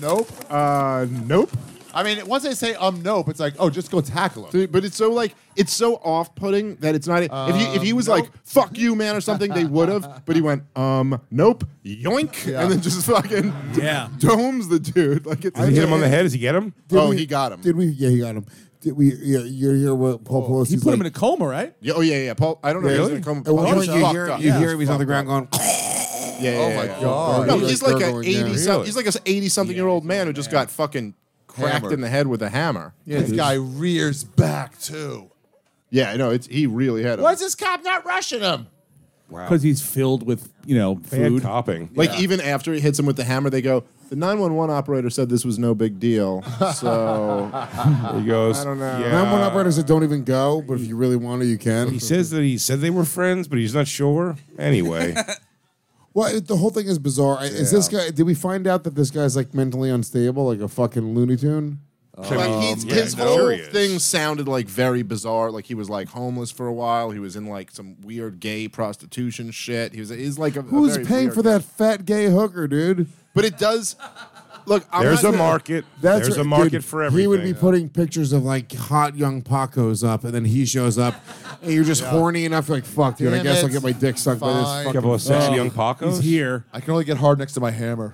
nope, uh, nope.
I mean, once they say um nope, it's like oh just go tackle him.
Dude, But it's so like it's so off-putting that it's not. e-, if he if he
Um,
was like "fuck you, man" or something, they would have. But he went, um, nope, yoink, and then just fucking
Yeah.
domes the dude. Like it's
Did he hit him on the head? Does he get him?
Oh, he got him.
Did we? Yeah, he got him. Did we? Yeah, you hear what Paul Pelosi?
He put him in a coma, right?
Yeah, oh yeah, yeah. Paul, I don't know. if
Really?
he's gonna
At
come.
one
Paul
point,
is
you
fucked
hear,
up.
you
Yeah.
hear him. He's on the ground going.
Yeah, yeah,
Oh
yeah,
my
yeah.
God.
No,
Really
he's like an
gurgling, yeah.
eighty. some
Really?
He's like an eighty-something year old man who just got fucking cracked
Hammered.
in the head with a hammer. Yeah,
This guy rears back too.
yeah. I know. It's he really had. him.
Why is this cop not rushing him?
Because he's filled with you know
Bad
food.
copping.
Like even after he hits him with the hammer, they go. The nine one one operator said this was no big deal. So
he goes.
I don't know.
Yeah.
Nine one operators that don't even go, but if you really want to, you
He
can.
says that he said they were friends, but he's not sure. Anyway,
Well, it, the whole thing is bizarre. I Is this guy? Did we find out that this guy's like mentally unstable, like a fucking Looney Tune?
like he's,
yeah,
his
no.
whole
Curious.
thing sounded like very bizarre. Like he was like homeless for a while. He was in like some weird gay prostitution shit. He was he's like a, a
Who's
very
paying
weird
for
guy.
that fat gay hooker, dude?
But it does. Look, I'm
there's
not
a
gonna-
market.
That's
there's
right,
a market
dude,
for everything.
He would be putting pictures of like hot young Pacos up, and then he shows up, and you're just horny enough. You're like, fuck, dude. I
Damn
guess I'll
it.
get my dick sucked by this.
Fine.
fucking-
Couple of sexy young
He's
Pacos.
here.
I can only get hard next to my hammer.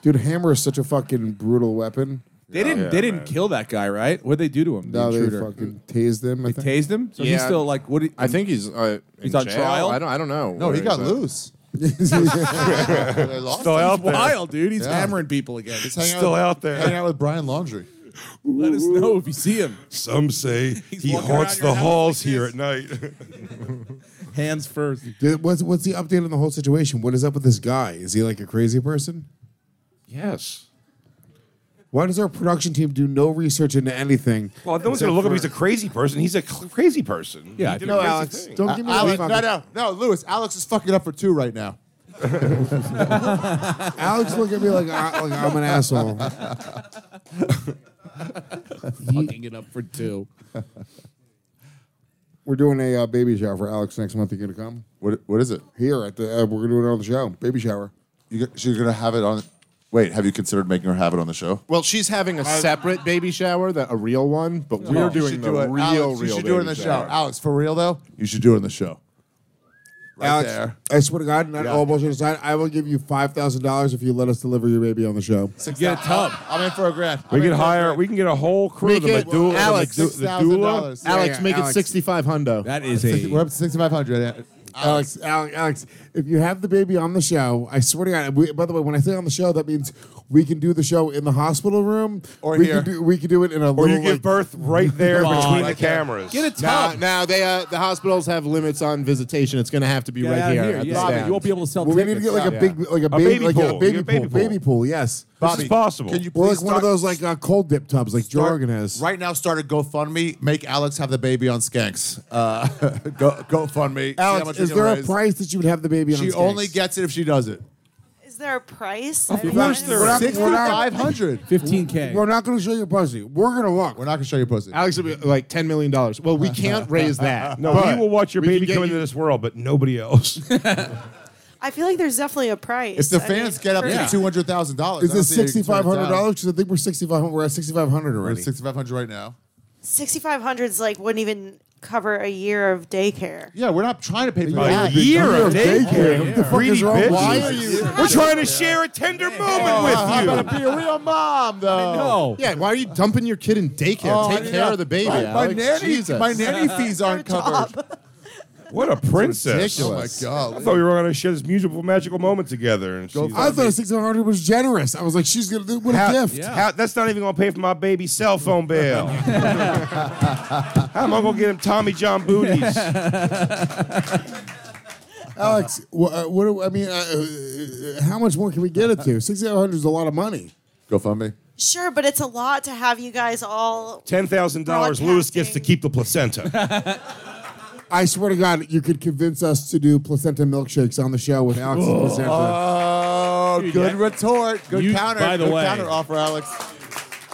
Dude, hammer is such a fucking brutal weapon.
They didn't.
Yeah,
they didn't
man.
kill that guy, right? What would they do to him? The
Now they
intruder.
fucking tased him. I
They
think.
tased him. So he's
Yeah.
still like what? do you-
I think he's uh,
He's
in
on
jail.
trial?
I don't. I don't know.
No,
where
he got
at.
loose. They lost
Still
him.
out there.
wild, dude. He's
Yeah.
hammering people again.
He's hanging
Still out there.
Hanging out with Brian Laundry.
Let us know if you see him.
Some say
walking
he
around
haunts
your
the
house
halls
like
here at night.
Hands first.
Dude, what's what's the update on the whole situation? What is up with this guy? Is he like a crazy person?
yes.
Why does our production team do no research into anything?
Well, no one's gonna look at him. He's a crazy person. He's a cl- crazy person.
Yeah, I
He did a
think-
crazy
Alex,
thing.
don't give me
Alex,
that.
no,
fucking-
no, no, Lewis. Alex is fucking up for two right now.
Alex look at me like, I, like I'm an asshole.
fucking it up for two.
We're doing a uh, baby shower for Alex next month. You gonna come?
What what is it?
Here at the uh, we're gonna do it on the show. Baby shower.
You g- she's gonna have it on. Wait, have you considered making her have it on the show?
Well, she's having a separate baby shower, that a real one, but we're
Oh, You
doing
should
the
do it.
real,
Alex,
real.
You should do it in the
baby
show. Alex, for real though, you should do it in the show. Right
Alex,
there.
I swear to God, not all bullshit aside, I will give you five thousand dollars if you let us deliver your baby on the show.
Six
Get a tub.
I'm in for a grand.
We can hire. We can get a whole crew.
Make
the
it-
Medu-
Alex,
the, Medu- the doula.
$6,000.
Alex,
Yeah,
make
Alex.
it sixty-five hundo.
That is
We're
a.
up to sixty-five hundred.
Alex, Alex, Alex, if you have the baby on the show, I swear to God. We, by the way, when I say on the show, that means we can do the show in the hospital room,
Or
we
here.
Can do, we can do it in a
Or
little.
you give
like,
birth right there
Come on,
between the
right
there.
cameras.
Get a
Now,
tub.
now they uh, the hospitals have limits on visitation. It's going to have to be
Get
right
out
here.
of here.
at the
Yeah, Robin,
stand.
you won't be able to sell
well, we need to
tickets.
get like a
Yeah.
big, like a,
A
baby,
baby
like
pool.
a baby,
Your
pool,
baby pool.
baby pool. Yes,
This is possible.
Can you
or
please
like one of
start-
those like uh, cold dip tubs, like
start-
Jorgen has.
Right now, start a GoFundMe. Make Alex have the baby on Skanks. Uh, go GoFundMe. See how much
Alex,
we
is
can
there a
raise.
price that you would have the baby on?
She
Skanks?
only gets it if she does it.
Is there a price?
Of
I mean,
course
I
there
don't-
is.
Sixty-five hundred.
15K.
We're not going to show your pussy. We're going to look.
We're not gonna show you pussy.
Alex will be like ten million dollars. Well, we can't raise that.
No,
but
we will watch your
we can
baby
get
come into
you-
this world, but nobody else.
I feel like there's definitely a price.
If the
I
fans
mean,
get up
for-
to two hundred thousand dollars,
Is this sixty five hundred dollars? Because I think we're sixty five. We're at sixty five hundred already.
Sixty-five hundred right now.
6,500s like wouldn't even cover a year of daycare.
Yeah, we're not trying to pay for
A
that.
year of
daycare.
daycare.
What the fuck
Greedy
is wrong with
bitches.
you?
We're trying to share a tender moment
I'm
with you.
gonna be a real mom, though.
No.
Yeah, why are you dumping your kid in daycare?
Oh, I
Take
did
care
not-
of the baby.
My, my
Alex.
nanny,
Jesus.
my nanny fees aren't covered.
What a princess!
Oh my
Ridiculous.
I
god!
thought we were going to share this musical, magical moment together. And she's
I
like,
thought sixty five hundred was generous. I was like, she's gonna do what a
"How-
gift.
how- that's not even going to pay for my baby's cell phone bill. how am I going to get him Tommy John booties?
Alex, wha- uh, what do I mean? Uh, uh, how much more can we get it to? Sixty five hundred is a lot of money.
GoFundMe.
Sure, but it's a lot to have you guys all.
Ten thousand dollars. Lewis gets to keep the placenta.
I swear to God, you could convince us to do placenta milkshakes on the show with Alex and placenta.
Oh, good retort. Good
You-
counter.
by the
good
way-
counter offer, Alex.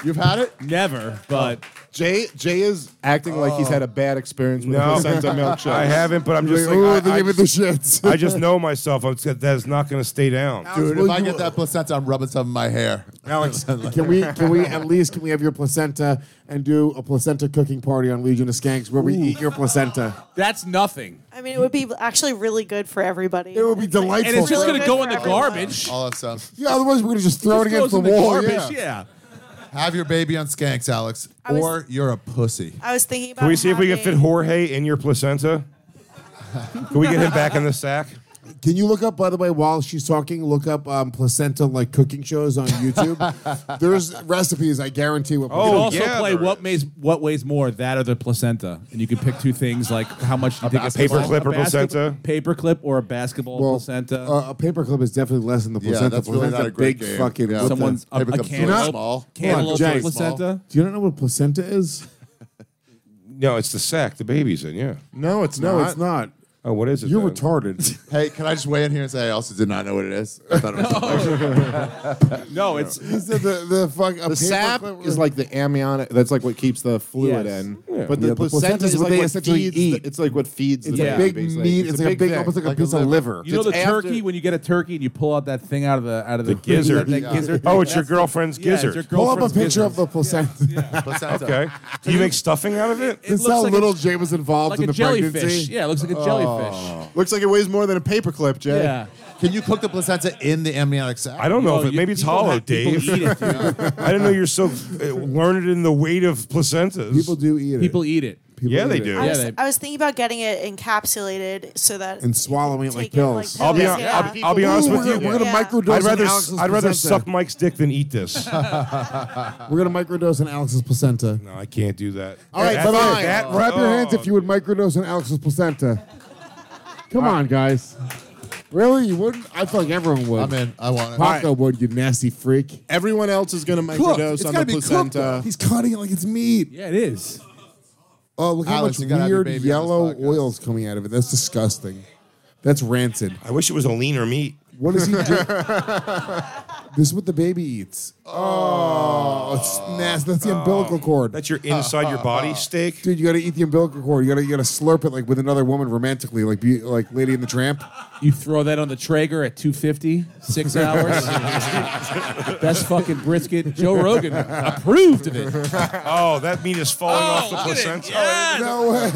You've had it?
Never, but
Jay Jay is acting like
Oh.
he's had a bad experience with
No.
no. placenta milkshake.
I haven't, but I'm just like,
Ooh,
I-
they
I,
give it the shits.
I just know myself. I'm scared that's not going to stay down.
Dude,
well,
if I
you-
get that placenta, I'm rubbing some of my hair. Alex.
Can we? Can we at least? Can we have your placenta and do a placenta cooking party on Legion of Skanks where we eat your placenta?
that's nothing.
I mean, it would be actually really good for everybody.
It would be delightful.
And it's just
Really
going to
good
go
for
in the
everyone.
garbage.
All of some.
Yeah, otherwise we're gonna just throw it
Just goes
against the
in
wall.
garbage,
yeah.
yeah.
Have your baby on skanks, Alex.
I was-
or you're a pussy.
I was thinking about.
Can we see if we can fit
having-
Jorge in your placenta? Can we get him back in the sack?
Can you look up, by the way, while she's talking, look up um, placenta like cooking shows on YouTube. There's recipes, I guarantee. What
You
Oh,
can also
yeah,
play
there
what
is.
weighs what weighs more, that or the placenta, and you can pick two things like how much you think a
basketball? Paperclip or placenta?
paperclip or a basketball placenta.
Uh, a paperclip is definitely less than the placenta.
Yeah, that's really
Placenta's
not a great
big
game.
fucking.
Yeah.
what the-
Someone's a, a
Paperclip's really
cantaloupe,
small.
cantaloupe
Hold on, Jay.
placenta.
Do you not know what placenta is?
No, it's the sack the baby's in. Yeah.
No, it's
No,
not.
it's not.
Oh, what is it?
You're
then?
retarded.
Hey, can I just weigh in here and say I also did not know what it is? I thought it was
No, it's
the, the, the, fuck, a
The sap is like the amniotic. That's like what keeps the fluid
Yes.
in. But the
Yeah,
placenta
the placenta's
is
what
like
they
what
essentially
feeds.
eat.
The, it's like what feeds
it's
the
a
baby.
big
basically.
meat. It's, like a big,
thing.
almost like,
Like
a
a
piece of liver.
you know
It's
the
after-
turkey when you get a turkey and you pull out that thing out of the out of the,
gizzard.
that
Yeah.
gizzard.
Oh, it's your girlfriend's
Yeah, it's
gizzard.
your
Pull up a
girlfriend's
picture
gizzard.
of the placenta.
placenta.
Okay. Do you make stuffing out of it?
It
This is
looks
how
like
little
a,
Jay was involved
like
in
a
the
jellyfish.
pregnancy. Oh,
Yeah, it looks like a jellyfish.
Looks like it weighs more than a paperclip, Jay.
Yeah.
Can you cook the placenta in the amniotic sac?
I don't know
No,
if it,
you-
maybe it's
people
hollow,
have- people
Dave.
eat it, dude.
I didn't know you're so uh, learned in the weight of placentas.
People do eat it.
People eat it.
yeah, they
eat it.
do.
I was,
Yeah, they-
I was thinking about getting it encapsulated so that
and swallowing it like
Take it like
pills.
pills.
I'll be, hon-
Yeah.
I'll, I'll be honest with you.
We're gonna
Yeah.
microdose.
I'd rather
in
s-
Alex's
I'd rather
placenta.
suck Mike's dick than eat this. no,
We're gonna microdose in Alex's placenta.
I can't do that.
All right,
That's-
by the way,
that-
clap your hands
oh,
if you would microdose in Alex's placenta. Come on, guys. Really, you wouldn't? I feel like everyone would.
I'm in. I want it.
Paco would, you nasty freak.
Everyone else is going to
Cooked.
microdose
It's
on
gotta
the
be cooked,
placenta.
though.
He's cutting it like it's meat.
Yeah, it is.
Oh, look how
Alex,
much
you gotta have your
weird
baby on this
yellow
podcast.
oils coming out of it. That's disgusting. That's rancid.
I wish it was a leaner meat.
What is he doing? This is what the baby eats. Oh, it's nasty. That's the umbilical cord.
That's your inside your body steak.
Dude, you gotta eat the umbilical cord. You gotta you gotta slurp it like with another woman romantically, like be, like Lady in the Tramp.
You throw that on the Traeger at 250, six hours. Best fucking brisket. Joe Rogan approved of it.
Oh, that meat is falling off
Oh,
the placenta.
No way.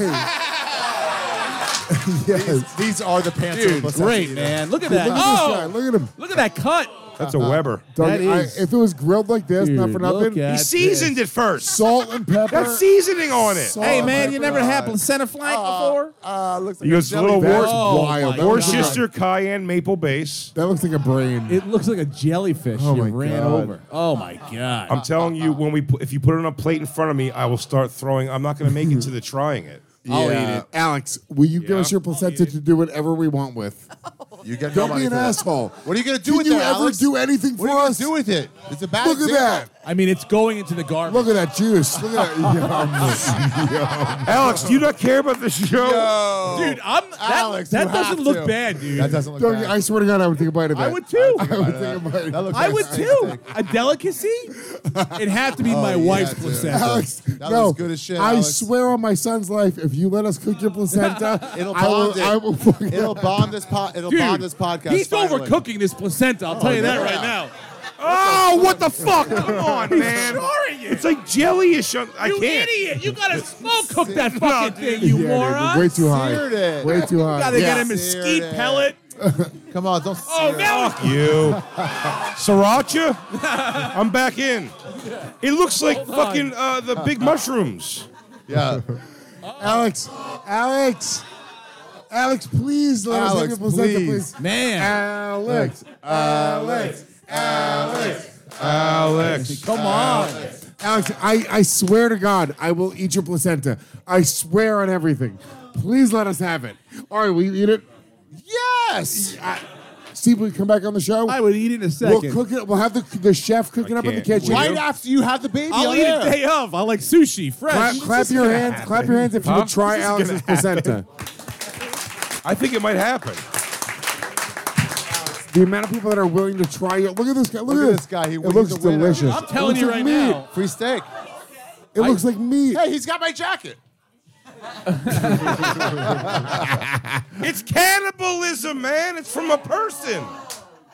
yes.
These, these are the pants.
Dude,
of necessity,
great,
though.
man. Look at
Dude,
that.
Look at
oh,
this guy. Look at him.
look at that cut.
That's a Weber.
Doug,
That
I-
is-
if it was grilled like this, not
Dude,
for
look
nothing.
at-
He
That's
seasoned it first.
Salt and pepper.
Got seasoning on it.
Salt
Hey,
and
man, you
pepper.
never had placenta flank before?
Uh, looks like
He goes
jelly
little
bag.
That's
Wor-
Oh,
wild.
my
That looks like a-
Worcester cayenne maple base.
That looks like a brain.
It looks like a jellyfish
Oh
you
my
ran
God.
over. Oh my god.
I'm telling you, when we pu- if you put it on a plate in front of me, I will start throwing. I'm not going to make it to the trying it.
I'll eat
Yeah.
it.
Alex, will you give us your placenta to do whatever we want with?
You get no
Don't
money
be an
for that.
asshole.
What are you gonna do
Can
with
you
that,
ever
Alex?
do anything
What
for
are you
us?
gonna do with it? It's a bad.
Look at
signal.
that.
I mean, it's going into the garbage.
Look at that juice. Look at that. Yum.
Alex, do you not care about the show?
Dude, I'm that,
Alex,
that
you
doesn't
have
look
to.
bad, dude.
That doesn't look
Don't-
bad.
I swear to God, I would take a bite of that.
I would too.
I would take a bite. of
That
that.
looks
I
like
would
steak.
too. A delicacy? It'd have to be my
yeah,
wife's
dude.
placenta.
Alex,
That
no,
looks good as shit,
I
Alex.
swear on my son's life, if you let us cook your placenta,
It'll
I will.
bond it.
I will fucking-
It'll bomb this pod. It'll
Dude,
bomb this podcast.
He's
finally.
overcooking this placenta. I'll tell you that
yeah.
right now.
Oh, what the fuck? Come on, man.
jarring it.
It's like jellyish. On, I
you
can't.
idiot! You gotta slow cook that fucking thing, you
Yeah, dude,
moron.
way too high.
Seared it.
Way too high.
gotta get
Yeah.
a mesquite
Seared it.
pellet.
Come on, don't.
Oh,
sear it.
now
Fuck you. Sriracha? I'm back in. It looks like
Hold on.
fucking uh, the big mushrooms.
Yeah.
Alex, Alex, Alex, please let us have
Alex,
your placenta,
please.
please.
man,
Alex, Alex, Alex,
Alex.
come on.
Alex. I, I swear to God, I will eat your placenta. I swear on everything. Please let us have it. All right, will you eat it? Yes. I, Steve, will you come back on the show?
I would eat it in a 2nd
we'll cook it. We'll have the, the chef cook it up in the
can't
kitchen.
wait.
Right after you have the baby.
I'll
on
eat
air.
it day of. I like sushi, fresh.
Clap, clap your hands. Clap your hands if you
Huh?
would try
This is
Alex's
gonna
placenta.
I think it might happen.
The amount of people that are willing to try it. Look at this guy. Look,
Look
at
at this guy. He-
it
he's
looks
a winner.
delicious.
I'm telling
It
you
looks
right
like meat.
now.
Free steak.
It looks like meat.
Hey, he's got my jacket.
It's cannibalism, man. It's from a person.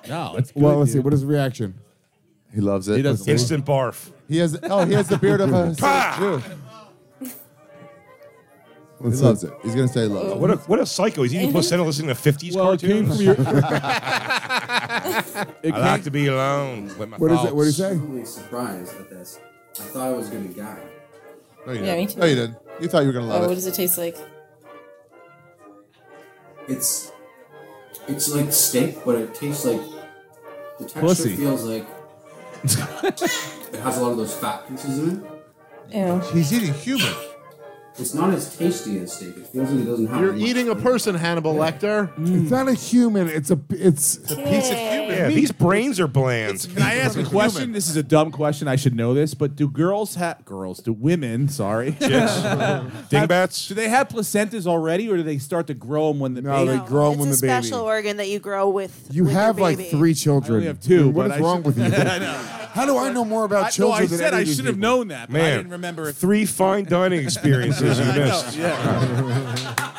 No, it's
well, let's see. What is the reaction?
He loves it. He
doesn't.
Instant barf.
He has. Oh, he has the beard of a Hasidic Jew. He
Let's
loves it. He's gonna say he loves it.
What a, what a psycho. He's eating placenta listening to 50s
well, it came
cartoons.
from your. It
I like
came-
to be alone with my
What is it? What do you
thoughts.
say?
really surprised at this. I thought I was gonna die.
No, you
Yeah, me
didn't.
too.
No, you didn't. You thought you were gonna
Oh,
love
what
it.
does it taste like?
It's it's like steak, but it tastes like the texture
Pussy.
feels like it has a lot of those fat pieces in it.
Ew.
He's eating human.
It's not as tasty as steak. It feels like it doesn't have.
You're
much
eating a
flavor.
person, Hannibal Lecter.
It's not a human. It's a. It's.
Piece of human.
Yeah, these brains are bland.
Can I ask a question? This is a dumb question. I should know this, but do girls have girls? Do women? Sorry,
Dingbats?
uh, do they have placentas already, or do they start to grow them when the
No,
baby?
they grow
it's
when
a
the baby.
special organ that you grow with.
You
with your
have like
baby.
three children.
have two,
Dude, What
but
is
I
wrong
should-
with you? How do I know more about
I, no,
children
I
than
said
any
I
of these
should have
people?
known that, but
Man,
I didn't remember. If,
three fine dining experiences you
I know,
missed.
yeah.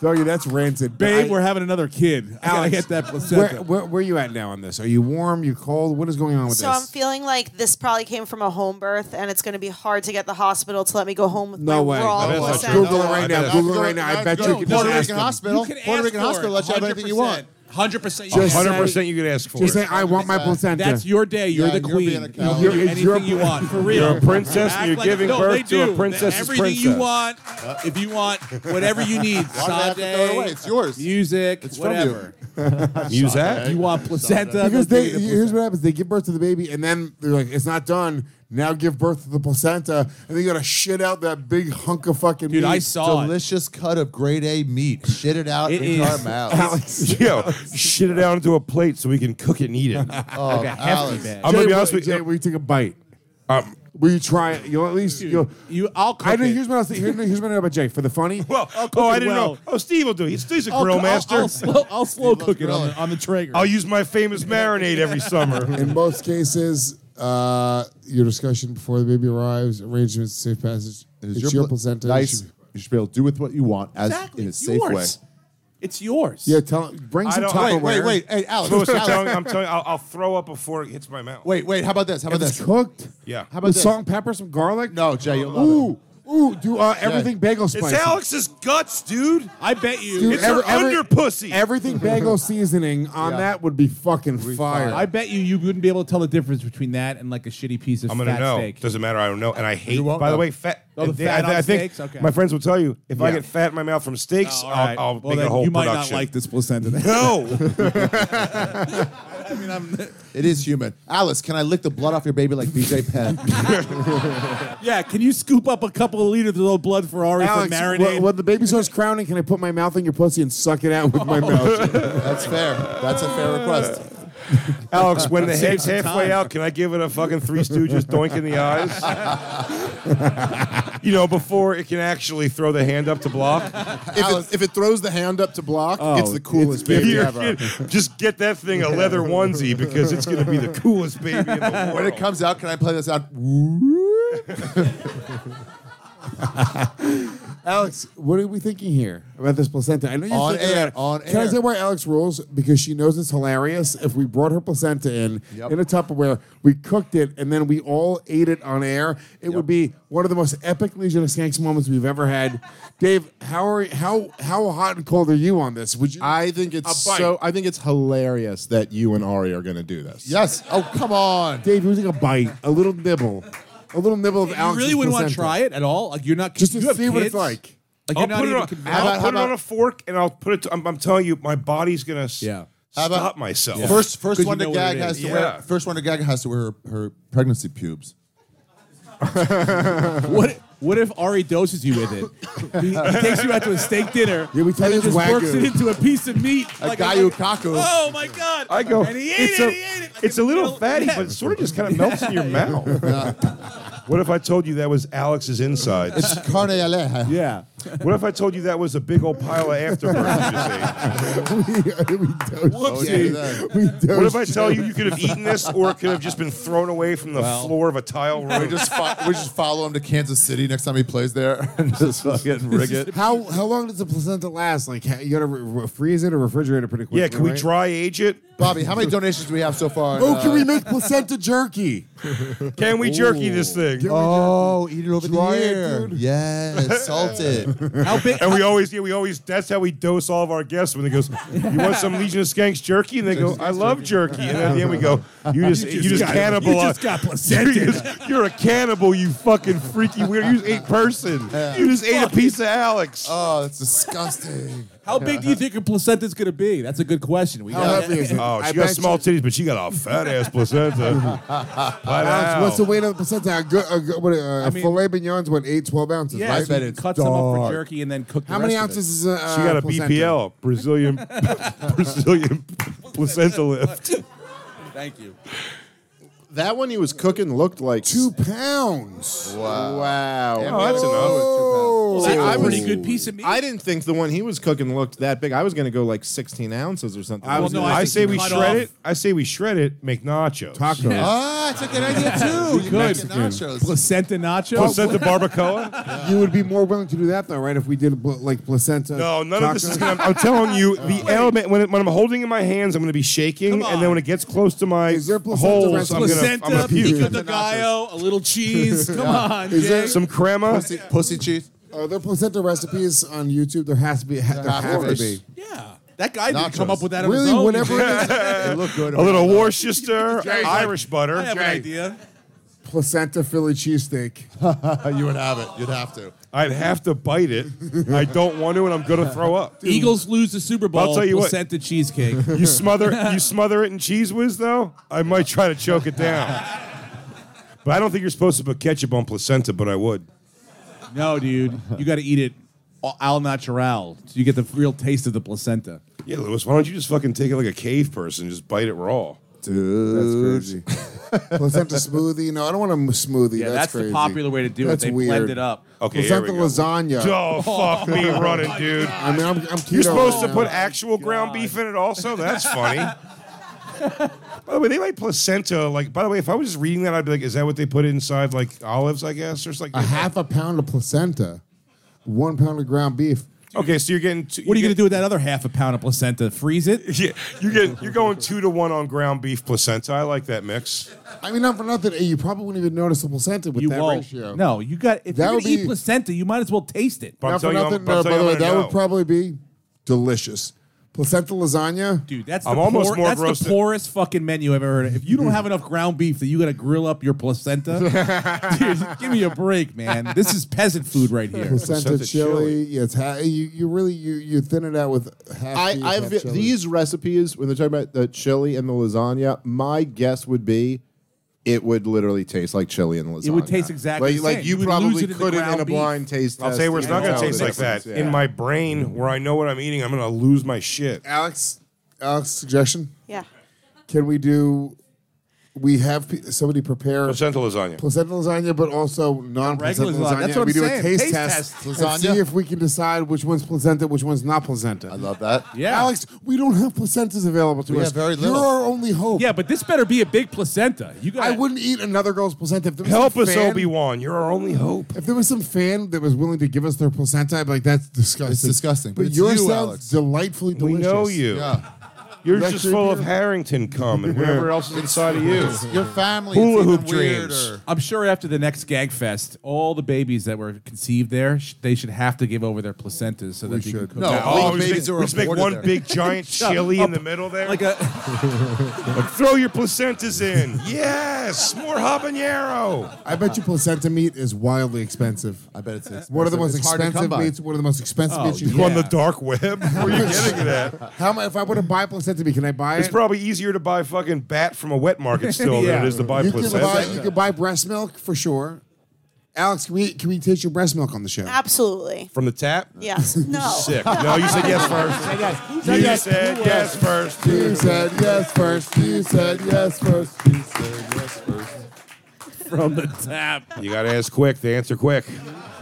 Tell you that's rancid. but
Babe,
I-
we're having another kid. I gotta
Alex,
get that
Where,
placenta.
where, where are you at now on this? Are you warm? You cold? What is going on with
So
this?
I'm feeling like this probably came from a home birth, and it's going to be hard to get the hospital to let me go home with my
no way.
raw
That is not
placenta.
true.
Google it right now.
Not
Google it
good,
right now. I
not
bet
good.
you can just
Puerto
ask
Rican
them.
hospital. Puerto Rican hospital lets you have anything you want.
Hundred percent.
Just
Hundred percent, you could ask for
Just say,
it.
I want my placenta.
That's your day. You're
Yeah,
the
you're being
queen.
a
You can
coward.
do
You're- it's
anything
your-
you want for real.
You're a princess and
Act
you're
like-
giving
no, they
birth to
do.
a princess's
Everything
princess.
you want, if you want, whatever you need,
Uh, Why do they have to throw it away?
sade,
It's yours.
music,
It's from you.
whatever.
Use that.
You want placenta?
Because
they'll
they,
give you the
here's
placenta.
what happens: they give birth to the baby, and then they're like, "It's not done." Now give birth to the placenta, and they gotta shit out that big hunk of fucking
Dude,
meat.
I saw it.
Delicious cut of grade A meat. Shit it out
It
into our
is-
mouth.
Alex.
Yo, shit it out into a plate so we can cook it and eat it.
Oh, Alex.
bag.
I'm gonna be honest with
Jay,
you.
will you take a bite?
Um,
Will you try? You'll at least you'll,
you. I'll.
I know.
cook it.
Here's what I was thinking. Here's what I know about Jake for the funny.
Well, oh, I didn't know. Oh, Steve will do it. He's, he's a
I'll-
grill
I'll-
master. Oh,
I'll slow-
I'll slow cook it on the, on the Traeger.
I'll use my famous marinade every summer.
In most cases, uh, your discussion before the baby arrives, arrangements, safe passage.
It is
It's
your
your
pla-
placenta.
Nice.
It should-
You should be able to do with what you want as
Exactly.
in a
It's
safe
yours.
way.
It's yours.
Yeah, tell. Bring
I
some
don't- wait,
Tupperware.
wait,
wait. Hey, Alex,
Louis, I'm
Alex.
telling, I'm telling you, I'll, I'll throw up before it hits my mouth.
Wait, wait. How about this? How
If
about
it's
this?
cooked.
Yeah.
How about
with
this?
salt and pepper, some garlic.
No, Jay, you'll love it.
Ooh, ooh, do uh, everything bagel
It's
spice.
Alex's guts, dude.
I bet you.
Dude,
It's her
every- every-
under pussy.
Everything bagel seasoning on
Yeah.
that would be fucking fire.
I bet you you wouldn't be able to tell the difference between that and like a shitty piece of
I'm
fat
gonna know.
steak.
Doesn't matter. I don't know. And I hate.
You won't
By the
know.
way, fat.
Oh, the
they-
fat
I,
on
I think
steaks? Okay.
my friends will tell you if I
Yeah.
get fat in my mouth from steaks,
Oh, all
I'll,
right.
I'll
Well,
make
then
a whole
you might
production.
not like this placenta. then.
No,
I mean, I'm,
It is human. Alice, can I lick the blood off your baby like BJ Penn?
yeah, can you scoop up a couple of liters of old blood for Ari
Alex,
for
wh-
marinade?
when, the baby starts crowning, can I put my mouth on your pussy and suck it out with my mouth?
That's fair. That's a fair request.
Alex. When the head's
some
halfway
time.
out, can I give it a fucking Three Stooges doink in the eyes? you know, before it can actually throw the hand up to block.
If it, if it throws the hand up to block,
Oh,
it's the coolest baby
You're
ever.
kidding. Just get that thing a leather onesie because it's going to be the coolest baby in the world.
When it comes out, can I play this out?
Alex, what are we thinking here about this placenta? I know you're
On
thinking
air,
about
on
it. Can I
air.
say why Alex rules? Because she knows it's hilarious. If we brought her placenta in
Yep.
in a Tupperware, we cooked it, and then we all ate it on air, it would be one of the most epic Legion of Skanks moments we've ever had. Dave, how are how how hot and cold are you on this? Would you?
I think it's
A bite.
so. I think it's hilarious that you and Ari are going to do this.
Yes. Oh, come on.
Dave, it was like a bite, a little nibble, a little nibble of
you
Alex's
really wouldn't want to
placenta.
try it at all? Like you're not
Just to
you have
see what
kids?
it's like.
Like
I'll
you're not
put, it
even
on,
convinced.
I'll
about- how
put it on
about-
a fork and I'll put it. To, I'm, I'm telling you, my body's going to
Yeah.
How about-
stop myself.
First, first
you
one to
know what
gag
it
has
is.
to
Yeah.
wear. First one to gag has to wear her, her pregnancy pubes.
What what if Ari doses you with it? he, he takes you out to a steak dinner.
Yeah, we tell
and
you
then just
it's
works
Wagyu.
it into a piece of meat.
A
like
guy
like-
who cockles.
Oh my god!
I go.
And he ate
it's
it.
a,
he ate it. Like
it's a
in the
little
middle-
fatty,
Yeah.
but it sort of just kind of melts in your mouth. What if I told you that was Alex's insides?
Carne aleja.
yeah.
what if I told you that was a big old pile of afterbirth? you just ate?
we, we dosed
Oh,
Jay.
yeah, then.
We dosed
What if I tell you you could have eaten this, or it could have just been thrown away from the floor of a tile
We
room?
just fo- we just follow him to Kansas City next time he plays there and just fucking rig it.
How how long does the placenta last? Like ha- you gotta re- re- freeze it or refrigerate it pretty quickly.
yeah, can we
right?
dry age it?
Bobby, how many donations do we have so far?
Oh, can we
Uh,
make placenta jerky?
Can we jerky this thing?
Oh, eat it over
Dry
the
it,
ear.
dude.
Yes, salt it.
How big?
And we always, yeah, we always. That's how we dose all of our guests when they goes, "You want some Legion of Skanks jerky?" And they go, "I love jerky." And at the end we go, "You just, you just,
got-
cannibal,
you just got
you
placented.
are a cannibal, you fucking freaky weird. You just ate person. You just ate a piece of Alex."
Oh, that's disgusting.
How big do you think your placenta's gonna be? That's a good question. We
How
got
heavy is it?
Oh, she
I
got
bet
small
you-
titties, but she got a fat ass placenta. But
Alex,
ow.
what's the weight of the placenta? A good, a good what, uh, a
mean-
filet mignon's what eight, 12 ounces,
yeah,
right?
so you cut some up for jerky and then cook. The
How many
rest of it.
ounces is a uh,
She got a
placenta?
BPL, Brazilian, Brazilian placenta lift.
Thank you.
That one he was cooking looked like
Two pounds.
Wow. Wow.
Oh, that's
Oh,
That's
I
a
was-
pretty good piece of meat.
I didn't think the one he was cooking looked that big. I was going to go like 16 ounces or something.
I was- no,
I,
think
say
you
we
cut
shred
off-
it. I say we shred it. Make nachos.
Tacos.
Ah, it's a good idea too. You
Good.
can make nachos.
placenta nachos.
Placenta barbacoa.
You would be more willing to do that though, right? If we did pl- like placenta.
No, none of this
tacos?
is gonna. I'm telling you, the element when, it, when I'm holding in my hands, I'm gonna be shaking,
Come
and then when
on.
it gets close to my
Is there placenta
holes,
rest-
I'm gonna, I'm
placenta,
gonna
pico
puke.
de gallo, a little cheese. Come on,
Is there
Jake.
Some crema.
Pussy, pussy cheese.
Are there placenta recipes on YouTube? There has to be. Ha- there
Of
have to
course.
be.
yeah, that guy didn't
Nachos.
come up with that. On
Really,
his own.
whatever it is,
They look good.
A little Worcester,
Jay,
Irish butter.
I have an
Jay,
idea.
placenta Philly cheesesteak.
you would have it. You'd have to.
I'd have to bite it. I don't want to, and I'm gonna throw up.
Eagles lose the Super Bowl.
I'll tell you what.
placenta cheesecake.
You smother, you smother it in cheese whiz, though. I might try to choke it down. But I don't think you're supposed to put ketchup on placenta, but I would.
no, dude, you got to eat it al- al natural. So you get the real taste of the placenta.
Yeah, Lewis, why don't you just fucking take it like a cave person, just bite it raw?
Dude. Placenta smoothie? No, I don't want a m- smoothie.
Yeah,
that's,
that's the
crazy.
popular way to do it.
That's
They blend
weird.
it up.
Okay, here
Placenta
we go.
lasagna.
Oh, fuck me running, dude.
I mean, I'm, I'm
You're
keto
supposed to
now.
put actual ground beef in it also? That's funny. by the way, they like placenta. Like, by the way, if I was just reading that, I'd be like, is that what they put inside, like olives, I guess? There's like.
a half a pound of placenta, one pound of ground beef.
Okay, so you're getting. Two,
What are you going to do with that other half a pound of placenta? Freeze it?
Yeah, you get you're going two to one on ground beef placenta. I like that mix.
I mean, not for nothing. eh, You probably wouldn't even notice the placenta with
you
that
won't.
ratio.
No, you got. If
That
you're
would
gonna eat
be-
placenta, you might as well taste it.
not for nothing. uh, by the way, that would probably be delicious. Placenta lasagna,
dude. That's
I'm
the
almost
poor-
more
that's
grossed-
the poorest fucking menu I've ever heard. of. If you don't have enough ground beef that you got to grill up your placenta, dude, give me a break, man. This is peasant food right here.
placenta, chili. Yeah, it's ha- you, you really you you thin it out with half.
I,
beef, half
I've
chili.
these recipes when they're talking about the chili and the lasagna. My guess would be it would literally taste like chili and lasagna.
It would taste exactly
like,
the
like
same.
you,
You would lose
probably
it in the
couldn't in
ground
a
beef.
blind taste.
I'll
test
tell you where it's
and
not going
tell
to
the
taste like that.
difference, yeah.
In my brain, where I know what I'm eating, I'm going to lose my shit.
Alex, Alex, suggestion:
Yeah.
Can we do? We have pe- somebody prepare
Placenta lasagna.
placenta lasagna, but also non-placenta
regular lasagna.
lasagna.
That's
and
what
we
I'm
do a
saying.
taste,
Taste
test,
test
and
lasagna.
see if we can decide which one's placenta, which one's not placenta. I
love that.
Yeah.
Alex, we don't have placentas available to
We
us.
have very
You're
little.
our only hope.
Yeah, but this better be a big placenta. You got.
I wouldn't eat another girl's placenta. If there was
Help
some
us,
fan-
Obi Wan. You're our only hope.
If there was some fan that was willing to give us their placenta, I'd be like, that's disgusting.
It's disgusting,
But,
but it's
yours
you,
sounds
Alex.
delightfully
We
delicious.
know you. You're
That's
just
your
full of
deal.
Harrington cum and whatever else is inside of you.
Your family
Hula
it's
hoop
even weirder.
dreams.
I'm sure after the next gag fest, all the babies that were conceived there, sh- they should have to give over their placentas so that they
should.
can cook.
No,
out.
all
Oh, we
babies
just make,
are
we just make
aborted
one
there.
big giant chili in the middle there.
like a
Throw your placentas in. yes, more habanero.
I bet you placenta meat is wildly expensive.
I bet it's expensive.
One of the most
It's hard to come
expensive
by.
meats. One of the most expensive
Oh,
meats you
yeah.
can
On the dark web? Where are you getting it at?
How am I- if I were to buy placenta meat, can I buy
It's
it?
probably easier to buy fucking bat from a wet market still than
Yeah.
it is to buy
you can
placenta.
buy you can buy breast milk for sure. Alex, can we can we taste your breast milk on the show?
Absolutely.
From the tap?
Yes. No.
Sick. No, you said yes first. You said yes first.
You said yes first. You said yes first.
from the tap.
You gotta ask quick. They answer quick.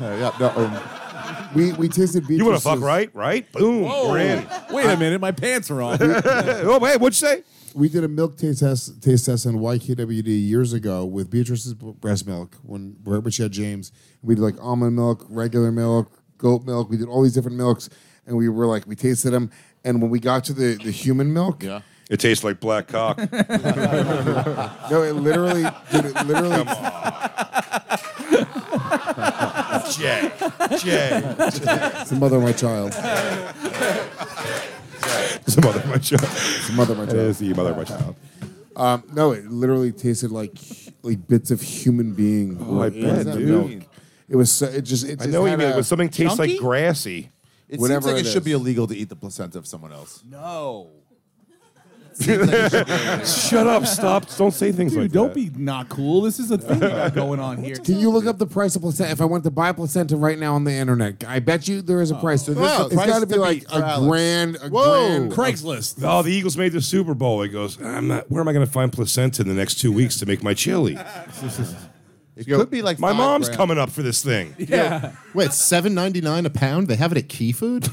Uh, yeah, no, um,
We we tasted beef.
You wanna fuck right? Right? Boom.
Oh,
You're in.
Wait a minute, my pants are off.
oh wait, what'd you say?
We did a milk taste test, taste test on YKWd years ago with Beatrice's b- breast milk when when she had James. We did like almond milk, regular milk, goat milk. We did all these different milks, and we were like we tasted them. And when we got to the, the human milk, yeah.
It tastes like black cock.
no, it literally, dude, it literally,
Jay. Jay.
it's the mother of my child. It's
It's the mother of my child.
the mother of my
It
child.
is the mother of my child.
Um, no, it literally tasted like like bits of human being. were
Oh, I
in
bet,
that
dude.
milk. It was so, it just it
I
just
know what you
had
mean,
a-
but something tastes like
Chunky?
grassy.
it
Whatever
seems like
it
it,
is.
should be illegal to eat the placenta of someone else.
no.
Shut up, stop. Don't say things
Dude,
like
don't
that.
be not cool. This is a thing we got going on here.
Can you look up the price of placenta? If I went to buy placenta right now on the internet, I bet you there is a price. So this,
Wow,
it's
price
got to be
to
like
beat for
a
Alex.
grand, a grand.
Craigslist.
Oh, the Eagles made the Super Bowl. He goes, I'm not. Where am I going to find placenta in the next two weeks to make my chili?
It could be like
My
five
mom's
grand.
coming up for this thing.
Yeah.
Wait, seven ninety nine a pound? They have it at Key Food.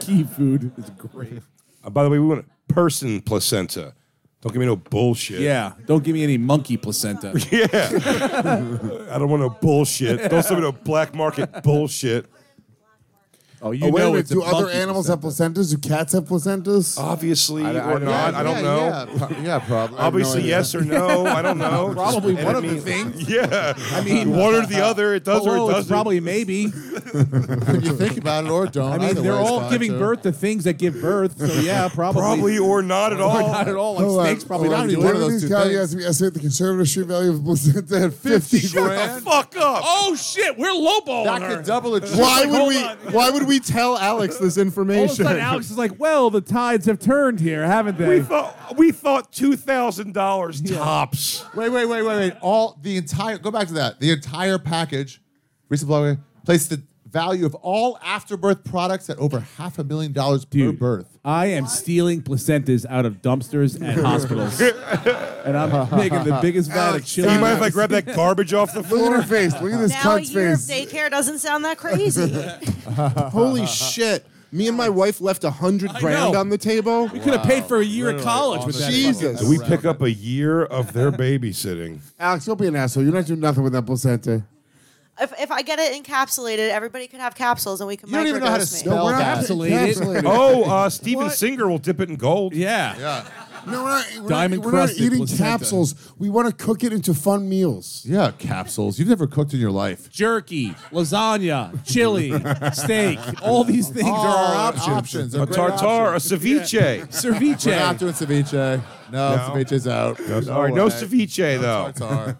Key food is great.
Uh, by the way, we want a person placenta. Don't give me no bullshit.
Yeah. Don't give me any monkey placenta.
I don't want no bullshit. Don't send me no black market bullshit.
Oh, you
Oh, wait a
know
minute,
it's a
do other
monkey
animals have placentas? Do cats have placentas?
Obviously or
don't-
not. I don't
yeah,
know.
Yeah, pro- yeah probably.
Obviously,
No,
yes or no. I don't know.
Probably
Just
one of
enemy-
the things.
Yeah. I mean, one or the other. It does
Hello,
or it
Oh, it's
doesn't.
probably maybe.
If you think about it or don't.
I mean,
either
they're
way, it's
all
fine,
giving
too.
birth to things that give birth. So yeah, probably.
probably or not at all.
not at all. Like
Hold on,
snakes probably
hold
not
on.
doing
One
it.
of these caveats, we estimate the conservative street value of placenta at 50
Shut
grand.
the fuck up.
Oh shit, we're lowballing
That
her.
could double it.
why would
hold
we?
on.
Why would we tell Alex this
All of a
information?
sudden, Alex is like, "Well, the tides have turned here, haven't they?"
We thought we thought two thousand dollars tops.
Wait, wait, wait, wait, wait. All the entire. Go back to that. The entire package. Resupply. Place the
value of all afterbirth products at over half a million dollars per birth.
I am stealing placentas out of dumpsters and hospitals, and I'm making the biggest vat of
Alex,
chili.
you mind if I
ice.
grab that garbage off the floor?
Look at her face. Look at this
Now a
cunt's
year of
face.
daycare doesn't sound that crazy.
Holy shit. Me and my wife left a hundred grand
know.
on the table. We
could have paid for a year of college with that.
Jesus.
Do we pick up a year of their babysitting?
Alex, don't be an asshole. You're not doing nothing with that placenta.
if, if I get it encapsulated, everybody could have capsules and we can
You don't even know how to
microdose me.
spell No, we're not- that.
Encapsulated.
Encapsulated.
Oh, uh, Steven Singer will dip it in gold.
Yeah.
Yeah.
No, we're not, we're
Diamond
not, we're not
crusted
eating
placenta.
capsules. We want to cook it into fun meals.
Yeah, capsules. You've never cooked in your life.
Jerky, lasagna, chili, steak. All these things
All
are
Oh.
our options.
Oh, options. They're
A
great
tartar, a
options.
ceviche.
Cerviche.
We're not doing ceviche. No, ceviche's out.
No, sorry, no
way.
ceviche,
No
though.
tartar.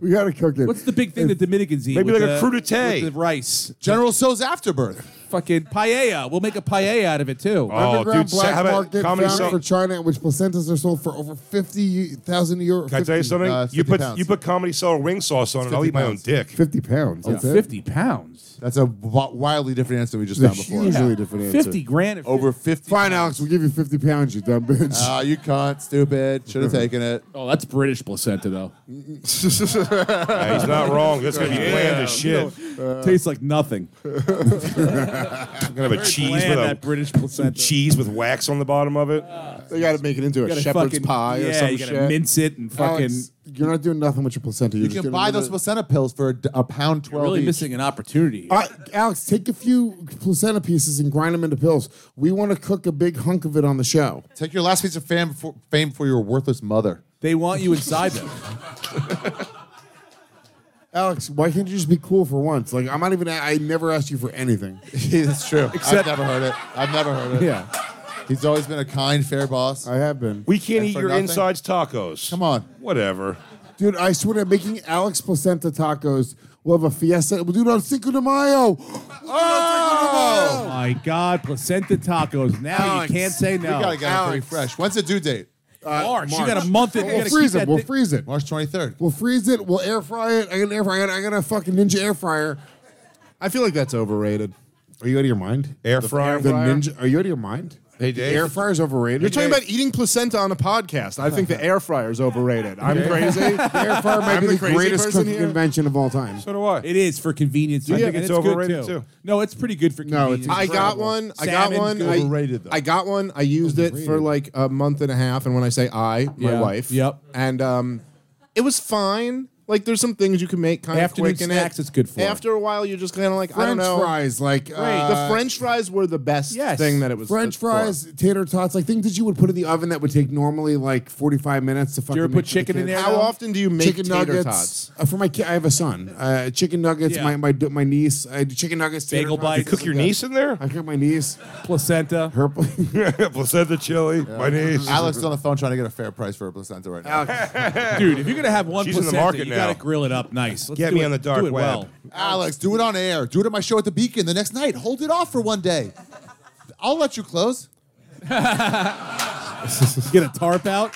We got to cook it.
What's the big thing the Dominicans eat?
Maybe
with
like a
the-
crudité.
with the rice.
General So's afterbirth.
Fucking paella. We'll make a paella out of it too.
Oh,
Underground
dude, so
black
how about
market
comedy
found
song-
for China, in which placentas are sold for over fifty thousand euro.
Can I tell
50
you something?
uh, it's
you
50
put
pounds.
you put comedy cellar wing sauce on it, I'll
50
eat my own
pounds.
dick.
Fifty pounds. That's it.
Fifty pounds.
That's a wi- wildly different answer we just
It's a
found before.
hugely different answer.
Fifty grand. if-
Over 50.
Fine, Alex. We'll give you fifty pounds. You dumb bitch.
Ah, you cunt, stupid. Should have taken it.
Oh, that's British placenta, though.
Yeah, he's not wrong. That's gonna be bland as shit.
tastes like nothing.
I'm gonna have a cheese
Bland,
with a
that British placenta.
cheese with wax on the bottom of it.
They got to make it into a
You gotta
shepherd's
fucking-
pie
yeah,
or some
you gotta
shit.
mince it and fucking.
Alex, you're not doing nothing with your placenta. You're
You
just
can
gonna
buy
leave
those
it-
placenta pills for a d- a pound 12
Really
each.
missing an opportunity.
All right, Alex, take a few placenta pieces and grind them into pills. We want to cook a big hunk of it on the show.
Take your last piece of fame for, fame for your worthless mother.
They want you inside them.
Alex, why can't you just be cool for once? Like I'm not even. I never asked you for anything.
That's true.
Except-
I've never heard it. I've never heard it.
Yeah.
He's always been a kind, fair boss.
I have been.
We can't
And
eat
for
your
nothing?
insides tacos.
Come on.
Whatever.
Dude, I swear to making Alex Placenta tacos. We'll have a fiesta. We'll do it on Cinco de Mayo.
Oh my God, placenta tacos. Now you can't say no.
We gotta get it pretty fresh. When's the due date?
March. You got a month in. you
We'll
gotta
freeze
keep
it.
that
We'll
thing-
freeze it.
March 23rd.
We'll freeze it. We'll air fry it. I got an air fryer. I got, I got a fucking ninja air fryer.
I feel like that's overrated.
Are you out of your mind?
Air fryer.
The ninja. Are you out of your mind?
Hey,
The
Dave.
air fryer's overrated.
You're talking about eating placenta on a podcast. I think the air fryer is overrated. I'm crazy.
the air fryer might
I'm
be
the
the
crazy
greatest
person
cooking
here.
invention of all time.
So do I.
It is for convenience.
I
Yeah,
think
and
it's
good,
overrated, too.
No, it's pretty good for
No,
convenience.
it's
I got one. I got
Salmon,
one. I,
good.
Overrated, though.
I got one. I used it for
Overrated.
like a month and a half. And when I say I, my
Yeah.
wife.
Yep.
And um, it was fine. Like there's some things you can make kind
Afternoon
of quick in
snacks,
it.
it's good for.
After a while, you're just kind of like I don't
French
know.
fries, like uh,
the French fries were the best
Yes.
thing that it was.
French
for.
fries, tater tots, like things that you would put in the oven that would take normally like 45 minutes to fucking.
ever
make
put
for the
chicken in
kids.
there?
How
Now,
often do you make
chicken
tater
nuggets
tots?
Uh, for my kid. I have a son. Uh, chicken nuggets.
Yeah.
My, my my niece. I do chicken nuggets. tater
Bagel
tots,
bites.
things
Cook your
like that.
niece in there?
I cook my niece.
placenta.
Her.
Placenta chili. My niece.
Alex is on the phone trying to get a fair price for a placenta right now.
Alex,
Dude, if you're gonna have one
She's in the
placenta,
market
you
now.
gotta grill it up nice. Let's
Get
do
me
it-
on the dark
do it
web.
Well.
Alex, do it on air. Do it at my show at the Beacon the next night. Hold it off for one day. I'll let you close.
Get a tarp out.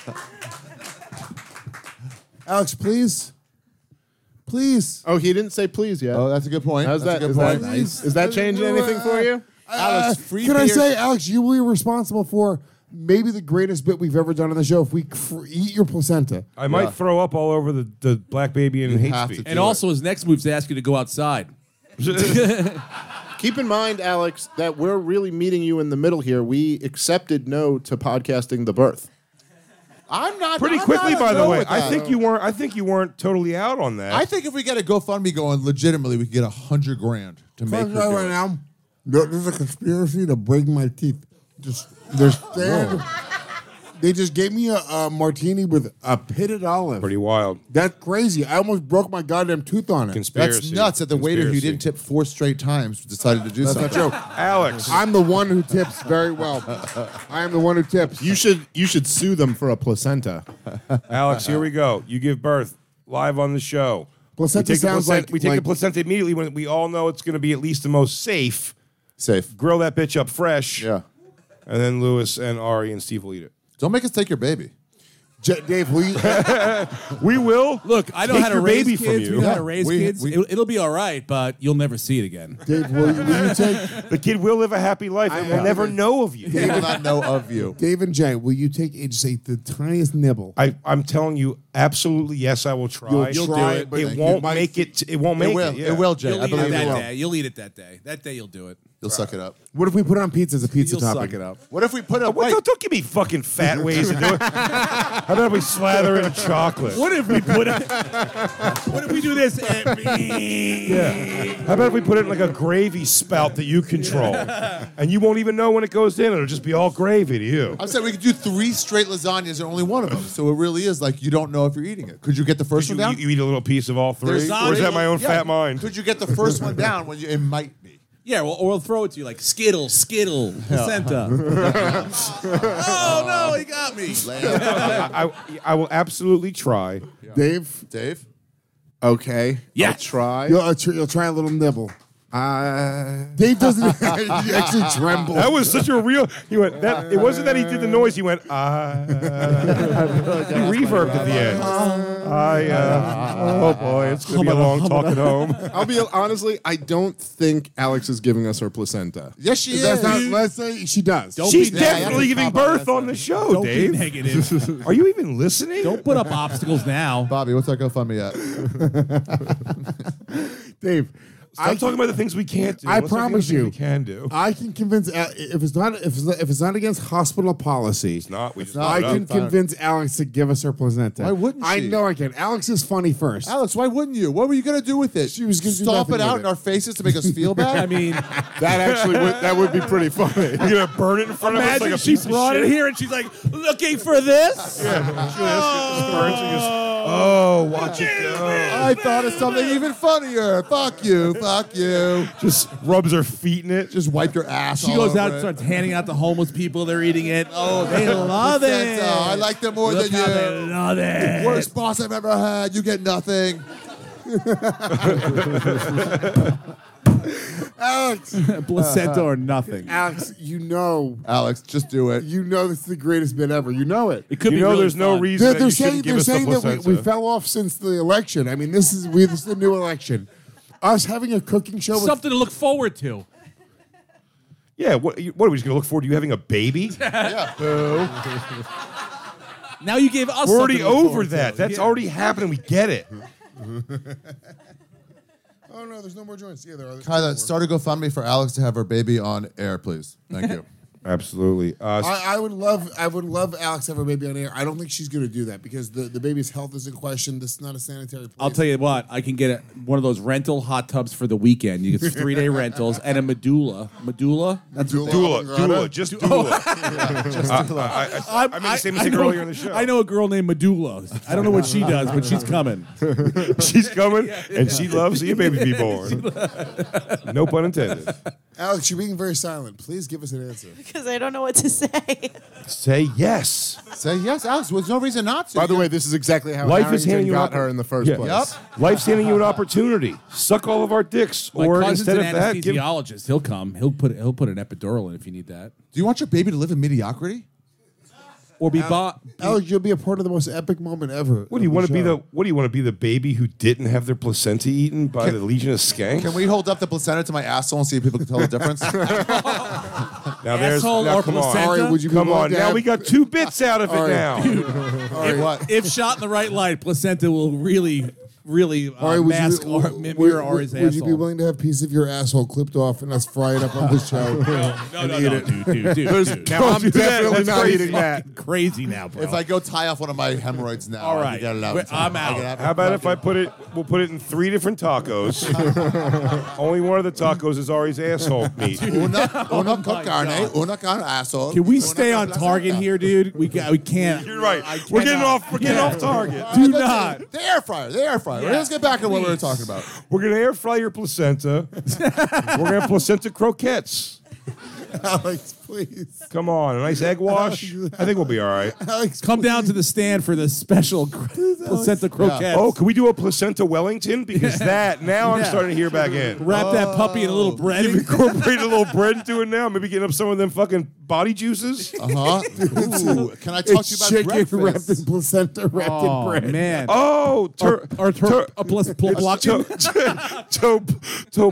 Alex, please, please.
Oh, he didn't say please yet.
Oh, that's a good point.
How's
that's
that?
a
Is
good
that
point.
nice? Is that changing anything for you?
Alex, free
Can I
beer.
say, Alex, you were responsible for maybe the greatest bit we've ever done on the show. If we cr- eat your placenta,
I might throw up all over the, the black baby and hate
have to
speech.
do
And also, his next move's to ask you to go outside.
Keep in mind, Alex, that we're really meeting you in the middle here. We accepted no to podcasting the birth.
I'm not
Pretty
I'm
quickly,
not
by the
done
way.
with
I
that.
think you weren't I think you weren't totally out on that.
I think if we get a GoFundMe going, legitimately, we could get a hundred grand to make.
Fuck
Her
right,
do
right
it.
now. there- There's a conspiracy to break my teeth. Just they're stand- They just gave me a, a martini with a pitted olive.
Pretty wild.
That's crazy. I almost broke my goddamn tooth on it.
Conspiracy.
That's nuts that the waiter who
Conspiracy.
didn't tip four straight times decided to do
That's
something.
not true.
Alex.
I'm the one who tips very well. I am the one who tips.
You should you should sue them for a placenta.
Alex, here we go. You give birth live on the show.
Placenta
we take
sounds
the placenta,
like-
we take the
like-
placenta immediately when we all know it's going to be at least the most safe.
Safe.
Grill that bitch up fresh.
Yeah.
And then Lewis and Ari and Steve will eat it.
Don't make us take your baby.
J- Dave, will you?
we will.
Look, I know
Take
how to
your
raise
baby
kids.
from
We
you.
know how to
Yeah,
raise
we-
kids.
we-
It, will be all right, but you'll never see it again.
Dave, will, will you take?
The kid will live a happy life and will never know of you.
They will
not know of you.
Dave and Jay, will you take just say the tiniest nibble?
I, I'm telling you, absolutely, yes, I will try.
You'll try it, but
it
you
won't
might-
make it. It won't
It
make it.
will.
yeah.
It will, Jay.
You'll
I
eat
believe
it
you
that
will.
day. You'll eat it that day. That day you'll do it.
You'll suck it up.
What if we put it on pizza as a pizza
You'll
topping?
suck it up.
What if we put up?
Well, don't, don't give me fucking fat ways to do it. How about we slather in chocolate?
What if we put it? What if we do this? And
Yeah. How about if we put it in like a gravy spout that you control, and you won't even know when it goes in. It'll just be all gravy to you.
I said we could do three straight lasagnas and only one of them. So it really is like you don't know if you're eating it. Could you get the first
You,
one down?
you eat a little piece of all three,
There's
or is that
not-
my own
yeah.
fat mind?
Could you get the first one down when you, it might be?
yeah, well, or we'll throw it to you like Skittle, Skittle, placenta. oh no, he got me.
I, I, I will absolutely try.
Dave,
Dave?
okay,
Yeah.
Try.
you'll, uh, tr- you'll try a little nibble. Uh, Dave doesn't he actually tremble.
That was such a real. He went. That it wasn't that he did the noise. He went. Ah. he reverbed at the end. I. Uh, oh boy, it's gonna be a long talk at home.
I'll be honestly, I don't think Alex is giving us her placenta.
Yes, she
That's
is.
not, let's say she does.
Don't
She's
be negative.
definitely giving birth on the show,
Don't
Dave.
be negative.
Are you even listening?
Don't put up obstacles now.
Bobby, what's that GoFundMe at?
Dave,
Stop talking about the things we can't do.
I
Let's talk about the
promise
things
you,
we can do.
I can convince Al- if it's not if it's not, if it's not against hospital policy.
It's not. We just
not.
I
brought it
can
up.
convince Alex to give us her placenta.
Why wouldn't
I
she?
know I can. Alex is funny first.
Alex, why wouldn't you? What were you gonna do with it?
She was gonna do
stomp
nothing
it out
with
in
it.
our faces to make us feel bad.
I mean,
That actually would that would be pretty funny.
You're gonna burn it in front of us like
imagine
a
she
piece of
brought
shit.
it here and she's like, looking for this.
Oh, watch it go.
I thought of something even funnier. Fuck you. Fuck you.
Just rubs her feet in it.
Just wiped your ass.
She
all
goes
over
out
it.
and starts handing out to homeless people. They're eating it. Oh, they love it.
Placenta. I like them more
Look
than
how
you.
they love it.
Worst boss I've ever had. You get nothing.
Alex,
placenta or nothing.
Alex, you know,
Alex, just do it.
you know this is the greatest bit ever. You know it.
It could
you
be
know,
really
there's no
fun.
reason
They're,
that
they're
you
saying
shouldn't give
they're
us the
saying that we, we
placenta.
fell off since the election. I mean, this is we this is the new election. Us having a cooking show with
Something to look forward to.
yeah. What, you- what are we just gonna look forward to you having a baby?
Now you gave us.
We're already
something to look
over
forward
that.
to.
That's
Yeah.
already happening. We get it.
Oh no, there's no more joints. Yeah, there are.
Kyla, start a GoFundMe for Alex to have her baby on air, please. Thank you.
Absolutely. Uh,
I, I would love, I would love Alex to have her baby on air. I don't think she's going to do that because the, the baby's health is in question. This is not a sanitary place.
I'll tell you what. I can get a, one of those rental hot tubs for the weekend. You get three day rentals and a medulla. Medulla. That's what they-
doula, doula, just doula. I, I, I, I made the same mistake
know-
earlier in the show.
I know a girl named Medulla. I don't know what she does, but she's coming.
She's coming, and she loves your baby be born. no pun intended.
Alex, you're being very silent. Please give us an answer.
because I don't know what to say.
Say yes.
Say yes, Alex. There's no reason not to.
By the way, this is exactly how
Life is
Harrington
handing you
got
up-
her in the first
Yeah.
place.
Yep.
Life's handing you an opportunity. Suck all of our dicks,
My
or
cousin's
instead
an
of that, give
anesthesiologist. He'll come. He'll put he'll put an epidural in if you need that.
do you want your baby to live in mediocrity?
Or be bought.
Alex, you'll be a part of the most epic moment ever.
What do you want to be the? What do you want to be the baby who didn't have their placenta eaten by the Legion of Skank?
Can we hold up the placenta to my asshole and see if people can tell the difference?
now there's
Asshole
now,
or
come
placenta?
on,
Ari,
would you be
come
willing
on.
to
Now
have-
we got two bits out of it
Ari,
now.
Or what?
If shot in the right light, placenta will really, really uh,
Ari, would you
mask
be-
or,
would-
mirror
would-
Ari's
would you be
asshole.
willing to have a piece of your asshole clipped off and us fry it up on the show?
no, no, no, dude, dude, dude, dude.
Now I'm
do that.
definitely
That's
not
crazy.
eating that.
Crazy now, bro.
If I
oh,
go tie off one of my hemorrhoids now,
All
I can
right.
get it out
Wait,
in
I'm
time. I can
out.
have it
How about if I
fucking-
put it? We'll put it in three different tacos. Only one of the tacos is Ari's asshole meat.
Una, una
Oh my
con
eh?
carne, una con asshole.
Can we
una
stay
con
on
placenta.
target here, dude? We ca- we can't.
You're right.
I
We're getting
cannot.
off. We're getting off target.
Do
Let's-
not.
The air fryer, the air fryer.
Yeah.
Let's get back to what we were
Please.
talking about.
We're gonna air fry your placenta. we're gonna have placenta croquettes.
Alex,
please.
Come on, a nice egg wash. I think we'll be all right.
Alex,
come down to the stand for the special cr- placenta croquettes.
Oh, can we do a placenta Wellington? Because that now I'm
Yeah.
starting to hear back in.
Wrap that puppy in a little bread.
You've incorporated a little bread into it now. Maybe getting up some of them fucking body juices.
Uh-huh.
Uh huh. Ooh, can I talk to you about
chicken
breakfast?
wrapped in placenta, wrapped
Oh,
in bread.
man.
Oh, tur-
or tur-
tur-
a plus pl- blocking.
to to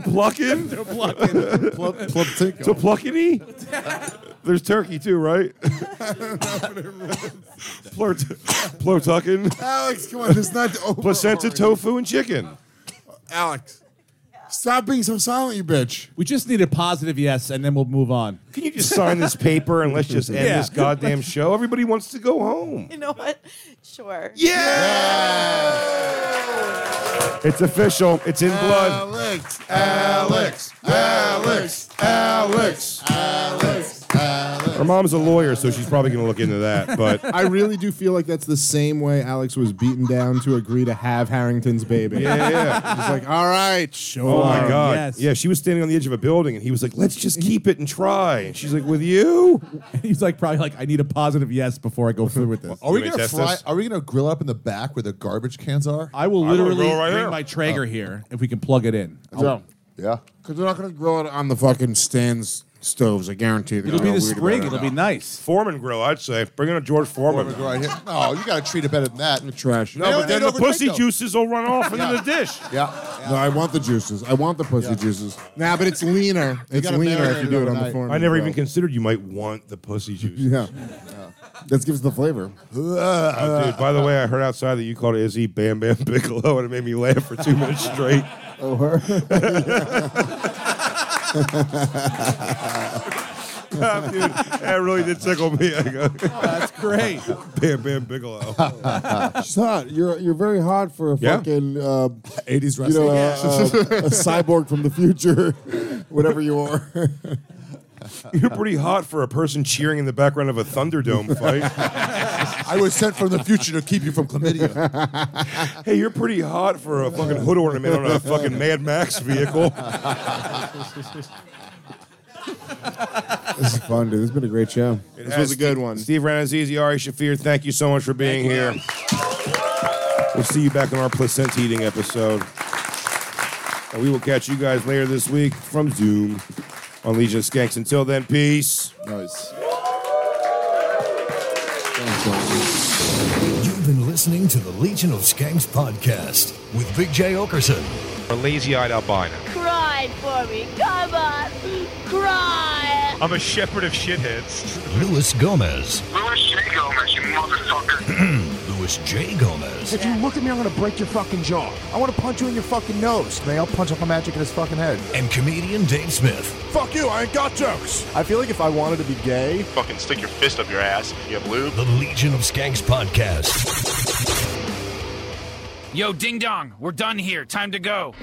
plucking to
Plump-
pluckiny. There's turkey too, right? Plurt plotuckin.
Alex, come on, there's not over.
Placenta, tofu, and chicken.
Alex, stop being so silent, you bitch.
We just need a positive yes, and then we'll move on.
Can you just sign this paper and let's just end
Yeah.
this goddamn show? Everybody wants to go home.
You know what? Sure.
It's official. It's in blood.
Alex,
Alex, Alex, Alex, Alex, Alex.
Her mom's a lawyer, so she's probably going to look into that. But
I really do feel like that's the same way Alex was beaten down to agree to have Harrington's baby.
yeah, yeah.
He's like, all right, sure.
Oh my god.
yes.
Yeah, she was standing on the edge of a building, and he was like, "Let's just keep it and try." And she's like, "With you?"
He's like probably like I need a positive yes before I go through with this.
Are we
You wanna
gonna
test
fry?
this?
Are we gonna grill up in the back where the garbage cans are?
I will
I wanna
literally
go right
bring
here.
my Traeger here Oh. if we can plug it in.
No,
yeah.
because they're not going to grow it on the fucking stands stoves. I guarantee they're
It'll be
gonna
the
weed
spring.
about
It'll
it
be nice.
Foreman grill, I'd say. Bring in a George Foreman.
Go Right here. No, you gotta treat it better than that.
Trash.
No,
They
but
don't-
then
they
the
don't overthink
pussy
them.
juices will run off into the dish.
Yeah.
No, I want the juices. I want the pussy juices.
Nah, but it's leaner. It's
gotta
leaner if
marinate
you do
it
it on the
overnight.
form.
I never even considered you might want the pussy juice.
Yeah. That gives the flavor.
Oh, dude, by the way, I heard outside that you called Izzy Bam Bam Bigelow, and it made me laugh for two minutes straight. Oh, her? dude, that really did tickle me. I go,
Oh, That's great.
Bam Bam Bigelow.
She's hot. You're you're very hot for a
Yeah.
fucking uh,
80s
you
wrestling.
know uh, uh, a cyborg from the future, whatever you are.
You're pretty hot for a person cheering in the background of a Thunderdome fight.
I was sent from the future to keep you from chlamydia.
hey, you're pretty hot for a fucking hood ornament on a fucking Mad Max vehicle.
This is fun, dude. This has been a great show.
It
This
has
was a good one.
Steve Ranazizi, Ari Shafir, thank you so much for being here. We'll see you back on our placenta eating episode. And we will catch you guys later this week from Zoom on Legion of Skanks. Until then, peace.
nice.
You've been listening to the Legion of Skanks podcast with Big J. Okerson.
A lazy eyed albino.
Cry for me. Come on. Cry.
I'm a shepherd of shitheads.
Luis Gomez.
Louis J. Gomez, you motherfucker.
Luis J. Gomez.
If you look at me, I'm gonna break your fucking jaw. I wanna punch you in your fucking nose. May I'll punch up a magic in his fucking head.
And comedian Dave Smith.
Fuck you, I ain't got jokes.
I feel like if I wanted to be gay,
Fucking stick your fist up your ass. You have lube.
The Legion of Skanks podcast.
Yo, ding dong, we're done here. Time to go.